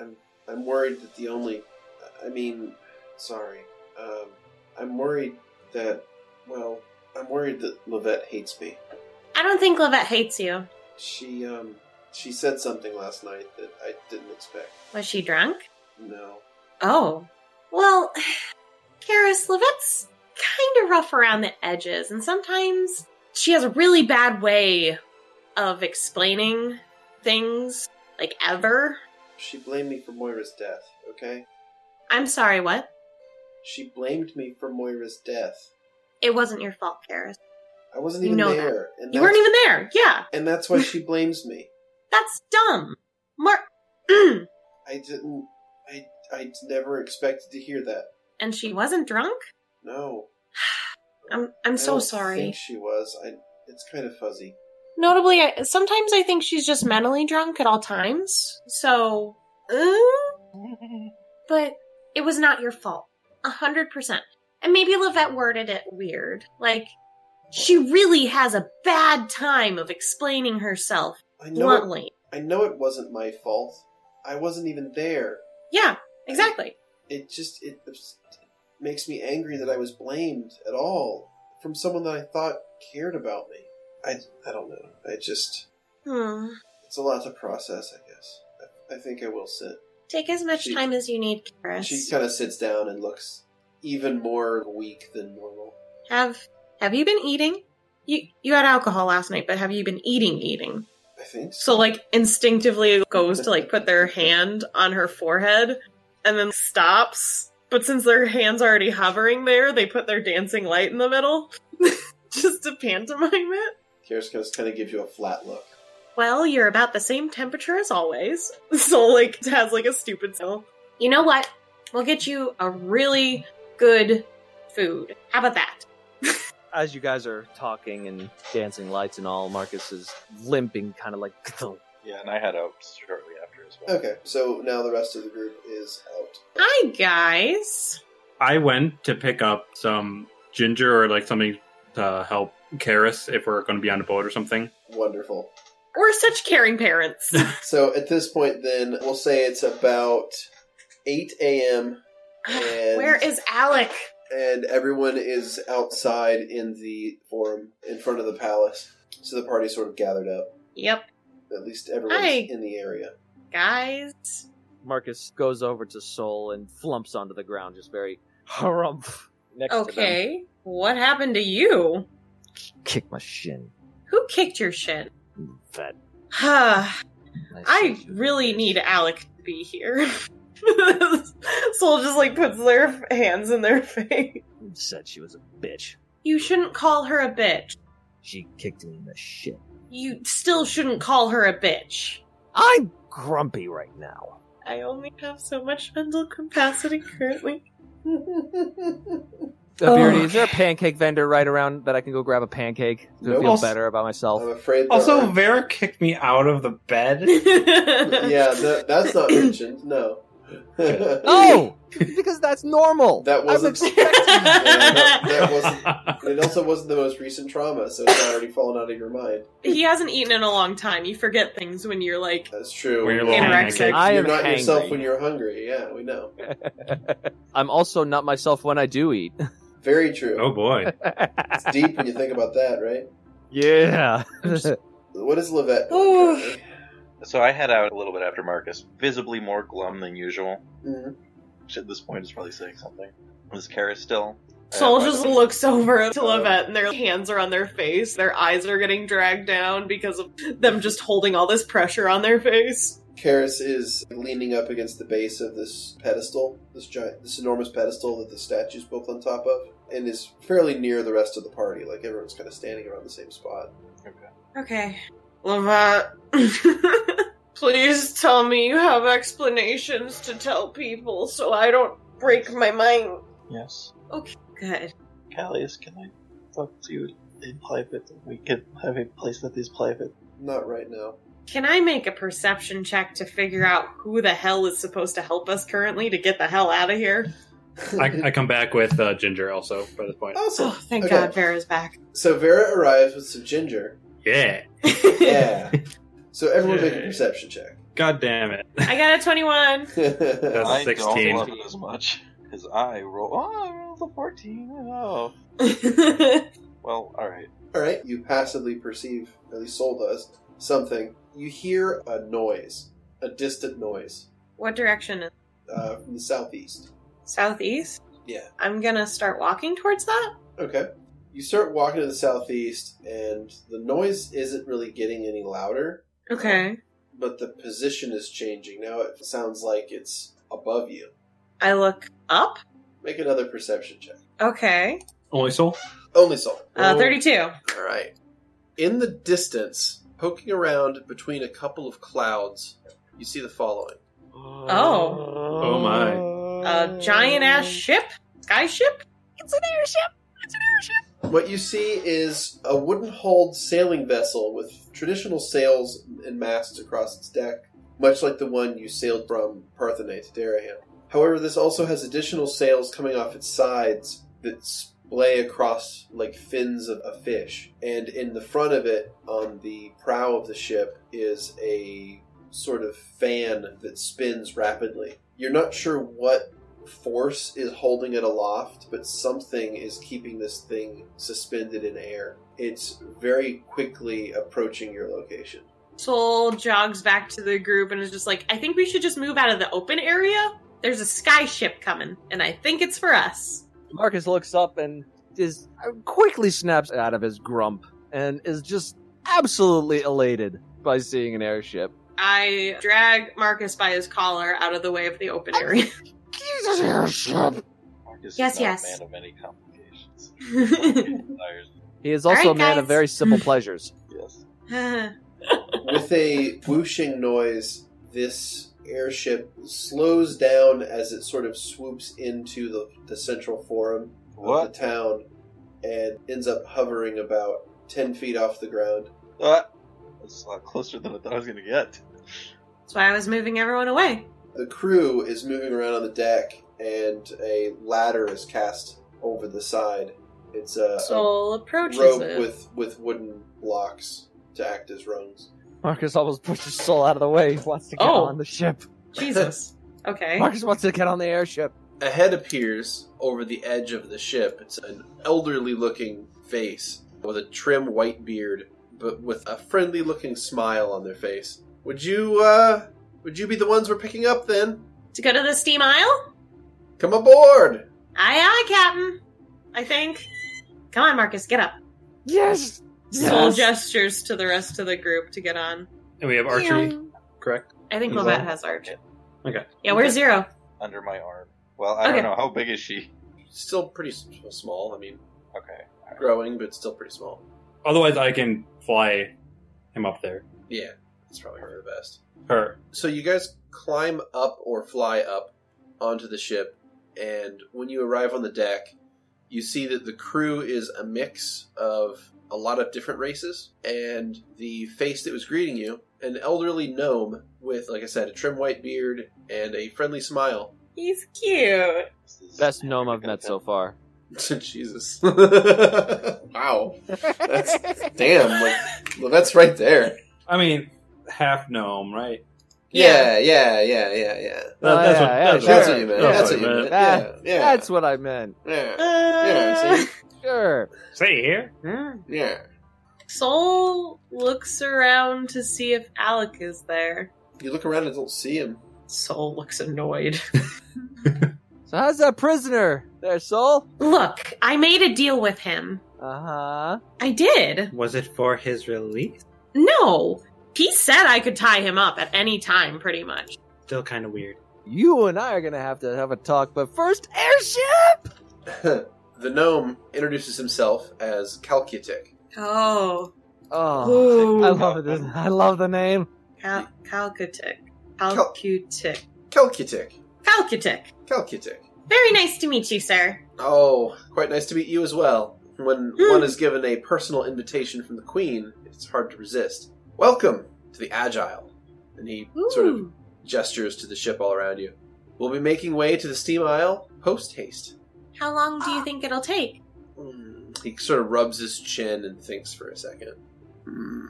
Speaker 3: I'm I'm worried that the only, I mean, sorry. Um, I'm worried that, well, I'm worried that Levette hates me.
Speaker 17: I don't think Lovette hates you.
Speaker 3: She, um, she said something last night that I didn't expect.
Speaker 17: Was she drunk?
Speaker 3: No.
Speaker 17: Oh. Well, [SIGHS] Karis, Levette's kind of rough around the edges, and sometimes she has a really bad way of explaining things, like ever.
Speaker 3: She blamed me for Moira's death, okay?
Speaker 17: I'm sorry, what?
Speaker 3: She blamed me for Moira's death.
Speaker 17: It wasn't your fault, Karis.
Speaker 3: I wasn't
Speaker 17: You
Speaker 3: even
Speaker 17: know
Speaker 3: there. And
Speaker 17: You weren't
Speaker 3: that's-
Speaker 17: even there. Yeah,
Speaker 3: And that's why she blames me.
Speaker 17: that's dumb. Mar. [CLEARS THROAT] and
Speaker 3: I didn't. I, I never expected to hear that.
Speaker 17: she wasn't drunk?
Speaker 3: No.
Speaker 17: I'm, I'm
Speaker 3: I
Speaker 17: so
Speaker 3: don't
Speaker 17: sorry.
Speaker 3: think she was. I, it's kind of fuzzy.
Speaker 17: Notably, I, sometimes I think she's just mentally drunk at all times. So, uh, but it was not your fault, a hundred percent. And maybe Levette worded it weird. Like she really has a bad time of explaining herself
Speaker 3: I know. It,
Speaker 17: bluntly.
Speaker 3: I know it wasn't my fault. I wasn't even there.
Speaker 17: Yeah, exactly.
Speaker 3: It just it, obs- makes me angry that I was blamed at all from someone that I thought cared about me. I, I don't know. I just
Speaker 17: Hmm.
Speaker 3: it's a lot to process. I guess. I, I think I will sit.
Speaker 17: Take as much
Speaker 3: She-
Speaker 17: time as you need, Karis.
Speaker 3: She kind of sits down and looks even more weak than normal.
Speaker 17: have Have you been eating? You You had alcohol last night, but have you been eating? Eating?
Speaker 3: I think so.
Speaker 4: So like instinctively goes to like put their hand on her forehead and then stops. But since their hands already hovering there, they put their dancing light in the middle [LAUGHS] just to pantomime it.
Speaker 3: Karis kind of gives you a flat look.
Speaker 4: Well, you're about the same temperature as always. [LAUGHS] So like has like a stupid smell.
Speaker 17: you know what? We'll get you a really good food. How about that?
Speaker 7: As you guys are talking and dancing lights and all, Marcus is limping, kind of like.
Speaker 5: Yeah, and I had out shortly after as well.
Speaker 3: Okay, so now the rest of the group is out.
Speaker 4: Hi guys.
Speaker 2: I went to pick up some ginger or like something to help Karis if we're going to be on a boat or something.
Speaker 3: Wonderful.
Speaker 4: We're such caring
Speaker 7: [LAUGHS]
Speaker 4: parents.
Speaker 3: So at this point, then we'll say it's about eight a.m. And,
Speaker 17: Where is Alec?
Speaker 3: and everyone is outside in the forum in front of the palace. So the party's sort of gathered up.
Speaker 4: yep.
Speaker 3: At least everyone's
Speaker 4: Hi.
Speaker 3: in the area.
Speaker 4: Guys.
Speaker 7: Marcus goes over to Sol and flumps onto the ground, just very [LAUGHS] harumph next to them.
Speaker 4: Okay. What happened to you?
Speaker 7: Kick my shin.
Speaker 17: Who kicked your
Speaker 4: [SIGHS]
Speaker 17: shit?
Speaker 7: Fat.
Speaker 4: I really need Alec to be here. [LAUGHS] Soul just like puts their hands in their [LAUGHS] face.
Speaker 7: Said she was a bitch.
Speaker 17: You shouldn't call her a bitch.
Speaker 7: She kicked me in the shit.
Speaker 17: You still shouldn't call her a bitch.
Speaker 7: I'm grumpy right now.
Speaker 4: I only have so much mental capacity
Speaker 7: [LAUGHS]
Speaker 4: currently.
Speaker 7: Uh,
Speaker 17: Oh.
Speaker 7: Beardy, is there a pancake vendor right around that I can go grab a pancake to
Speaker 3: Nope.
Speaker 7: feel
Speaker 2: Also-
Speaker 7: better about
Speaker 3: I'm
Speaker 7: myself?
Speaker 3: afraid. there
Speaker 2: Also,
Speaker 3: aren't-
Speaker 2: Vera kicked me out of the
Speaker 4: [LAUGHS]
Speaker 2: bed.
Speaker 3: yeah,
Speaker 7: [LAUGHS]
Speaker 3: no, that's not mentioned.
Speaker 2: [LAUGHS]
Speaker 3: No. [LAUGHS]
Speaker 7: Oh, because that's normal.
Speaker 3: That wasn't-
Speaker 7: I'm expecting
Speaker 3: Yeah, that, that
Speaker 2: [LAUGHS]
Speaker 3: wasn't. It also wasn't the most recent trauma, so it's already fallen out of your mind.
Speaker 4: he hasn't eaten in a long time. You forget things when you're like
Speaker 3: That's true.
Speaker 2: When you're a little
Speaker 4: anorexic.
Speaker 2: pancake.
Speaker 7: I
Speaker 3: you're
Speaker 7: am
Speaker 3: not yourself
Speaker 7: hangry.
Speaker 3: when you're hungry. Yeah, we know.
Speaker 7: I'm also not myself when I do eat.
Speaker 3: Very true.
Speaker 2: Oh boy.
Speaker 3: It's deep when you think about that, right?
Speaker 7: yeah.
Speaker 3: What is Levette?
Speaker 4: Ooh.
Speaker 5: So I head out a little bit after Marcus, visibly more glum than usual.
Speaker 3: mm
Speaker 5: Which at this point is probably saying something. Is Kara still? Uh,
Speaker 4: Soul
Speaker 3: [LAUGHS]
Speaker 4: just looks over to Lovette and their hands are on their face. Their eyes are getting dragged down because of them just holding all this pressure on their face.
Speaker 3: Karis is leaning up against the base of this pedestal, this giant, this enormous pedestal that the statue's built on top of, and is fairly near the rest of the party. Like everyone's kind of standing around the same spot.
Speaker 17: Okay.
Speaker 4: Lovette, [LAUGHS] please tell me you have explanations to tell people so I don't break my mind.
Speaker 5: Yes.
Speaker 17: Good.
Speaker 5: Callius, can I talk to you in private? We can have a place that is private.
Speaker 3: Not right now.
Speaker 4: Can I make a perception check to figure out who the hell is supposed to help us currently to get the hell out of here?
Speaker 2: I, I come back with uh, ginger also by this point.
Speaker 3: awesome.
Speaker 4: [SIGHS]
Speaker 2: [SIGHS]
Speaker 4: Oh, thank
Speaker 3: Okay.
Speaker 4: God Vera's back.
Speaker 3: So Vera arrives with some ginger.
Speaker 2: Yeah.
Speaker 3: Yeah. [LAUGHS] so everyone make a
Speaker 2: Yay.
Speaker 3: perception check.
Speaker 2: God damn it.
Speaker 4: [LAUGHS] I got a 21.
Speaker 2: That's
Speaker 5: I
Speaker 2: 16.
Speaker 5: don't love it as much. His eye roll. Oh, I rolled a 14. Oh. Well, alright.
Speaker 3: [LAUGHS] All right, you passively perceive, at least Soul does, something. You hear a noise, a distant noise
Speaker 4: what direction?
Speaker 3: uh, from the southeast.
Speaker 4: Southeast?
Speaker 3: Yeah.
Speaker 4: I'm gonna start walking towards that.
Speaker 3: Okay. You start walking to the southeast, and the noise isn't really getting any louder,
Speaker 4: Okay.
Speaker 3: but the position is changing. Now it sounds like it's above you.
Speaker 4: I look up.
Speaker 3: Make another perception check.
Speaker 4: Okay.
Speaker 2: Only soul.
Speaker 3: Only Soul.
Speaker 4: Uh,
Speaker 3: Roll-
Speaker 4: 32.
Speaker 3: All right. In the distance, poking around between a couple of clouds, you see the following.
Speaker 4: Oh.
Speaker 2: Oh my.
Speaker 5: Uh,
Speaker 4: A giant ass ship? Sky ship? Oh. It's an airship! It's an airship!
Speaker 3: What you see is a wooden hulled sailing vessel with traditional sails and masts across its deck, much like the one you sailed from Parthenay to Daraham. However, this also has additional sails coming off its sides that splay across like fins of a fish. And in the front of it, on the prow of the ship, is a sort of fan that spins rapidly. You're not sure what force is holding it aloft, but something is keeping this thing suspended in air. It's very quickly approaching your location.
Speaker 4: Soul jogs back to the group and is just like, I think we should just move out of the open area. There's a sky ship coming, and I think it's for us.
Speaker 7: Marcus looks up and is uh, quickly snaps out of his grump and is just absolutely elated by seeing an airship.
Speaker 4: I drag Marcus by his collar out of the way of the open [LAUGHS] area.
Speaker 7: Jesus, airship!
Speaker 5: Marcus
Speaker 4: Yes,
Speaker 5: is not
Speaker 4: yes.
Speaker 5: a man of many
Speaker 4: [LAUGHS]
Speaker 5: complications. Desires,
Speaker 7: He is
Speaker 4: All
Speaker 7: also
Speaker 4: right,
Speaker 7: a man of
Speaker 4: guys.
Speaker 7: very simple pleasures.
Speaker 5: yes.
Speaker 3: With a whooshing noise, this airship slows down as it sort of swoops into the, the central forum of
Speaker 5: What?
Speaker 3: the town and ends up hovering about 10 feet off the ground.
Speaker 5: Ah, that's a lot closer than I thought I was gonna get.
Speaker 4: That's why I was moving everyone away.
Speaker 3: The crew is moving around on the deck, and a ladder is cast over the side. It's a, a
Speaker 4: Soul approaches
Speaker 3: rope
Speaker 4: it.
Speaker 3: with with wooden blocks to act as rungs.
Speaker 7: Marcus almost pushes Soul out of the way. He wants to get
Speaker 4: Oh.
Speaker 7: on the ship.
Speaker 4: [LAUGHS] Jesus. Okay.
Speaker 7: Marcus wants to get on the airship.
Speaker 3: A head appears over the edge of the ship. It's an elderly-looking face with a trim white beard, but with a friendly-looking smile on their face. Would you uh would you be the ones we're picking up then?
Speaker 4: To go to the steam aisle?
Speaker 3: Come aboard.
Speaker 4: Aye, aye, Captain. I think. Come on, Marcus, get up.
Speaker 7: Yes!
Speaker 4: Soul gestures to the rest of the group to get on.
Speaker 2: And we have archery, correct?
Speaker 4: I think
Speaker 2: Is
Speaker 4: Lovat
Speaker 2: that-
Speaker 4: has archer.
Speaker 2: Okay.
Speaker 4: Yeah, we're zero.
Speaker 5: Under my arm. Well, I
Speaker 4: Okay.
Speaker 5: don't know. How big is she?
Speaker 3: Still pretty s- small. I mean,
Speaker 5: Okay.
Speaker 3: growing, but still pretty small.
Speaker 2: Otherwise, I can fly him up there.
Speaker 3: Yeah, that's probably for the best.
Speaker 2: Her.
Speaker 3: So you guys climb up or fly up onto the ship, and when you arrive on the deck, you see that the crew is a mix of a lot of different races, and the face that was greeting you, an elderly gnome with, like I said, a trim white beard and a friendly smile. [LAUGHS]
Speaker 4: He's cute.
Speaker 5: This is-
Speaker 7: Best gnome I've met so far.
Speaker 3: Jesus. wow. That's damn, like well, that's right there.
Speaker 2: I mean, half gnome, right?
Speaker 3: Yeah, yeah, yeah, yeah, yeah.
Speaker 7: Oh,
Speaker 2: That- that's
Speaker 7: yeah,
Speaker 2: what-
Speaker 7: yeah,
Speaker 2: that's
Speaker 7: sure.
Speaker 3: That's what you meant. That's what you
Speaker 2: Yeah.
Speaker 3: meant. Yeah,
Speaker 7: Yeah.
Speaker 3: yeah.
Speaker 7: That's what I meant.
Speaker 3: Yeah.
Speaker 4: Uh,
Speaker 3: Yeah, see?
Speaker 7: Sure.
Speaker 2: Say here.
Speaker 3: Yeah.
Speaker 4: Soul looks around to see if Alec is there.
Speaker 3: You look around and don't see him.
Speaker 4: Soul looks annoyed.
Speaker 7: So how's that prisoner there, Soul?
Speaker 4: Look, I made a deal with him.
Speaker 7: Uh huh.
Speaker 4: I did.
Speaker 18: Was it for his release?
Speaker 4: No. He said I could tie him up at any time, pretty much.
Speaker 18: Still kind of
Speaker 2: [LAUGHS]
Speaker 18: weird.
Speaker 7: You and I are gonna have to have a talk, but first, airship.
Speaker 3: [LAUGHS] the gnome introduces himself as Calcutic.
Speaker 4: Oh.
Speaker 7: Oh,
Speaker 4: Ooh.
Speaker 7: I love it. I love the name.
Speaker 4: Cal- Calcutic.
Speaker 3: Cal-
Speaker 4: Calcutic.
Speaker 3: Calcutic.
Speaker 4: Calcutic.
Speaker 3: Calcutic.
Speaker 4: Very nice to meet you, sir.
Speaker 3: Oh, quite nice to meet you as well. When
Speaker 4: Hmm.
Speaker 3: one is given a personal invitation from the queen, it's hard to resist. Welcome to the Agile. And he sort of
Speaker 4: Ooh.
Speaker 3: gestures to the ship all around you. We'll be making way to the steam aisle post haste.
Speaker 4: How long do you think it'll take?
Speaker 3: Mm, He sort of rubs his chin and thinks for a second. Mm.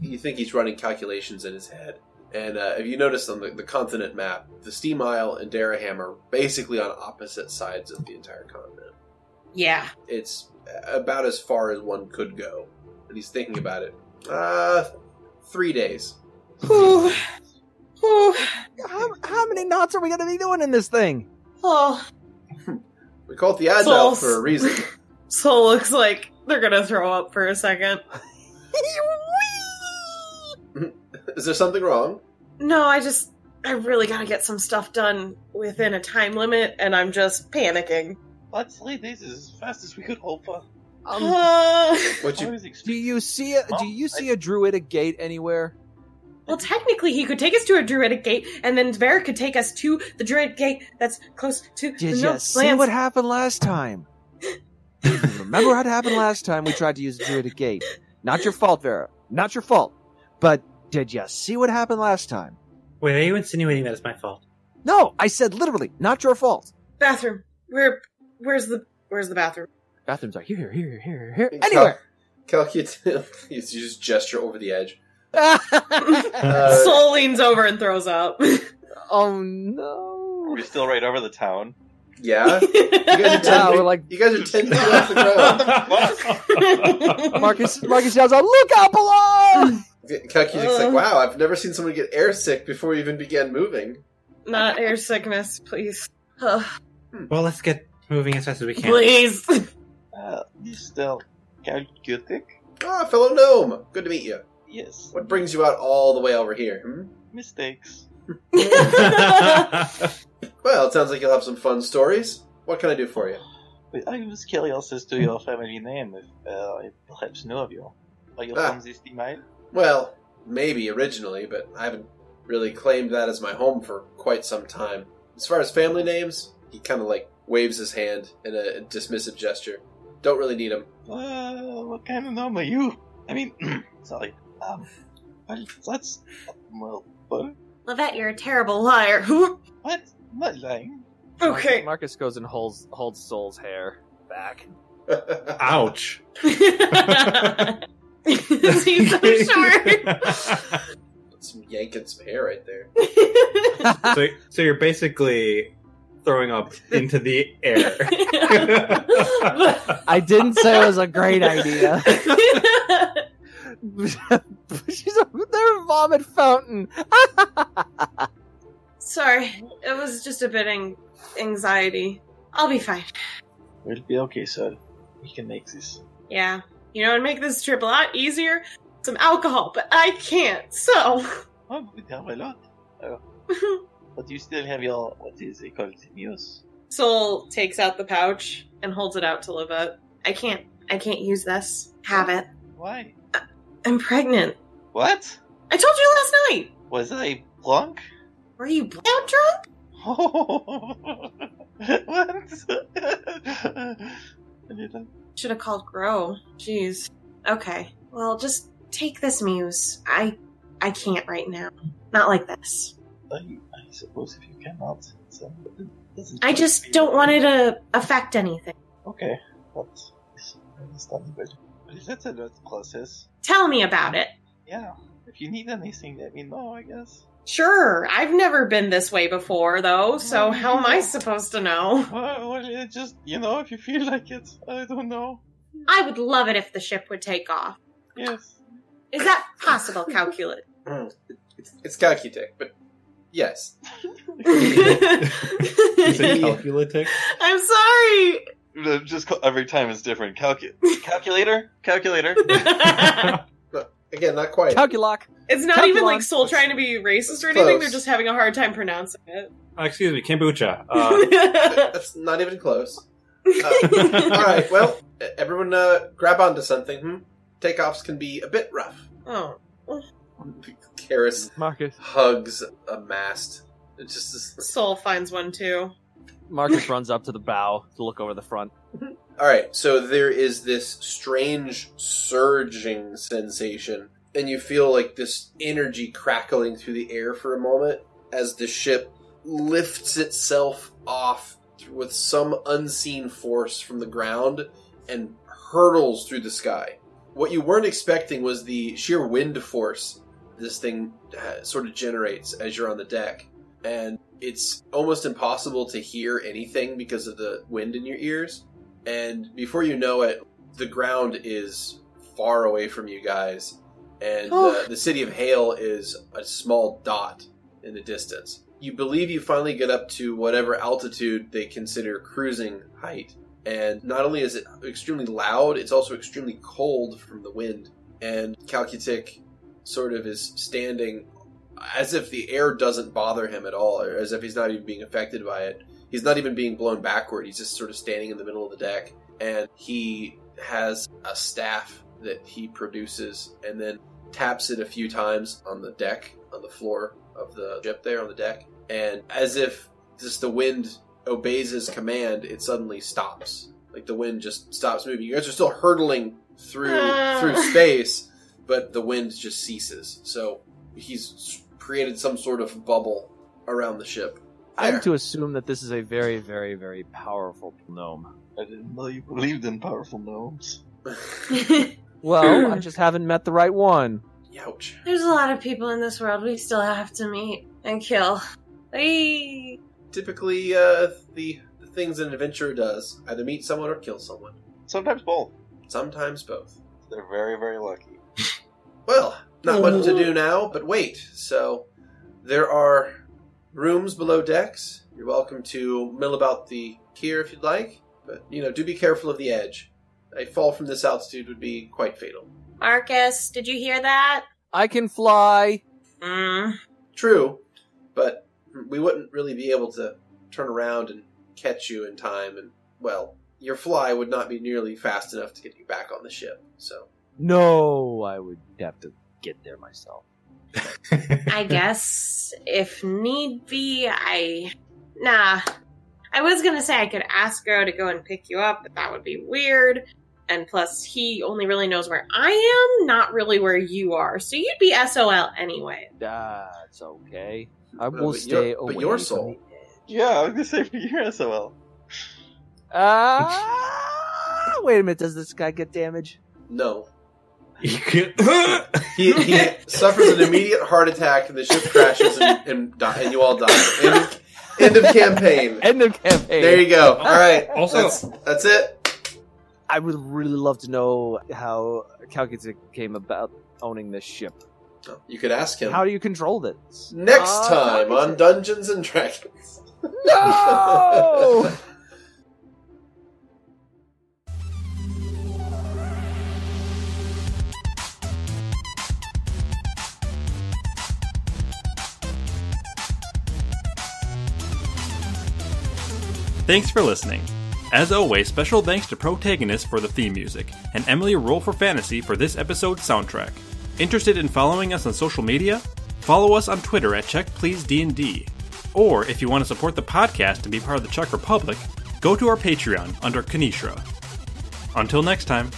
Speaker 3: You think he's running calculations in his head. And uh, if you notice on the, the continent map, the Steam Isle and Daraham are basically on opposite sides of the entire continent.
Speaker 15: Yeah.
Speaker 3: It's about as far as one could go. And he's thinking about it. Uh, three days.
Speaker 15: Ooh. Ooh.
Speaker 7: How, how many knots are we going to be doing in this thing?
Speaker 15: Oh.
Speaker 3: We call it the Agile for a reason.
Speaker 4: Soul looks like they're gonna throw up for a second.
Speaker 3: Is there something wrong?
Speaker 4: No, I just I really gotta get some stuff done within a time limit, and I'm just panicking.
Speaker 5: Let's lay this as fast as we could, Hopa.
Speaker 7: Um,
Speaker 4: Uh,
Speaker 3: What you?
Speaker 7: do you see a
Speaker 4: Oh,
Speaker 7: Do you see a druidic gate anywhere?
Speaker 4: well, technically, he could take us to a druidic gate, and then Varric could take us to the druid gate that's close to
Speaker 7: Did
Speaker 4: the
Speaker 7: you see
Speaker 4: lands.
Speaker 7: what happened last time? Remember what happened last time we tried to use the druidic gate? Not your fault, Vera. Not your fault. But did you see what happened last time?
Speaker 2: Wait, are you insinuating that it's my fault?
Speaker 7: No, I said literally, not your fault.
Speaker 4: bathroom. Where? Where's the? Where's the bathroom?
Speaker 7: Bathrooms are here, here, here, here,
Speaker 6: [LAUGHS]
Speaker 3: [LAUGHS] Cal-
Speaker 7: here, [LAUGHS] anywhere.
Speaker 3: Calculate. [LAUGHS] you just gesture over the edge.
Speaker 7: oh
Speaker 3: Uh,
Speaker 4: Soul leans over and throws up.
Speaker 7: no!
Speaker 5: We're still right over the town.
Speaker 3: yeah. You guys are ten.
Speaker 7: Yeah,
Speaker 3: feet-
Speaker 7: we're like
Speaker 3: you guys are ten feet off the
Speaker 2: [LAUGHS]
Speaker 3: ground.
Speaker 7: Marcus. Marcus yells out, "Look out below!"
Speaker 3: Calculate's like, wow, I've never seen someone get airsick before we even began moving.
Speaker 4: [LAUGHS] Not air sickness, please. Ugh.
Speaker 2: Well, let's get moving as fast as we can.
Speaker 15: [LAUGHS]
Speaker 2: [LAUGHS]
Speaker 4: please.
Speaker 5: Uh, you still Calcutic?
Speaker 3: Ah, fellow gnome, good to meet you.
Speaker 5: Yes.
Speaker 3: What brings you out all the way over here? Hmm?
Speaker 5: Mistakes.
Speaker 3: Well, it sounds like you'll have some fun stories. What can I do for you?
Speaker 5: But oh, I was curious as to your family name, if uh, I perhaps know of you. Are you
Speaker 3: Ah.
Speaker 5: from this email?
Speaker 3: Well, maybe originally, but I haven't really claimed that as my home for quite some time. As far as family names, he kind of like waves his hand in a dismissive gesture. Don't really need them.
Speaker 5: Uh, what kind of gnome are you? I mean, [CLEARS THROAT] sorry. Um, well, that's. Well, well,
Speaker 15: Levette, you're a terrible liar. oh,
Speaker 5: what? I'm not lying.
Speaker 4: [LAUGHS]
Speaker 15: [LAUGHS]
Speaker 4: okay. [LAUGHS]
Speaker 7: Marcus goes and holds holds Soul's hair back.
Speaker 15: [LAUGHS]
Speaker 6: Ouch.
Speaker 15: He's
Speaker 2: [LAUGHS]
Speaker 15: so short.
Speaker 3: [LAUGHS] Some yanking some hair right there.
Speaker 6: so, so you're basically throwing up into the air.
Speaker 15: [LAUGHS]
Speaker 7: I didn't say it was a great idea.
Speaker 4: [LAUGHS]
Speaker 7: [LAUGHS] She's over there, vomit fountain.
Speaker 15: Sorry. It was just a bit ang- anxiety. I'll be fine.
Speaker 5: We'll be okay, sir. We can make this.
Speaker 15: Yeah. You know, it'd make this trip a lot easier. Some alcohol, but I can't, so. [LAUGHS]
Speaker 5: Oh, we have a lot. Oh. but you still have your, what is it called, news?
Speaker 4: Soul takes out the pouch and holds it out to Livette.
Speaker 15: I can't. I can't use this. Have it.
Speaker 5: Why?
Speaker 15: I'm pregnant.
Speaker 5: What?
Speaker 15: I told you last night.
Speaker 5: Was I [LAUGHS] drunk?
Speaker 15: Were you out drunk?
Speaker 5: [LAUGHS] what?
Speaker 15: Should have called Grow. Jeez. Okay. Well, just take this muse. I I can't right now. Not like this.
Speaker 5: I, I suppose if you cannot, so it doesn't
Speaker 15: I
Speaker 5: quite
Speaker 15: just
Speaker 5: feel-
Speaker 15: don't want it to affect anything.
Speaker 5: Okay, that's is understandable. But if that's a lot process,
Speaker 15: Tell me about it.
Speaker 5: yeah. If you need anything, let me know. I guess.
Speaker 4: Sure, I've never been this way before, though,
Speaker 15: Oh,
Speaker 4: so how am I supposed to know?
Speaker 5: Well, well, it just you know, if you feel like it, I don't know.
Speaker 15: I would love it if the ship would take off.
Speaker 5: Yes.
Speaker 15: Is that possible, Calculate?
Speaker 4: [LAUGHS]
Speaker 3: [LAUGHS] It's, it's Calcutech, but yes.
Speaker 6: Is it
Speaker 4: I'm
Speaker 6: calculatic?
Speaker 3: [LAUGHS]
Speaker 4: sorry.
Speaker 5: Just every time it's
Speaker 15: [LAUGHS]
Speaker 5: different. Calcu- calculator, calculator.
Speaker 3: Again, not quite.
Speaker 7: Calculock.
Speaker 4: It's not
Speaker 7: Come
Speaker 4: even like
Speaker 7: on.
Speaker 4: Soul trying to be racist or anything, they're
Speaker 3: Close.
Speaker 4: just having a hard time pronouncing it.
Speaker 6: Uh, excuse me, kombucha.
Speaker 2: [LAUGHS]
Speaker 6: Uh,
Speaker 3: that's not even close. Uh, all right, well, e- everyone uh, grab onto something. Hmm? Takeoffs can be a bit rough.
Speaker 4: [LAUGHS] oh.
Speaker 3: Karis
Speaker 7: Marcus.
Speaker 3: hugs a mast. It just is...
Speaker 4: Soul finds
Speaker 15: [LAUGHS]
Speaker 4: one too.
Speaker 7: Marcus runs up to the bow to look over the front.
Speaker 3: All right, so there is this strange surging sensation, and you feel like this energy crackling through the air for a moment as the ship lifts itself off with some unseen force from the ground and hurtles through the sky. What you weren't expecting was the sheer wind force this thing uh, sort of generates as you're on the deck. And it's almost impossible to hear anything because of the wind in your ears. And before you know it, the ground is far away from you guys. And
Speaker 4: Oh.
Speaker 3: uh, the city of Hale is a small dot in the distance. You believe you finally get up to whatever altitude they consider cruising height. And not only is it extremely loud, it's also extremely cold from the wind. And Calcutic sort of is standing as if the air doesn't bother him at all, or as if he's not even being affected by it. He's not even being blown backward. He's just sort of standing in the middle of the deck, and he has a staff that he produces and then taps it a few times on the deck, on the floor of the ship there on the deck, and as if just the wind obeys his command, it suddenly stops. Like the wind just stops moving. You guys are still hurtling through
Speaker 19: Ah.
Speaker 3: through space, but the wind just ceases. So he's created some sort of bubble around the ship.
Speaker 7: I'm
Speaker 3: There.
Speaker 7: to assume that this is a very, very, very powerful gnome.
Speaker 5: I didn't know you believed in powerful gnomes.
Speaker 3: Hmm.
Speaker 7: Well, I just haven't met the right one.
Speaker 3: [LAUGHS] Ouch.
Speaker 4: There's a lot of people in this world we still have to meet and kill. Hey.
Speaker 3: Typically, uh, the, the things an adventurer does either meet someone or kill someone.
Speaker 5: Sometimes both.
Speaker 3: Sometimes both.
Speaker 5: They're very, very lucky.
Speaker 3: Well, not much to do now, but wait. So, there are rooms below decks. You're welcome to mill about the here if you'd like, but you know, do be careful of the edge. A fall from this altitude would be quite fatal.
Speaker 4: Marcus, did you hear that?
Speaker 7: I can fly.
Speaker 4: Mm.
Speaker 3: True, but we wouldn't really be able to turn around and catch you in time, and well, your fly would not be nearly fast enough to get you back on the ship. So,
Speaker 7: No, I would have to get there myself.
Speaker 4: [LAUGHS] I guess if need be, I. Nah. I was gonna say I could ask Gro to go and pick you up, but that would be weird. And plus, he only really knows where I am, not really where you are. So you'd be SOL
Speaker 7: [LAUGHS]
Speaker 4: anyway. [LAUGHS]
Speaker 7: That's okay. I
Speaker 3: But-
Speaker 7: will
Speaker 3: but
Speaker 7: stay
Speaker 3: your-
Speaker 7: away.
Speaker 3: but your
Speaker 7: from
Speaker 3: soul.
Speaker 7: the edge.
Speaker 5: Yeah, I was gonna say [LAUGHS] for your SOL.
Speaker 7: Ah! Wait a minute. Does this guy get damage?
Speaker 3: no.
Speaker 20: You
Speaker 2: [LAUGHS]
Speaker 20: could-
Speaker 3: He,
Speaker 7: [LAUGHS]
Speaker 3: he suffers an immediate heart attack, and the ship crashes, and, and, die, and you all die. End of, end of campaign.
Speaker 7: End of campaign.
Speaker 3: There you go. All right.
Speaker 20: also,
Speaker 3: That's, that's it.
Speaker 7: I would really love to know how Calcutic came about owning this ship.
Speaker 3: You could ask him.
Speaker 7: How do you control this?
Speaker 3: Next
Speaker 7: Uh,
Speaker 3: time on
Speaker 7: Calcutic.
Speaker 3: Dungeons and Dragons. [LAUGHS]
Speaker 7: No!
Speaker 2: Thanks for listening. As always, special thanks to Protagonist for the theme music and Emily Roll for Fantasy for this episode's soundtrack. Interested in following us on social media? Follow us on Twitter at CheckPleaseDND. Or if you want to support the podcast and be part of the Czech Republic, go to our Patreon under Kanishra. Until next time.